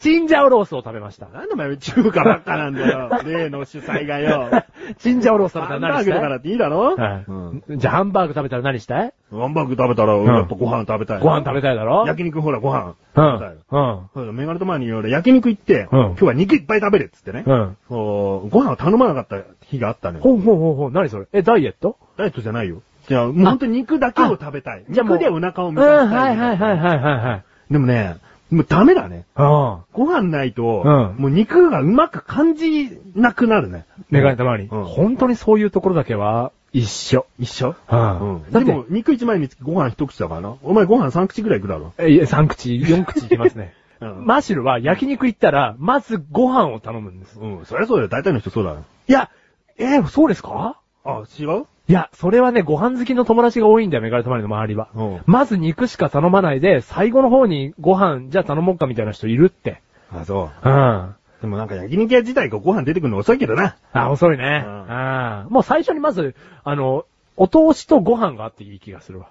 Speaker 1: チンジャオロースを食べました。
Speaker 3: なんでお前中華ばっかなんだ よ。例の主催がよ。
Speaker 1: チンジャオロース食べた
Speaker 3: ハ
Speaker 1: ら
Speaker 3: ンバ
Speaker 1: 何
Speaker 3: ー
Speaker 1: し
Speaker 3: グ
Speaker 1: た
Speaker 3: と
Speaker 1: い
Speaker 3: かだっていいだろ
Speaker 1: は
Speaker 3: うん
Speaker 1: い。じゃあハンバーグ食べたら何したい
Speaker 3: ハンバーグ食べたら、やっぱご飯食べたい。
Speaker 1: ご飯食べたいだろ
Speaker 3: 焼肉ほらご飯。
Speaker 1: う
Speaker 3: 食べ
Speaker 1: ん。う
Speaker 3: たい
Speaker 1: ん。
Speaker 3: そうだ、メガネと前に言われ、焼肉行って、
Speaker 1: うん
Speaker 3: 今日は肉いっぱい食べれっつってね。
Speaker 1: うん。
Speaker 3: そう、ご飯を頼まなかった日があったのよ。
Speaker 1: ほうほうほうほう、何それえ、ダイエット
Speaker 3: ダイエットじゃないよ。いや、本当に肉だけを食べたい。
Speaker 1: じゃあもう
Speaker 3: 肉でお腹を
Speaker 1: う
Speaker 3: 満
Speaker 1: ん、
Speaker 3: たした
Speaker 1: はい
Speaker 3: い。。
Speaker 1: はいはいはいはい
Speaker 3: でもね、もうダメだね。
Speaker 1: いはい。
Speaker 3: ご飯ないと、
Speaker 1: うん
Speaker 3: もう肉がうまく感じなくなるね。
Speaker 1: うん。メガネたまに。
Speaker 3: うん
Speaker 1: 本当にそういうところだけは、一緒。
Speaker 3: 一緒
Speaker 1: うん
Speaker 3: うん。
Speaker 1: だ
Speaker 3: で
Speaker 1: って
Speaker 3: も、肉一枚につきご飯一口だからな。お前ご飯三口ぐらいいくだろ。
Speaker 1: え、いや、3口、4口いきますね。
Speaker 3: うん
Speaker 1: マシルは焼肉行ったら、まずご飯を頼むんです。
Speaker 3: うん、そりゃそうだよ。大体の人そうだよ。
Speaker 1: いや、えーそうですか
Speaker 3: あ、違う
Speaker 1: いや、それはね、ご飯好きの友達が多いんだよ、メガネたまりの周りは。
Speaker 3: うん
Speaker 1: まず肉しか頼まないで、最後の方にご飯、じゃあ頼もうかみたいな人いるって。
Speaker 3: あ、そう。
Speaker 1: うん。あ、
Speaker 3: でもなんか焼肉屋自体がご飯出てくるの遅いけどな。
Speaker 1: 遅いね。
Speaker 3: う
Speaker 1: うんん。もう最初にまず、あの、お通しとご飯があっていい気がする わ。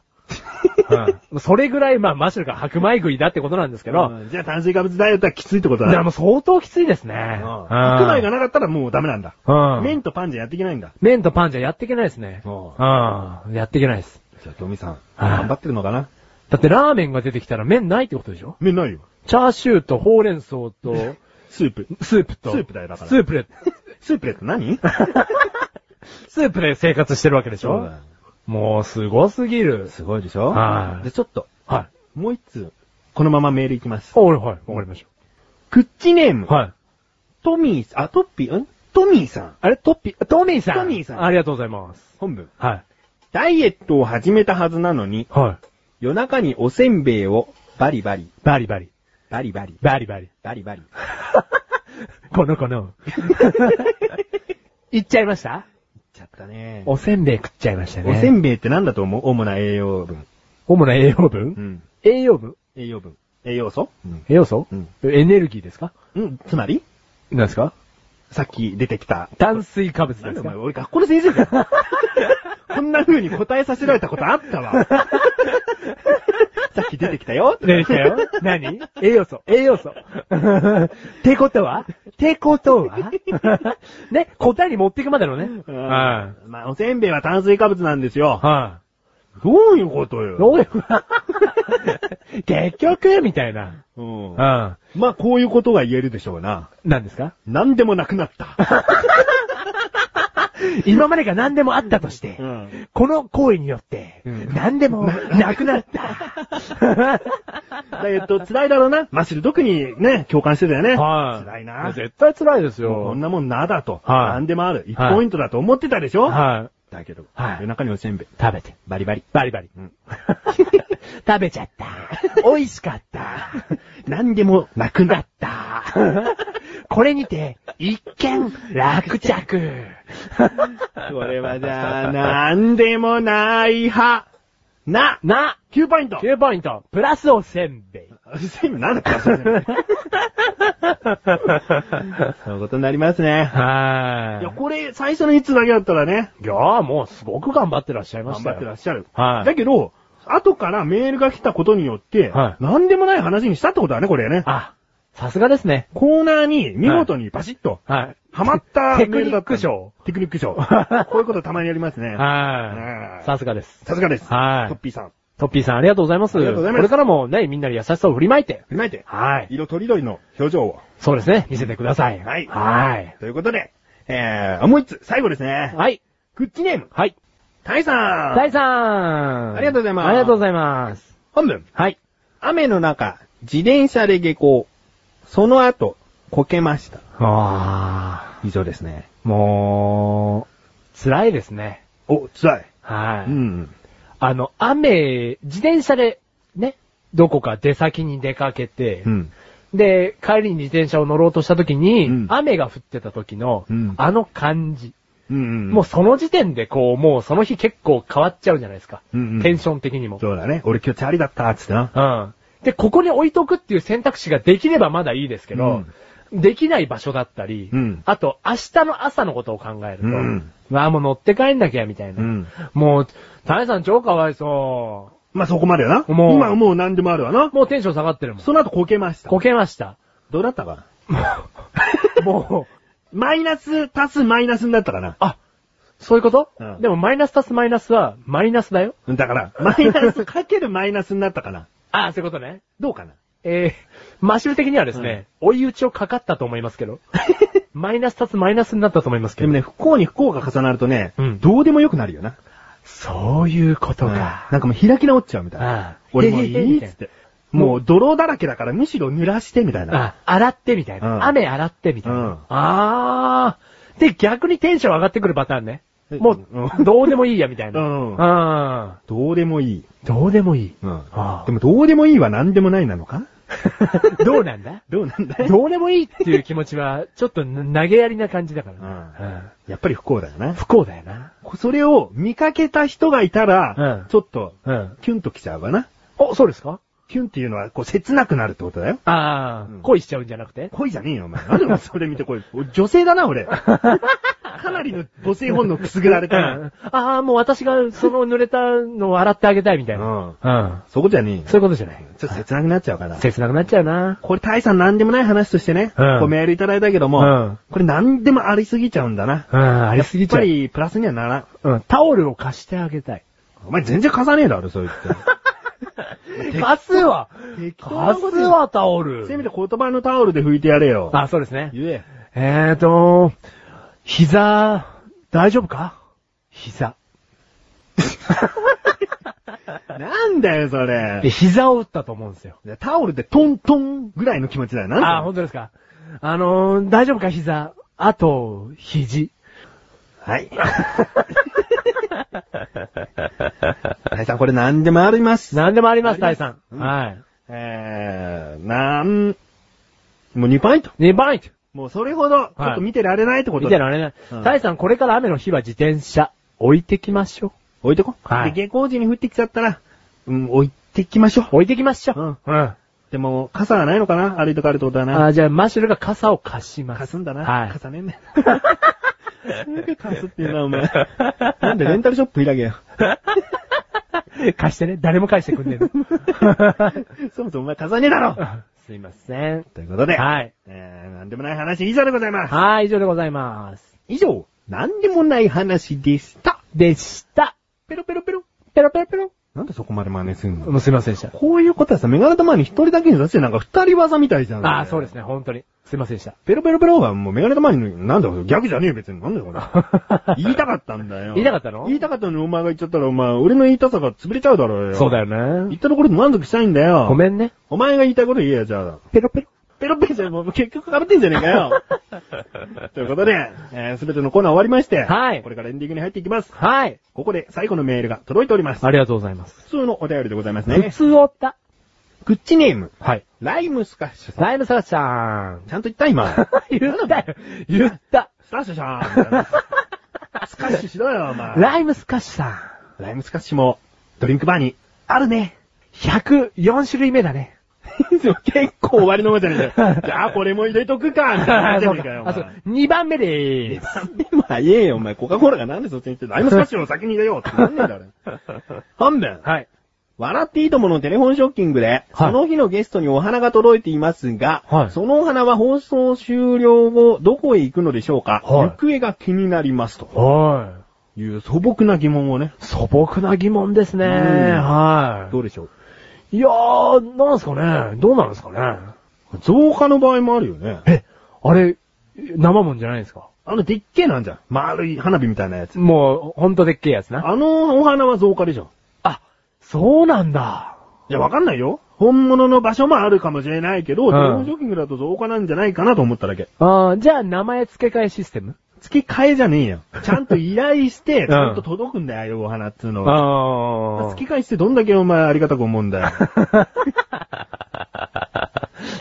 Speaker 1: うん。それぐらい、まあ、マシュルが白米食いだってことなんですけど、
Speaker 3: うんじゃあ炭水化物ダイエットはきついってこと
Speaker 1: だ
Speaker 3: だ
Speaker 1: から
Speaker 3: な。
Speaker 1: もう相当きついですね。
Speaker 3: うん
Speaker 1: 白
Speaker 3: 白米がなかったらもうダメなんだ。
Speaker 1: うん。
Speaker 3: 麺とパンじゃやっていけないんだ。
Speaker 1: 麺とパンじゃやっていけないですね。
Speaker 3: う
Speaker 1: うんん。やっていけないです。
Speaker 3: じゃあ、トミさん、
Speaker 1: はい
Speaker 3: 頑張ってるのかな
Speaker 1: だってラーメンが出てきたら麺ないってことでしょ
Speaker 3: 麺ないよ。
Speaker 1: チャーシューとほうれん草と、
Speaker 3: スープ。
Speaker 1: スープと、
Speaker 3: スープだよだから
Speaker 1: スープで、
Speaker 3: スープレって何
Speaker 1: スープで生活してるわけでし
Speaker 3: そう
Speaker 1: ょ
Speaker 3: だよ
Speaker 1: もうすごすぎる。
Speaker 3: すごいでしょ
Speaker 1: はい
Speaker 3: で、ちょっと、
Speaker 1: はい。
Speaker 3: もう一通、このままメールいきます。
Speaker 1: おいはい、わかりまし
Speaker 3: クッチネーム、
Speaker 1: た。はい。
Speaker 3: トミーさん、あ、トッピー、んトミーさん。
Speaker 1: あれ、トッピ、トミーさん
Speaker 3: トミーさん
Speaker 1: ありがとうございます。
Speaker 3: 本文。
Speaker 1: はい。
Speaker 3: ダイエットを始めたはずなのに、
Speaker 1: はい。
Speaker 3: 夜中におせんべいを、バリバリ、
Speaker 1: バリバリ。
Speaker 3: バリバリ、
Speaker 1: バリバ リ。
Speaker 3: バリバリ。
Speaker 1: この子の。言っちゃいました
Speaker 3: ちゃったね。
Speaker 1: おせんべい食っちゃいましたね。
Speaker 3: おせんべいって何だと思う主な栄養分。
Speaker 1: 主な栄養分、
Speaker 3: ん。
Speaker 1: 栄養分
Speaker 3: 栄養分。栄養素うん。
Speaker 1: 栄養素、
Speaker 3: うん
Speaker 1: エネルギーですか
Speaker 3: うん、つまり
Speaker 1: 何ですか
Speaker 3: さっき出てきた。
Speaker 1: 炭水化物
Speaker 3: な
Speaker 1: で
Speaker 3: んですお
Speaker 1: か
Speaker 3: 前、俺学校の先生 か。こんな風に答えさせられたことあったわ。さっき出てきたよ。
Speaker 1: 出てきたよ。何栄養素、栄養素。 ってことはってことは ね、答えに持っていくまでのね。
Speaker 3: うん
Speaker 1: は
Speaker 3: まあ、おせんべいは炭水化物なんです
Speaker 1: い。
Speaker 3: よ。
Speaker 1: は
Speaker 3: どういうこと
Speaker 1: い。
Speaker 3: よ。
Speaker 1: どういう、結局みたいな。
Speaker 3: うん
Speaker 1: うん。
Speaker 3: まあ、こういうことが言えるでしょうな。
Speaker 1: 何ですか
Speaker 3: 何でもなくなった。
Speaker 1: 今までが何でもあったとして、
Speaker 3: うん
Speaker 1: この行為によって、
Speaker 3: うん
Speaker 1: 何でもなくな った。
Speaker 3: えっと、辛いだろうな。マッシュル特にね、共感してたよね。
Speaker 1: はい。
Speaker 3: 辛いな。
Speaker 1: 絶対辛いです
Speaker 3: もうこ
Speaker 1: よ
Speaker 3: ん。なもんなだと。
Speaker 1: はい
Speaker 3: 何でもある。1
Speaker 1: はい
Speaker 3: ポイントだと思ってたでしょ
Speaker 1: は
Speaker 3: だけど、
Speaker 1: はい
Speaker 3: 夜中におせんべい。
Speaker 1: い。食べて。
Speaker 3: バリバリ。
Speaker 1: バリバリ。
Speaker 3: うん。
Speaker 1: 食べちゃった。美味しかった。
Speaker 3: 何でもなくな
Speaker 1: だ
Speaker 3: っ
Speaker 1: った。 これにて、一見、落 着。
Speaker 3: た。それはじゃあ、何でもない派。な
Speaker 1: な、
Speaker 3: !9 ポイント
Speaker 1: 9ポイント、プラスおせん べい。
Speaker 3: おせんべいなんだっそういうことになりますね。
Speaker 1: はい
Speaker 3: や、
Speaker 1: い
Speaker 3: これ、最初の1つだけだったらね、
Speaker 1: いやーもうすごく頑張ってらっしゃいま
Speaker 3: 頑
Speaker 1: した
Speaker 3: 張っ
Speaker 1: よ。
Speaker 3: てらっしゃる。
Speaker 1: はい
Speaker 3: だけど、後からメールが来たことによって、
Speaker 1: はい
Speaker 3: 何でもない話にしたってことだね、これね。
Speaker 1: あ、さすがですね。
Speaker 3: コーナーに見事にバシッと、
Speaker 1: はい。
Speaker 3: ハマった
Speaker 1: テクニ
Speaker 3: メールだ
Speaker 1: ッ
Speaker 3: った
Speaker 1: ク賞。
Speaker 3: テクニック 賞。こういうことたまにやりますね。
Speaker 1: は
Speaker 3: うん
Speaker 1: い。さすがです。
Speaker 3: さすがです。
Speaker 1: はい
Speaker 3: トッピーさん。
Speaker 1: トッピーさんありがとうございます。
Speaker 3: ありがとうございます
Speaker 1: これからもね、みんなに優しさを振りまいて。
Speaker 3: 振りまいて、
Speaker 1: はい。
Speaker 3: 色とりどりの表情を。
Speaker 1: そうですね。見せてください。
Speaker 3: はい
Speaker 1: はい。
Speaker 3: ということで、えー、もう一つ、最後ですね。
Speaker 1: はい。
Speaker 3: クッキーネーム、
Speaker 1: はい。
Speaker 3: タイさん。
Speaker 1: 大さん
Speaker 3: ありがとうございます
Speaker 1: ありがとうございます。
Speaker 3: 本文、
Speaker 1: はい。
Speaker 3: 雨の中、自転車で下校。その後、こけました。
Speaker 1: あ
Speaker 3: 以上ですね。
Speaker 1: ー、もう、辛いですね。
Speaker 3: お、辛い。
Speaker 1: はい。
Speaker 3: うん。
Speaker 1: あの、雨、自転車で、ね、どこか出先に出かけて、
Speaker 3: ん。
Speaker 1: で、帰りに自転車を乗ろうとした時に、
Speaker 3: うん
Speaker 1: 雨が降ってた時の、
Speaker 3: うん
Speaker 1: あの感じ。
Speaker 3: うん
Speaker 1: もうその時点でこう、もうその日結構変わっちゃうじゃないですか。
Speaker 3: うんうん
Speaker 1: テンション的にも。
Speaker 3: そうだね。俺今日チャリだった、つってな。
Speaker 1: うん。で、ここに置いとくっていう選択肢ができればまだいいですけど、できない場所だったり、
Speaker 3: うん
Speaker 1: あと、明日の朝のことを考えると、
Speaker 3: うん
Speaker 1: わあ、もう乗って帰んなきゃ、みたいな。
Speaker 3: うん
Speaker 1: もう、タネさん超かわいそ
Speaker 3: まあ、そこまでよな。
Speaker 1: もう
Speaker 3: 今もう何でもあるわな
Speaker 1: う。。もうテンション下がってるもん。
Speaker 3: その後こけました。
Speaker 1: こけま した。
Speaker 3: どうだったか
Speaker 1: もうもう、
Speaker 3: マイナス足すマイナスになったかな。
Speaker 1: あ、そういうこと、
Speaker 3: うん
Speaker 1: でも、マイナス足すマイナスは、マイナスだよ。
Speaker 3: だ から、マイナスかけるマイナスになったかな。
Speaker 1: ああ、そういうことね。
Speaker 3: どうかな。
Speaker 1: えー、マシュル的にはですね、追い打ちをかかったと思いますけ ど、マイナス足すマイナスになったと思いますけ
Speaker 3: で
Speaker 1: ど
Speaker 3: も、ね、不幸に不幸が重なるとね、
Speaker 1: うん
Speaker 3: どうでもよくなるよな。
Speaker 1: そういうこと
Speaker 3: うん
Speaker 1: か。
Speaker 3: なんかもう開き直っちゃうみたい
Speaker 1: あ
Speaker 3: な
Speaker 1: あ。
Speaker 3: 俺も
Speaker 1: へ
Speaker 3: う
Speaker 1: へ
Speaker 3: い
Speaker 1: へ
Speaker 3: いっつって。もう泥だらけだからむしろ濡らしてみたいな。
Speaker 1: あ、洗ってみたいな。
Speaker 3: うん
Speaker 1: 雨洗ってみたいな。
Speaker 3: うん
Speaker 1: あー。で、逆にテンション上がってくるパターンね。
Speaker 3: え
Speaker 1: も
Speaker 3: うん
Speaker 1: う、どうでもいいや、みたいな。
Speaker 3: うん
Speaker 1: あ
Speaker 3: どうでもいい。
Speaker 1: ーどうでもいい。
Speaker 3: うん
Speaker 1: あー
Speaker 3: でもどうでもいいは何でもないなのか
Speaker 1: どうなんだ
Speaker 3: どうなんだい
Speaker 1: どうでもいいっていう気持ちは、ちょっとな投げやりな感じだからね、
Speaker 3: うん
Speaker 1: うん
Speaker 3: やっぱり不幸だよな。
Speaker 1: 不幸だよな。
Speaker 3: それを見かけた人がいたら、
Speaker 1: うん
Speaker 3: ちょっと、
Speaker 1: うん。
Speaker 3: キュンときちゃうわな。
Speaker 1: お、そうですか
Speaker 3: キュンっていうのは、こう、切なくなるってことだよ。
Speaker 1: あー、
Speaker 3: うん
Speaker 1: 恋しちゃうんじゃなくて
Speaker 3: 恋じゃねえよ、お前。なんでお前それ見て恋。俺女性だ な、俺。かなりの母性本能くすぐられた
Speaker 1: うん
Speaker 3: な。
Speaker 1: あー、もう私がその濡れたのを洗ってあげたいみたいな。うん。
Speaker 3: そこじゃねえよ。
Speaker 1: そういうことじゃない。
Speaker 3: ちょっと切なくなっちゃうから。
Speaker 1: 切なくなっちゃうな。
Speaker 3: これ、大さん何でもない話としてね、
Speaker 1: うん
Speaker 3: こうメールいただいたけども、
Speaker 1: うん
Speaker 3: これ何でもありすぎちゃうんだな。
Speaker 1: うん、ありすぎちゃう。
Speaker 3: やっぱり、プラスにはならん。
Speaker 1: うん、タオルを貸してあげたい。
Speaker 3: お前全然貸さねえだろ、そう言って。
Speaker 1: 貸すわ
Speaker 3: 適当な
Speaker 1: 貸
Speaker 3: こと
Speaker 1: す
Speaker 3: 言う
Speaker 1: わ、タオ
Speaker 3: せめ
Speaker 1: ル
Speaker 3: て言葉のタオルで拭いてやれよ。
Speaker 1: あ、そうですね。
Speaker 3: 言え。
Speaker 1: えーと、膝、大丈夫か膝。
Speaker 3: なんだよ、そ
Speaker 1: で、
Speaker 3: れ。
Speaker 1: 膝を打ったと思うんですよ。
Speaker 3: タオルでトントンぐらいの気持ちだよ。なんだ
Speaker 1: あ、
Speaker 3: よ
Speaker 1: 本当ですか。あのー、大丈夫か、膝。あと、肘。
Speaker 3: はい。大さん、これ何でもあります。
Speaker 1: 何でもあります、
Speaker 3: あ
Speaker 1: 大
Speaker 3: りま
Speaker 1: さ
Speaker 3: す
Speaker 1: ん。はい。
Speaker 3: えー、なん、もう2ポイント。
Speaker 1: 2バイト。
Speaker 3: もうそれほど、ちょっと見てられないってこと
Speaker 1: 見て
Speaker 3: だ。
Speaker 1: られない
Speaker 3: うん。
Speaker 1: タイさん、これから雨の日は自転車、置いてきましょう。
Speaker 3: 置いてこ。
Speaker 1: はい
Speaker 3: で、下校時に降ってきちゃったら、うん、置いてきましょう。
Speaker 1: 置いてきましょう。うん。
Speaker 3: でも、傘はないのかな歩いて帰るってことはな。
Speaker 1: あじゃあ、マッシュルが傘を貸します。
Speaker 3: 貸すんだな。
Speaker 1: はい
Speaker 3: 貸さねえんだよ。すぐ貸すって言うな、お前。なんでレンタルショップ開けよ。
Speaker 1: 貸してね。誰も返してくんね
Speaker 3: そもそもお前貸さねえだ
Speaker 1: え
Speaker 3: ろ
Speaker 1: の。すいません。
Speaker 3: ということで、
Speaker 1: はい。
Speaker 3: えー、なんでもない話以上でございます。
Speaker 1: はい、以上でございます。
Speaker 3: 以上、なんでもない話でした。
Speaker 1: でした。
Speaker 3: ペロペロペロ。
Speaker 1: ペロペロペロ。
Speaker 3: なんでそこまで真似すんの
Speaker 1: もうすいませんでした。
Speaker 3: こういうことはさ、メガネ玉に一人だけに出してなんか二人技みたいじゃん。。
Speaker 1: ああ、そうですすね、本当に。すいませんでした。
Speaker 3: ペロペロペロはもうメガネ玉に、なんだよ、逆じゃねえよ別に。なんだよ、こ れ。言いたかったんだよ。
Speaker 1: 言いたかったの
Speaker 3: 言いたかったのにお前が言っちゃったら、お前、俺の言いたさが潰れちゃうだろうよ。
Speaker 1: そうだ
Speaker 3: よ。
Speaker 1: よ
Speaker 3: 言
Speaker 1: ね。
Speaker 3: ったところで満足したいんだよ。
Speaker 1: ごめんね。
Speaker 3: お前が言いたいこと言えよ、じゃあ。
Speaker 1: ペロペロ。
Speaker 3: ペロペロじゃん、もう結局被ってんじゃねえか よ。ということで、えすべてのコーナー終わりまして、
Speaker 1: はい
Speaker 3: これからエンディングに入っていきます。
Speaker 1: はい。
Speaker 3: ここで最後のメールが届いております。
Speaker 1: ありがとうございます。
Speaker 3: 普通のお便りでございます
Speaker 1: 普
Speaker 3: ね。
Speaker 1: 通おった。
Speaker 3: グッチネーム、
Speaker 1: はい。
Speaker 3: ライムスカッシュさん。
Speaker 1: ライムサラちゃん。
Speaker 3: ちゃん と言っ た今。
Speaker 1: 言ったよ。言った。
Speaker 3: スカッシュじゃん。スカッシュしろよ、お前。
Speaker 1: ライムスカッシュさん。
Speaker 3: ライムスカッシュも、ドリンクバーに、あるね。
Speaker 1: 104種類目だね。
Speaker 3: 結構終わりの方じゃねえ かよ。じゃあ、これも入れとくか、みたいなじゃねえかよ。お
Speaker 1: あ、
Speaker 3: 前
Speaker 1: そう。2番目でーす。
Speaker 3: でも早えよ、お前。コカ・コーラがなんでそっちに行ってんのライムスカッシュを先に入れようってなんねえだろ。本文。
Speaker 1: はい。
Speaker 3: 笑っていいとものテレフォンショッキングで、その日のゲストにお花が届いていますが、
Speaker 1: はい
Speaker 3: そのお花は放送終了後、どこへ行くのでしょうか、
Speaker 1: はい
Speaker 3: 行方が気になりますと
Speaker 1: おい。
Speaker 3: いう素朴な疑問をね、
Speaker 1: 素朴な疑問ですね。
Speaker 3: うん
Speaker 1: は
Speaker 3: どうでしょう。
Speaker 1: い。いやー、なんすかね。どうなんですかね。
Speaker 3: 増加の場合もあるよね。
Speaker 1: え、あれ、生もんじゃないですか。
Speaker 3: あの、でっけえなんじゃん。丸い花火みたいなやつ。
Speaker 1: もう、ほんとでっけえやつな。
Speaker 3: あのお花は増加でしょ。
Speaker 1: あ、そうなんだ。
Speaker 3: いや、わかんないよ。本物の場所もあるかもしれないけど、
Speaker 1: うん
Speaker 3: テレフォンショッキングだと増加なんじゃないかなと思っただけ。
Speaker 1: あーじゃあ、名前付け替えシステム
Speaker 3: 付け替えじゃねえよ。ちゃんと依頼して、
Speaker 1: ん
Speaker 3: ちゃんと届くんだよ、ああいうお花っつうのは。
Speaker 1: あ
Speaker 3: 付き返してどんだけお前ありがたく思うん だよ。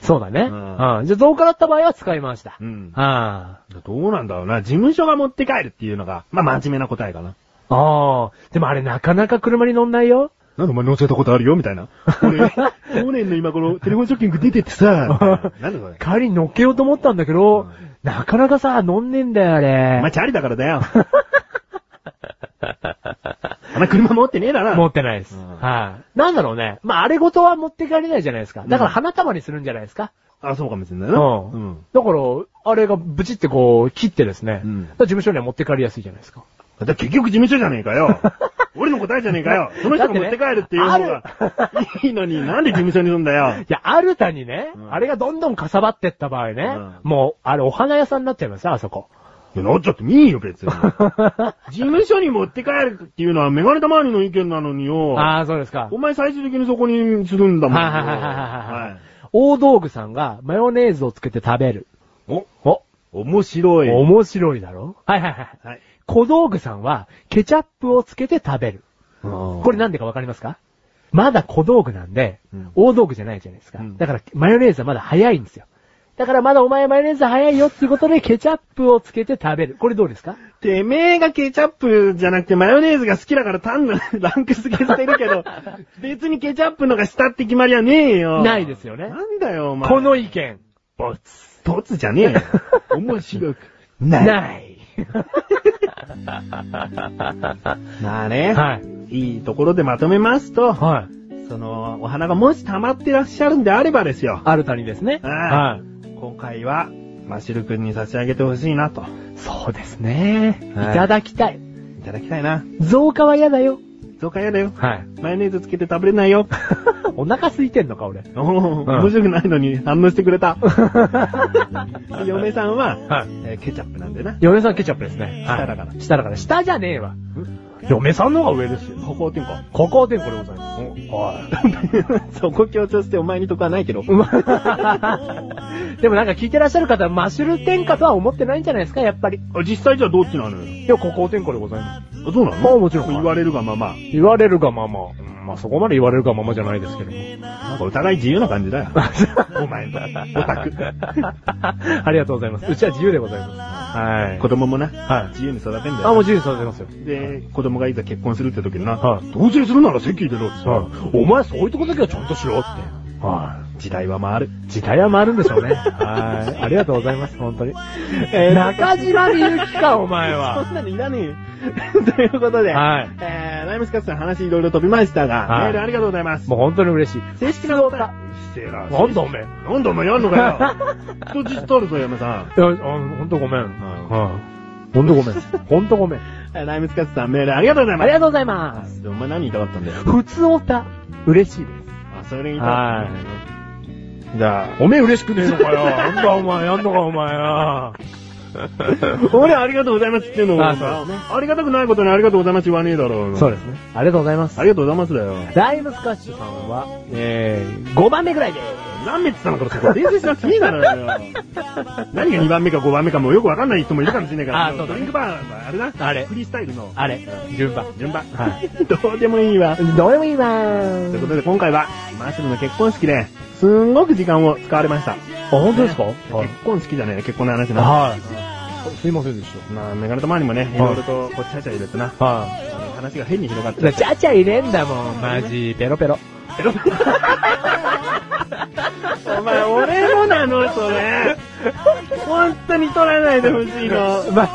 Speaker 1: そうだね。う
Speaker 3: うん
Speaker 1: ん。じゃあ、増加だった場合は使いました。
Speaker 3: うん
Speaker 1: あ
Speaker 3: どうなんだろうな。事務所が持って帰るっていうのが、まあ真面目な答えかな。
Speaker 1: あ。ああ。でもあれ、なかなか車に乗んないよ。
Speaker 3: なんでお前乗せたことあるよみたいな。俺、去年の今頃テレフォンショッキング出てって さ、なんだそれ。
Speaker 1: 代わりに乗っけようと思ったんだけど、
Speaker 3: うん
Speaker 1: なかなかさ、乗んねえんだよ、あれ。
Speaker 3: お前チャリだからだよ。 お前車持ってねえだな。
Speaker 1: 持ってないです。
Speaker 3: うん
Speaker 1: はい。なんだろうね。まあ、あれごとは持って帰れないじゃないですか。だから花束にするんじゃないですか。
Speaker 3: あ、そうかもしれないうな。
Speaker 1: ん。
Speaker 3: うん。
Speaker 1: だから、あれがブチってこう、切ってですね。
Speaker 3: うん
Speaker 1: だから事務所には持って帰りやすいじゃないですか。
Speaker 3: だって結局事務所じゃねえ かよ。俺の答えじゃねえかよ。その人が持って帰るっていう方がいいのに、なんで事務所にいるんだ よ
Speaker 1: い。や、あるたにね、
Speaker 3: うん
Speaker 1: あれがどんどんかさばってった場合ね、
Speaker 3: うん
Speaker 1: もう、あれお花屋さんになっちゃいますよ、あそこ。
Speaker 3: いや、なっちゃってもいいよ、別に。事務所に持って帰るっていうのはメガネたまわりの意見なのに よ。
Speaker 1: ああ、そうですか
Speaker 3: お。前最終的にそこにするんだもん よ。
Speaker 1: はいはいはいはいはい
Speaker 3: はい
Speaker 1: 大道具さんがマヨネーズをつけて食べる。
Speaker 3: お、
Speaker 1: お、
Speaker 3: 面白い。
Speaker 1: 面白いだろはいはいはい。
Speaker 3: はい。
Speaker 1: 小道具さんはケチャップをつけて食べる。こ
Speaker 3: こ
Speaker 1: れなんでかわかりますかまだ小道具なんで、
Speaker 3: うん
Speaker 1: 大道具じゃないじゃないですか。
Speaker 3: うん
Speaker 1: だから、マヨネーズはまだ早いんですよ。だからまだお前マヨネーズ早いよっていうことで、ケチャップをつけて食べる。これどうですか
Speaker 3: てめえがケチャップじゃなくてマヨネーズが好きだから単なる ランク付けしてる けど、別にケチャップのが下って決まりはねえよ。
Speaker 1: ないですよね
Speaker 3: なんだよ、お前。
Speaker 1: この意見。
Speaker 3: ボツ。ボツじゃねえよ。 面白く。ない。
Speaker 1: ない。
Speaker 3: まあね。
Speaker 1: はい。
Speaker 3: いいところでまとめますと、
Speaker 1: はい。
Speaker 3: その、お花がもし溜まってらっしゃるんであればですよ。
Speaker 1: あるたにですね。
Speaker 3: うん
Speaker 1: はい。
Speaker 3: 今回は、マシル君に差し上げてほしいなと。
Speaker 1: そうですね。い
Speaker 3: はい
Speaker 1: ただきたい。
Speaker 3: いただきたいな。
Speaker 1: 増加は嫌だよ。
Speaker 3: そうかやだよ。
Speaker 1: はい。
Speaker 3: マヨネーズつけて食べれない よ。
Speaker 1: お腹空いてんのか、俺。
Speaker 3: おー面白くないのに反応してくれ た。嫁さんは、
Speaker 1: はい。
Speaker 3: えーケチャップなんでな。
Speaker 1: 嫁さんケチャップですね。
Speaker 3: 下だから
Speaker 1: はい下だから。下じゃねえわ。嫁さんの方が上ですよ。
Speaker 3: ここ 転換。
Speaker 1: ここでこれございます。はい。
Speaker 3: そこ強調してお前に得はないけど。
Speaker 1: うまでもなんか聞いてらっしゃる方はマッシュル天下とは思ってないんじゃないですか、やっぱり。
Speaker 3: 実際じゃあどっちなのよ。
Speaker 1: いや、ここ天下でございます。
Speaker 3: あそうなの
Speaker 1: まあもちろん
Speaker 3: 言われるがまま。
Speaker 1: 言われるがまま。
Speaker 3: うー
Speaker 1: まあそこまで言われるかままじゃないですけども。
Speaker 3: なんかお互い自由な感じ だよ。お前、 オタク。
Speaker 1: ありがとうございます。うちは自由でございます。はい。
Speaker 3: 子供もな、
Speaker 1: はい
Speaker 3: 自由に育てんだ
Speaker 1: あ、もう
Speaker 3: よ。
Speaker 1: 自由に育てますよ。
Speaker 3: で、子供がいざ結婚するって時にな、
Speaker 1: はい
Speaker 3: 同棲するなら席入れろってさ、
Speaker 1: は
Speaker 3: お前そういうとこだけはちゃんとしろって。
Speaker 1: は
Speaker 3: 時代は回る。
Speaker 1: い。時代は回るんでしょうね。はい。ありがとうございます、本当に。えー、中島みゆき か、お前は。
Speaker 3: そんなのいらねえよ。 ということで、
Speaker 1: はい
Speaker 3: えー、ライムスカッツさん話いろいろ飛びましたが、
Speaker 1: はい
Speaker 3: メールありがとうございます。
Speaker 1: もう本当に嬉しい。
Speaker 3: 正式な
Speaker 1: どう
Speaker 3: 答え。うるせえな
Speaker 1: なんだおめえ。い
Speaker 3: なんだお前やんのかよ。 人質取るぞ、嫁さん。
Speaker 1: や、あ本当ごめん。はい。本当ごめん。本当ごめん。
Speaker 3: えライムスカッツさんメールありがとうござい
Speaker 1: あ
Speaker 3: ます
Speaker 1: り。がとうございます。
Speaker 3: お前何言いたかったんだよ。
Speaker 1: 普通おた、嬉しいです。
Speaker 3: あ、それ言いたかったんだよね。じゃあ、
Speaker 1: おめえ嬉しくねえのかよ。なんだお前、やんのかお前な。
Speaker 3: 俺ありがとうございますっていうのを
Speaker 1: あそ
Speaker 3: さ
Speaker 1: うね
Speaker 3: ありがたくないことにありがとうございます言わねえだろ。
Speaker 1: そう
Speaker 3: で
Speaker 1: ですね。ありがとうございます
Speaker 3: あ。りがとうございますだよ。
Speaker 1: ライムスカッシュさんは、えー、5番目ぐらいです。
Speaker 3: 何メッツさんのことそこ伝説しなくていいだろ うよ。何が2番目か5番目かもよくわかんない人もいるかもしれないから。
Speaker 1: あそうだね
Speaker 3: ドリンクバーはあれな。
Speaker 1: あれ
Speaker 3: フリースタイルの
Speaker 1: あれ、順番。
Speaker 3: 順番。
Speaker 1: は
Speaker 3: どうでもいいわ。
Speaker 1: どうでもいいわ
Speaker 3: という
Speaker 1: ー。
Speaker 3: ことで今回は、マッシュルの結婚式で、すんごく時間を使われました。
Speaker 1: あ、本当ですかはい
Speaker 3: 結。婚式じゃねえ、結婚の話な。
Speaker 1: はい。すいませんでし
Speaker 3: まあ、メガネと周りもね、いろいろと、こう、ちゃちゃ入れてな、
Speaker 1: た。は
Speaker 3: あの話が変に広がっ
Speaker 1: い。
Speaker 3: ち
Speaker 1: だ
Speaker 3: ゃっ
Speaker 1: ちゃちゃ入れんだもん、マジ。ペロペロ。
Speaker 3: て。お前、俺のなの、それ。本当に取らないでほしいの。
Speaker 1: マジ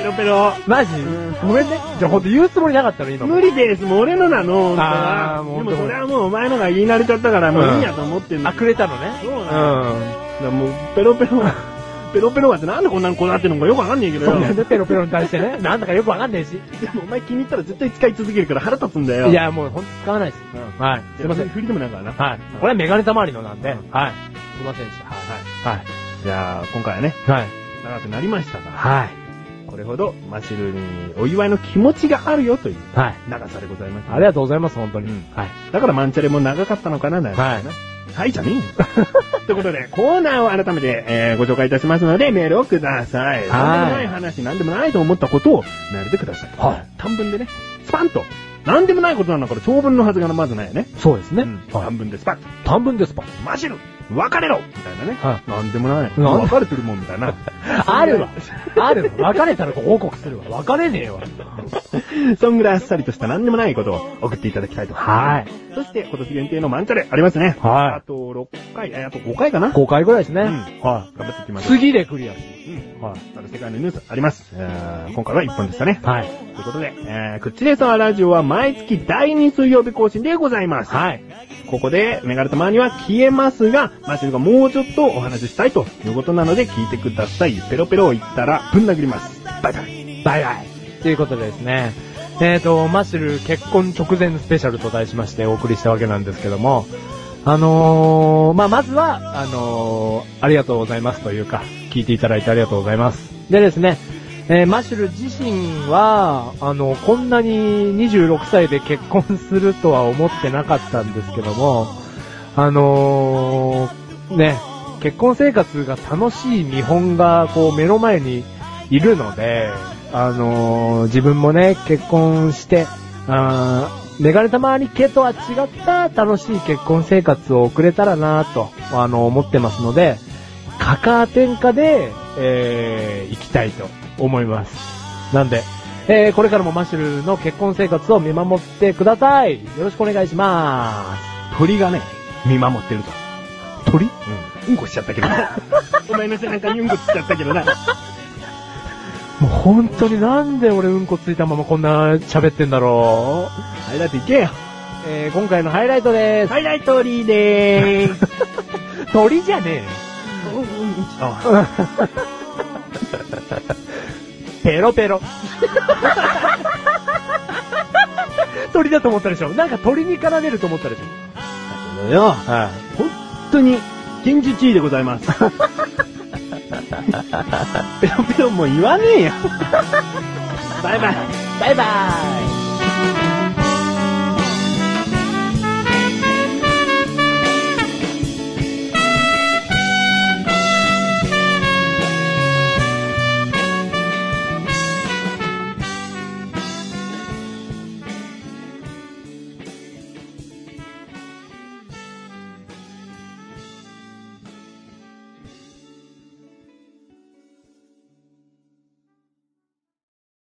Speaker 3: ペロペロ。
Speaker 1: マジ
Speaker 3: うん
Speaker 1: ごめんね。じゃあほんと言うつもりなかったの、今も。
Speaker 3: 無理です、もう俺のなの、本当
Speaker 1: あー
Speaker 3: は。
Speaker 1: もう本
Speaker 3: で
Speaker 1: 当
Speaker 3: もそれはもうお前のが言い慣れちゃったから、もういいやと思ってんの。
Speaker 1: あくれたのね。
Speaker 3: そう
Speaker 1: う
Speaker 3: なの。だからもう、ペロペロ、ペロペロはってなんでこんなにこだわってんのかよくわかんねえけどよ。
Speaker 1: ん。ペロペロに対してね、なんだかよくわかんないし。
Speaker 3: でもお前気に入ったら絶対使い続けるから腹立つんだよ。
Speaker 1: い、や、もうほんと使わないです。
Speaker 3: うん。
Speaker 1: はい。すいません。
Speaker 3: 振りでもないからな。
Speaker 1: はい。これはメガネたまわりのなんで、
Speaker 3: うん
Speaker 1: はい。すいませんでした。はい。はい。
Speaker 3: じゃあ、今回はね、
Speaker 1: はい。
Speaker 3: 長くなりましたが、
Speaker 1: はい。
Speaker 3: これほどマシルにお祝いの気持ちがあるよという
Speaker 1: はい。
Speaker 3: 長さでございました。
Speaker 1: ありがとうございます、本当に。
Speaker 3: うん
Speaker 1: はい。
Speaker 3: だからマンチャレも長かったのかな、なん
Speaker 1: はい
Speaker 3: てねはい、じゃねえよ。ということで、コーナーを改めて、えーご紹介いたしますので、メールをください。なんでもない話、なんでもないと思ったことをメールでください。
Speaker 1: はい。
Speaker 3: 短文でね、スパンと。なんでもないことなんだから長文のはずがまずないよね。
Speaker 1: そうですね。
Speaker 3: うん
Speaker 1: はい。
Speaker 3: 短文でスパッと。
Speaker 1: 短文ですパ
Speaker 3: マシル別れろみたいなね。
Speaker 1: はい
Speaker 3: なんでもない。
Speaker 1: ん
Speaker 3: もう別れてるもんみたいな。
Speaker 1: あるわ。あるわ。別れたらご報告するわ。別れねえわ。
Speaker 3: そんぐらいあっさりとした何でもないことを送っていただきたいと。
Speaker 1: はい。
Speaker 3: そして、今年限定のマンチャレありますね。あ
Speaker 1: は
Speaker 3: と6回、えあと5回かな。
Speaker 1: い。5回ぐらいですね。
Speaker 3: うん
Speaker 1: は
Speaker 3: 頑張っていき
Speaker 1: い。
Speaker 3: ましょう。
Speaker 1: 次でクリアす
Speaker 3: うん。
Speaker 1: る。はい。
Speaker 3: あの世界のニュースあります。えー今回は1本でしたね。
Speaker 1: はい。
Speaker 3: ということで、えー、クッチレーサーラジオは毎月第2水曜日更新でございます。
Speaker 1: はい。
Speaker 3: ここで、メガネたまには消えますが、マシルがもうちょっとお話ししたいということなので聞いてください。ペロペロを言ったらぶん殴ります。バイバイ。
Speaker 1: バイバイ。ということでですね。えっ、ー、と、マッシュル結婚直前スペシャルと題しましてお送りしたわけなんですけども、あのー、まあ、まずは、あのー、ありがとうございますというか、聞いていただいてありがとうございます。でですね、えーマッシュル自身は、あの、こんなに26歳で結婚するとは思ってなかったんですけども、あのーね、結婚生活が楽しい見本が、こう、目の前にいるので、あのー自分もね、結婚して、あーメガネたまわり家とは違った楽しい結婚生活を送れたらなと、あの、思ってますので、カカア天下で、えー、行きたいと思います。なんで、えー、これからもマシュルの結婚生活を見守ってください。よろしくお願いしま
Speaker 3: 鳥がね、見守ってると。
Speaker 1: す。鳥
Speaker 3: うんこしちゃったけどな。お前の背中にうんこしちゃったけどな。
Speaker 1: もう本当になんで俺うんこついたままこんな喋ってんだろう。
Speaker 3: ハイライトいけよ。
Speaker 1: えー、今回のハイライトです。
Speaker 3: ハイライトリーでーす。
Speaker 1: 鳥じゃねえよ。
Speaker 3: あ、
Speaker 1: ペロ ペロ。鳥だと思ったでしょなんか鳥に絡めると思ったでしょ
Speaker 3: だけどよ、
Speaker 1: はい。
Speaker 3: 本当に、現実位でございます。ペロペロもう言わねえよ。バイバイ。
Speaker 1: バイバーイ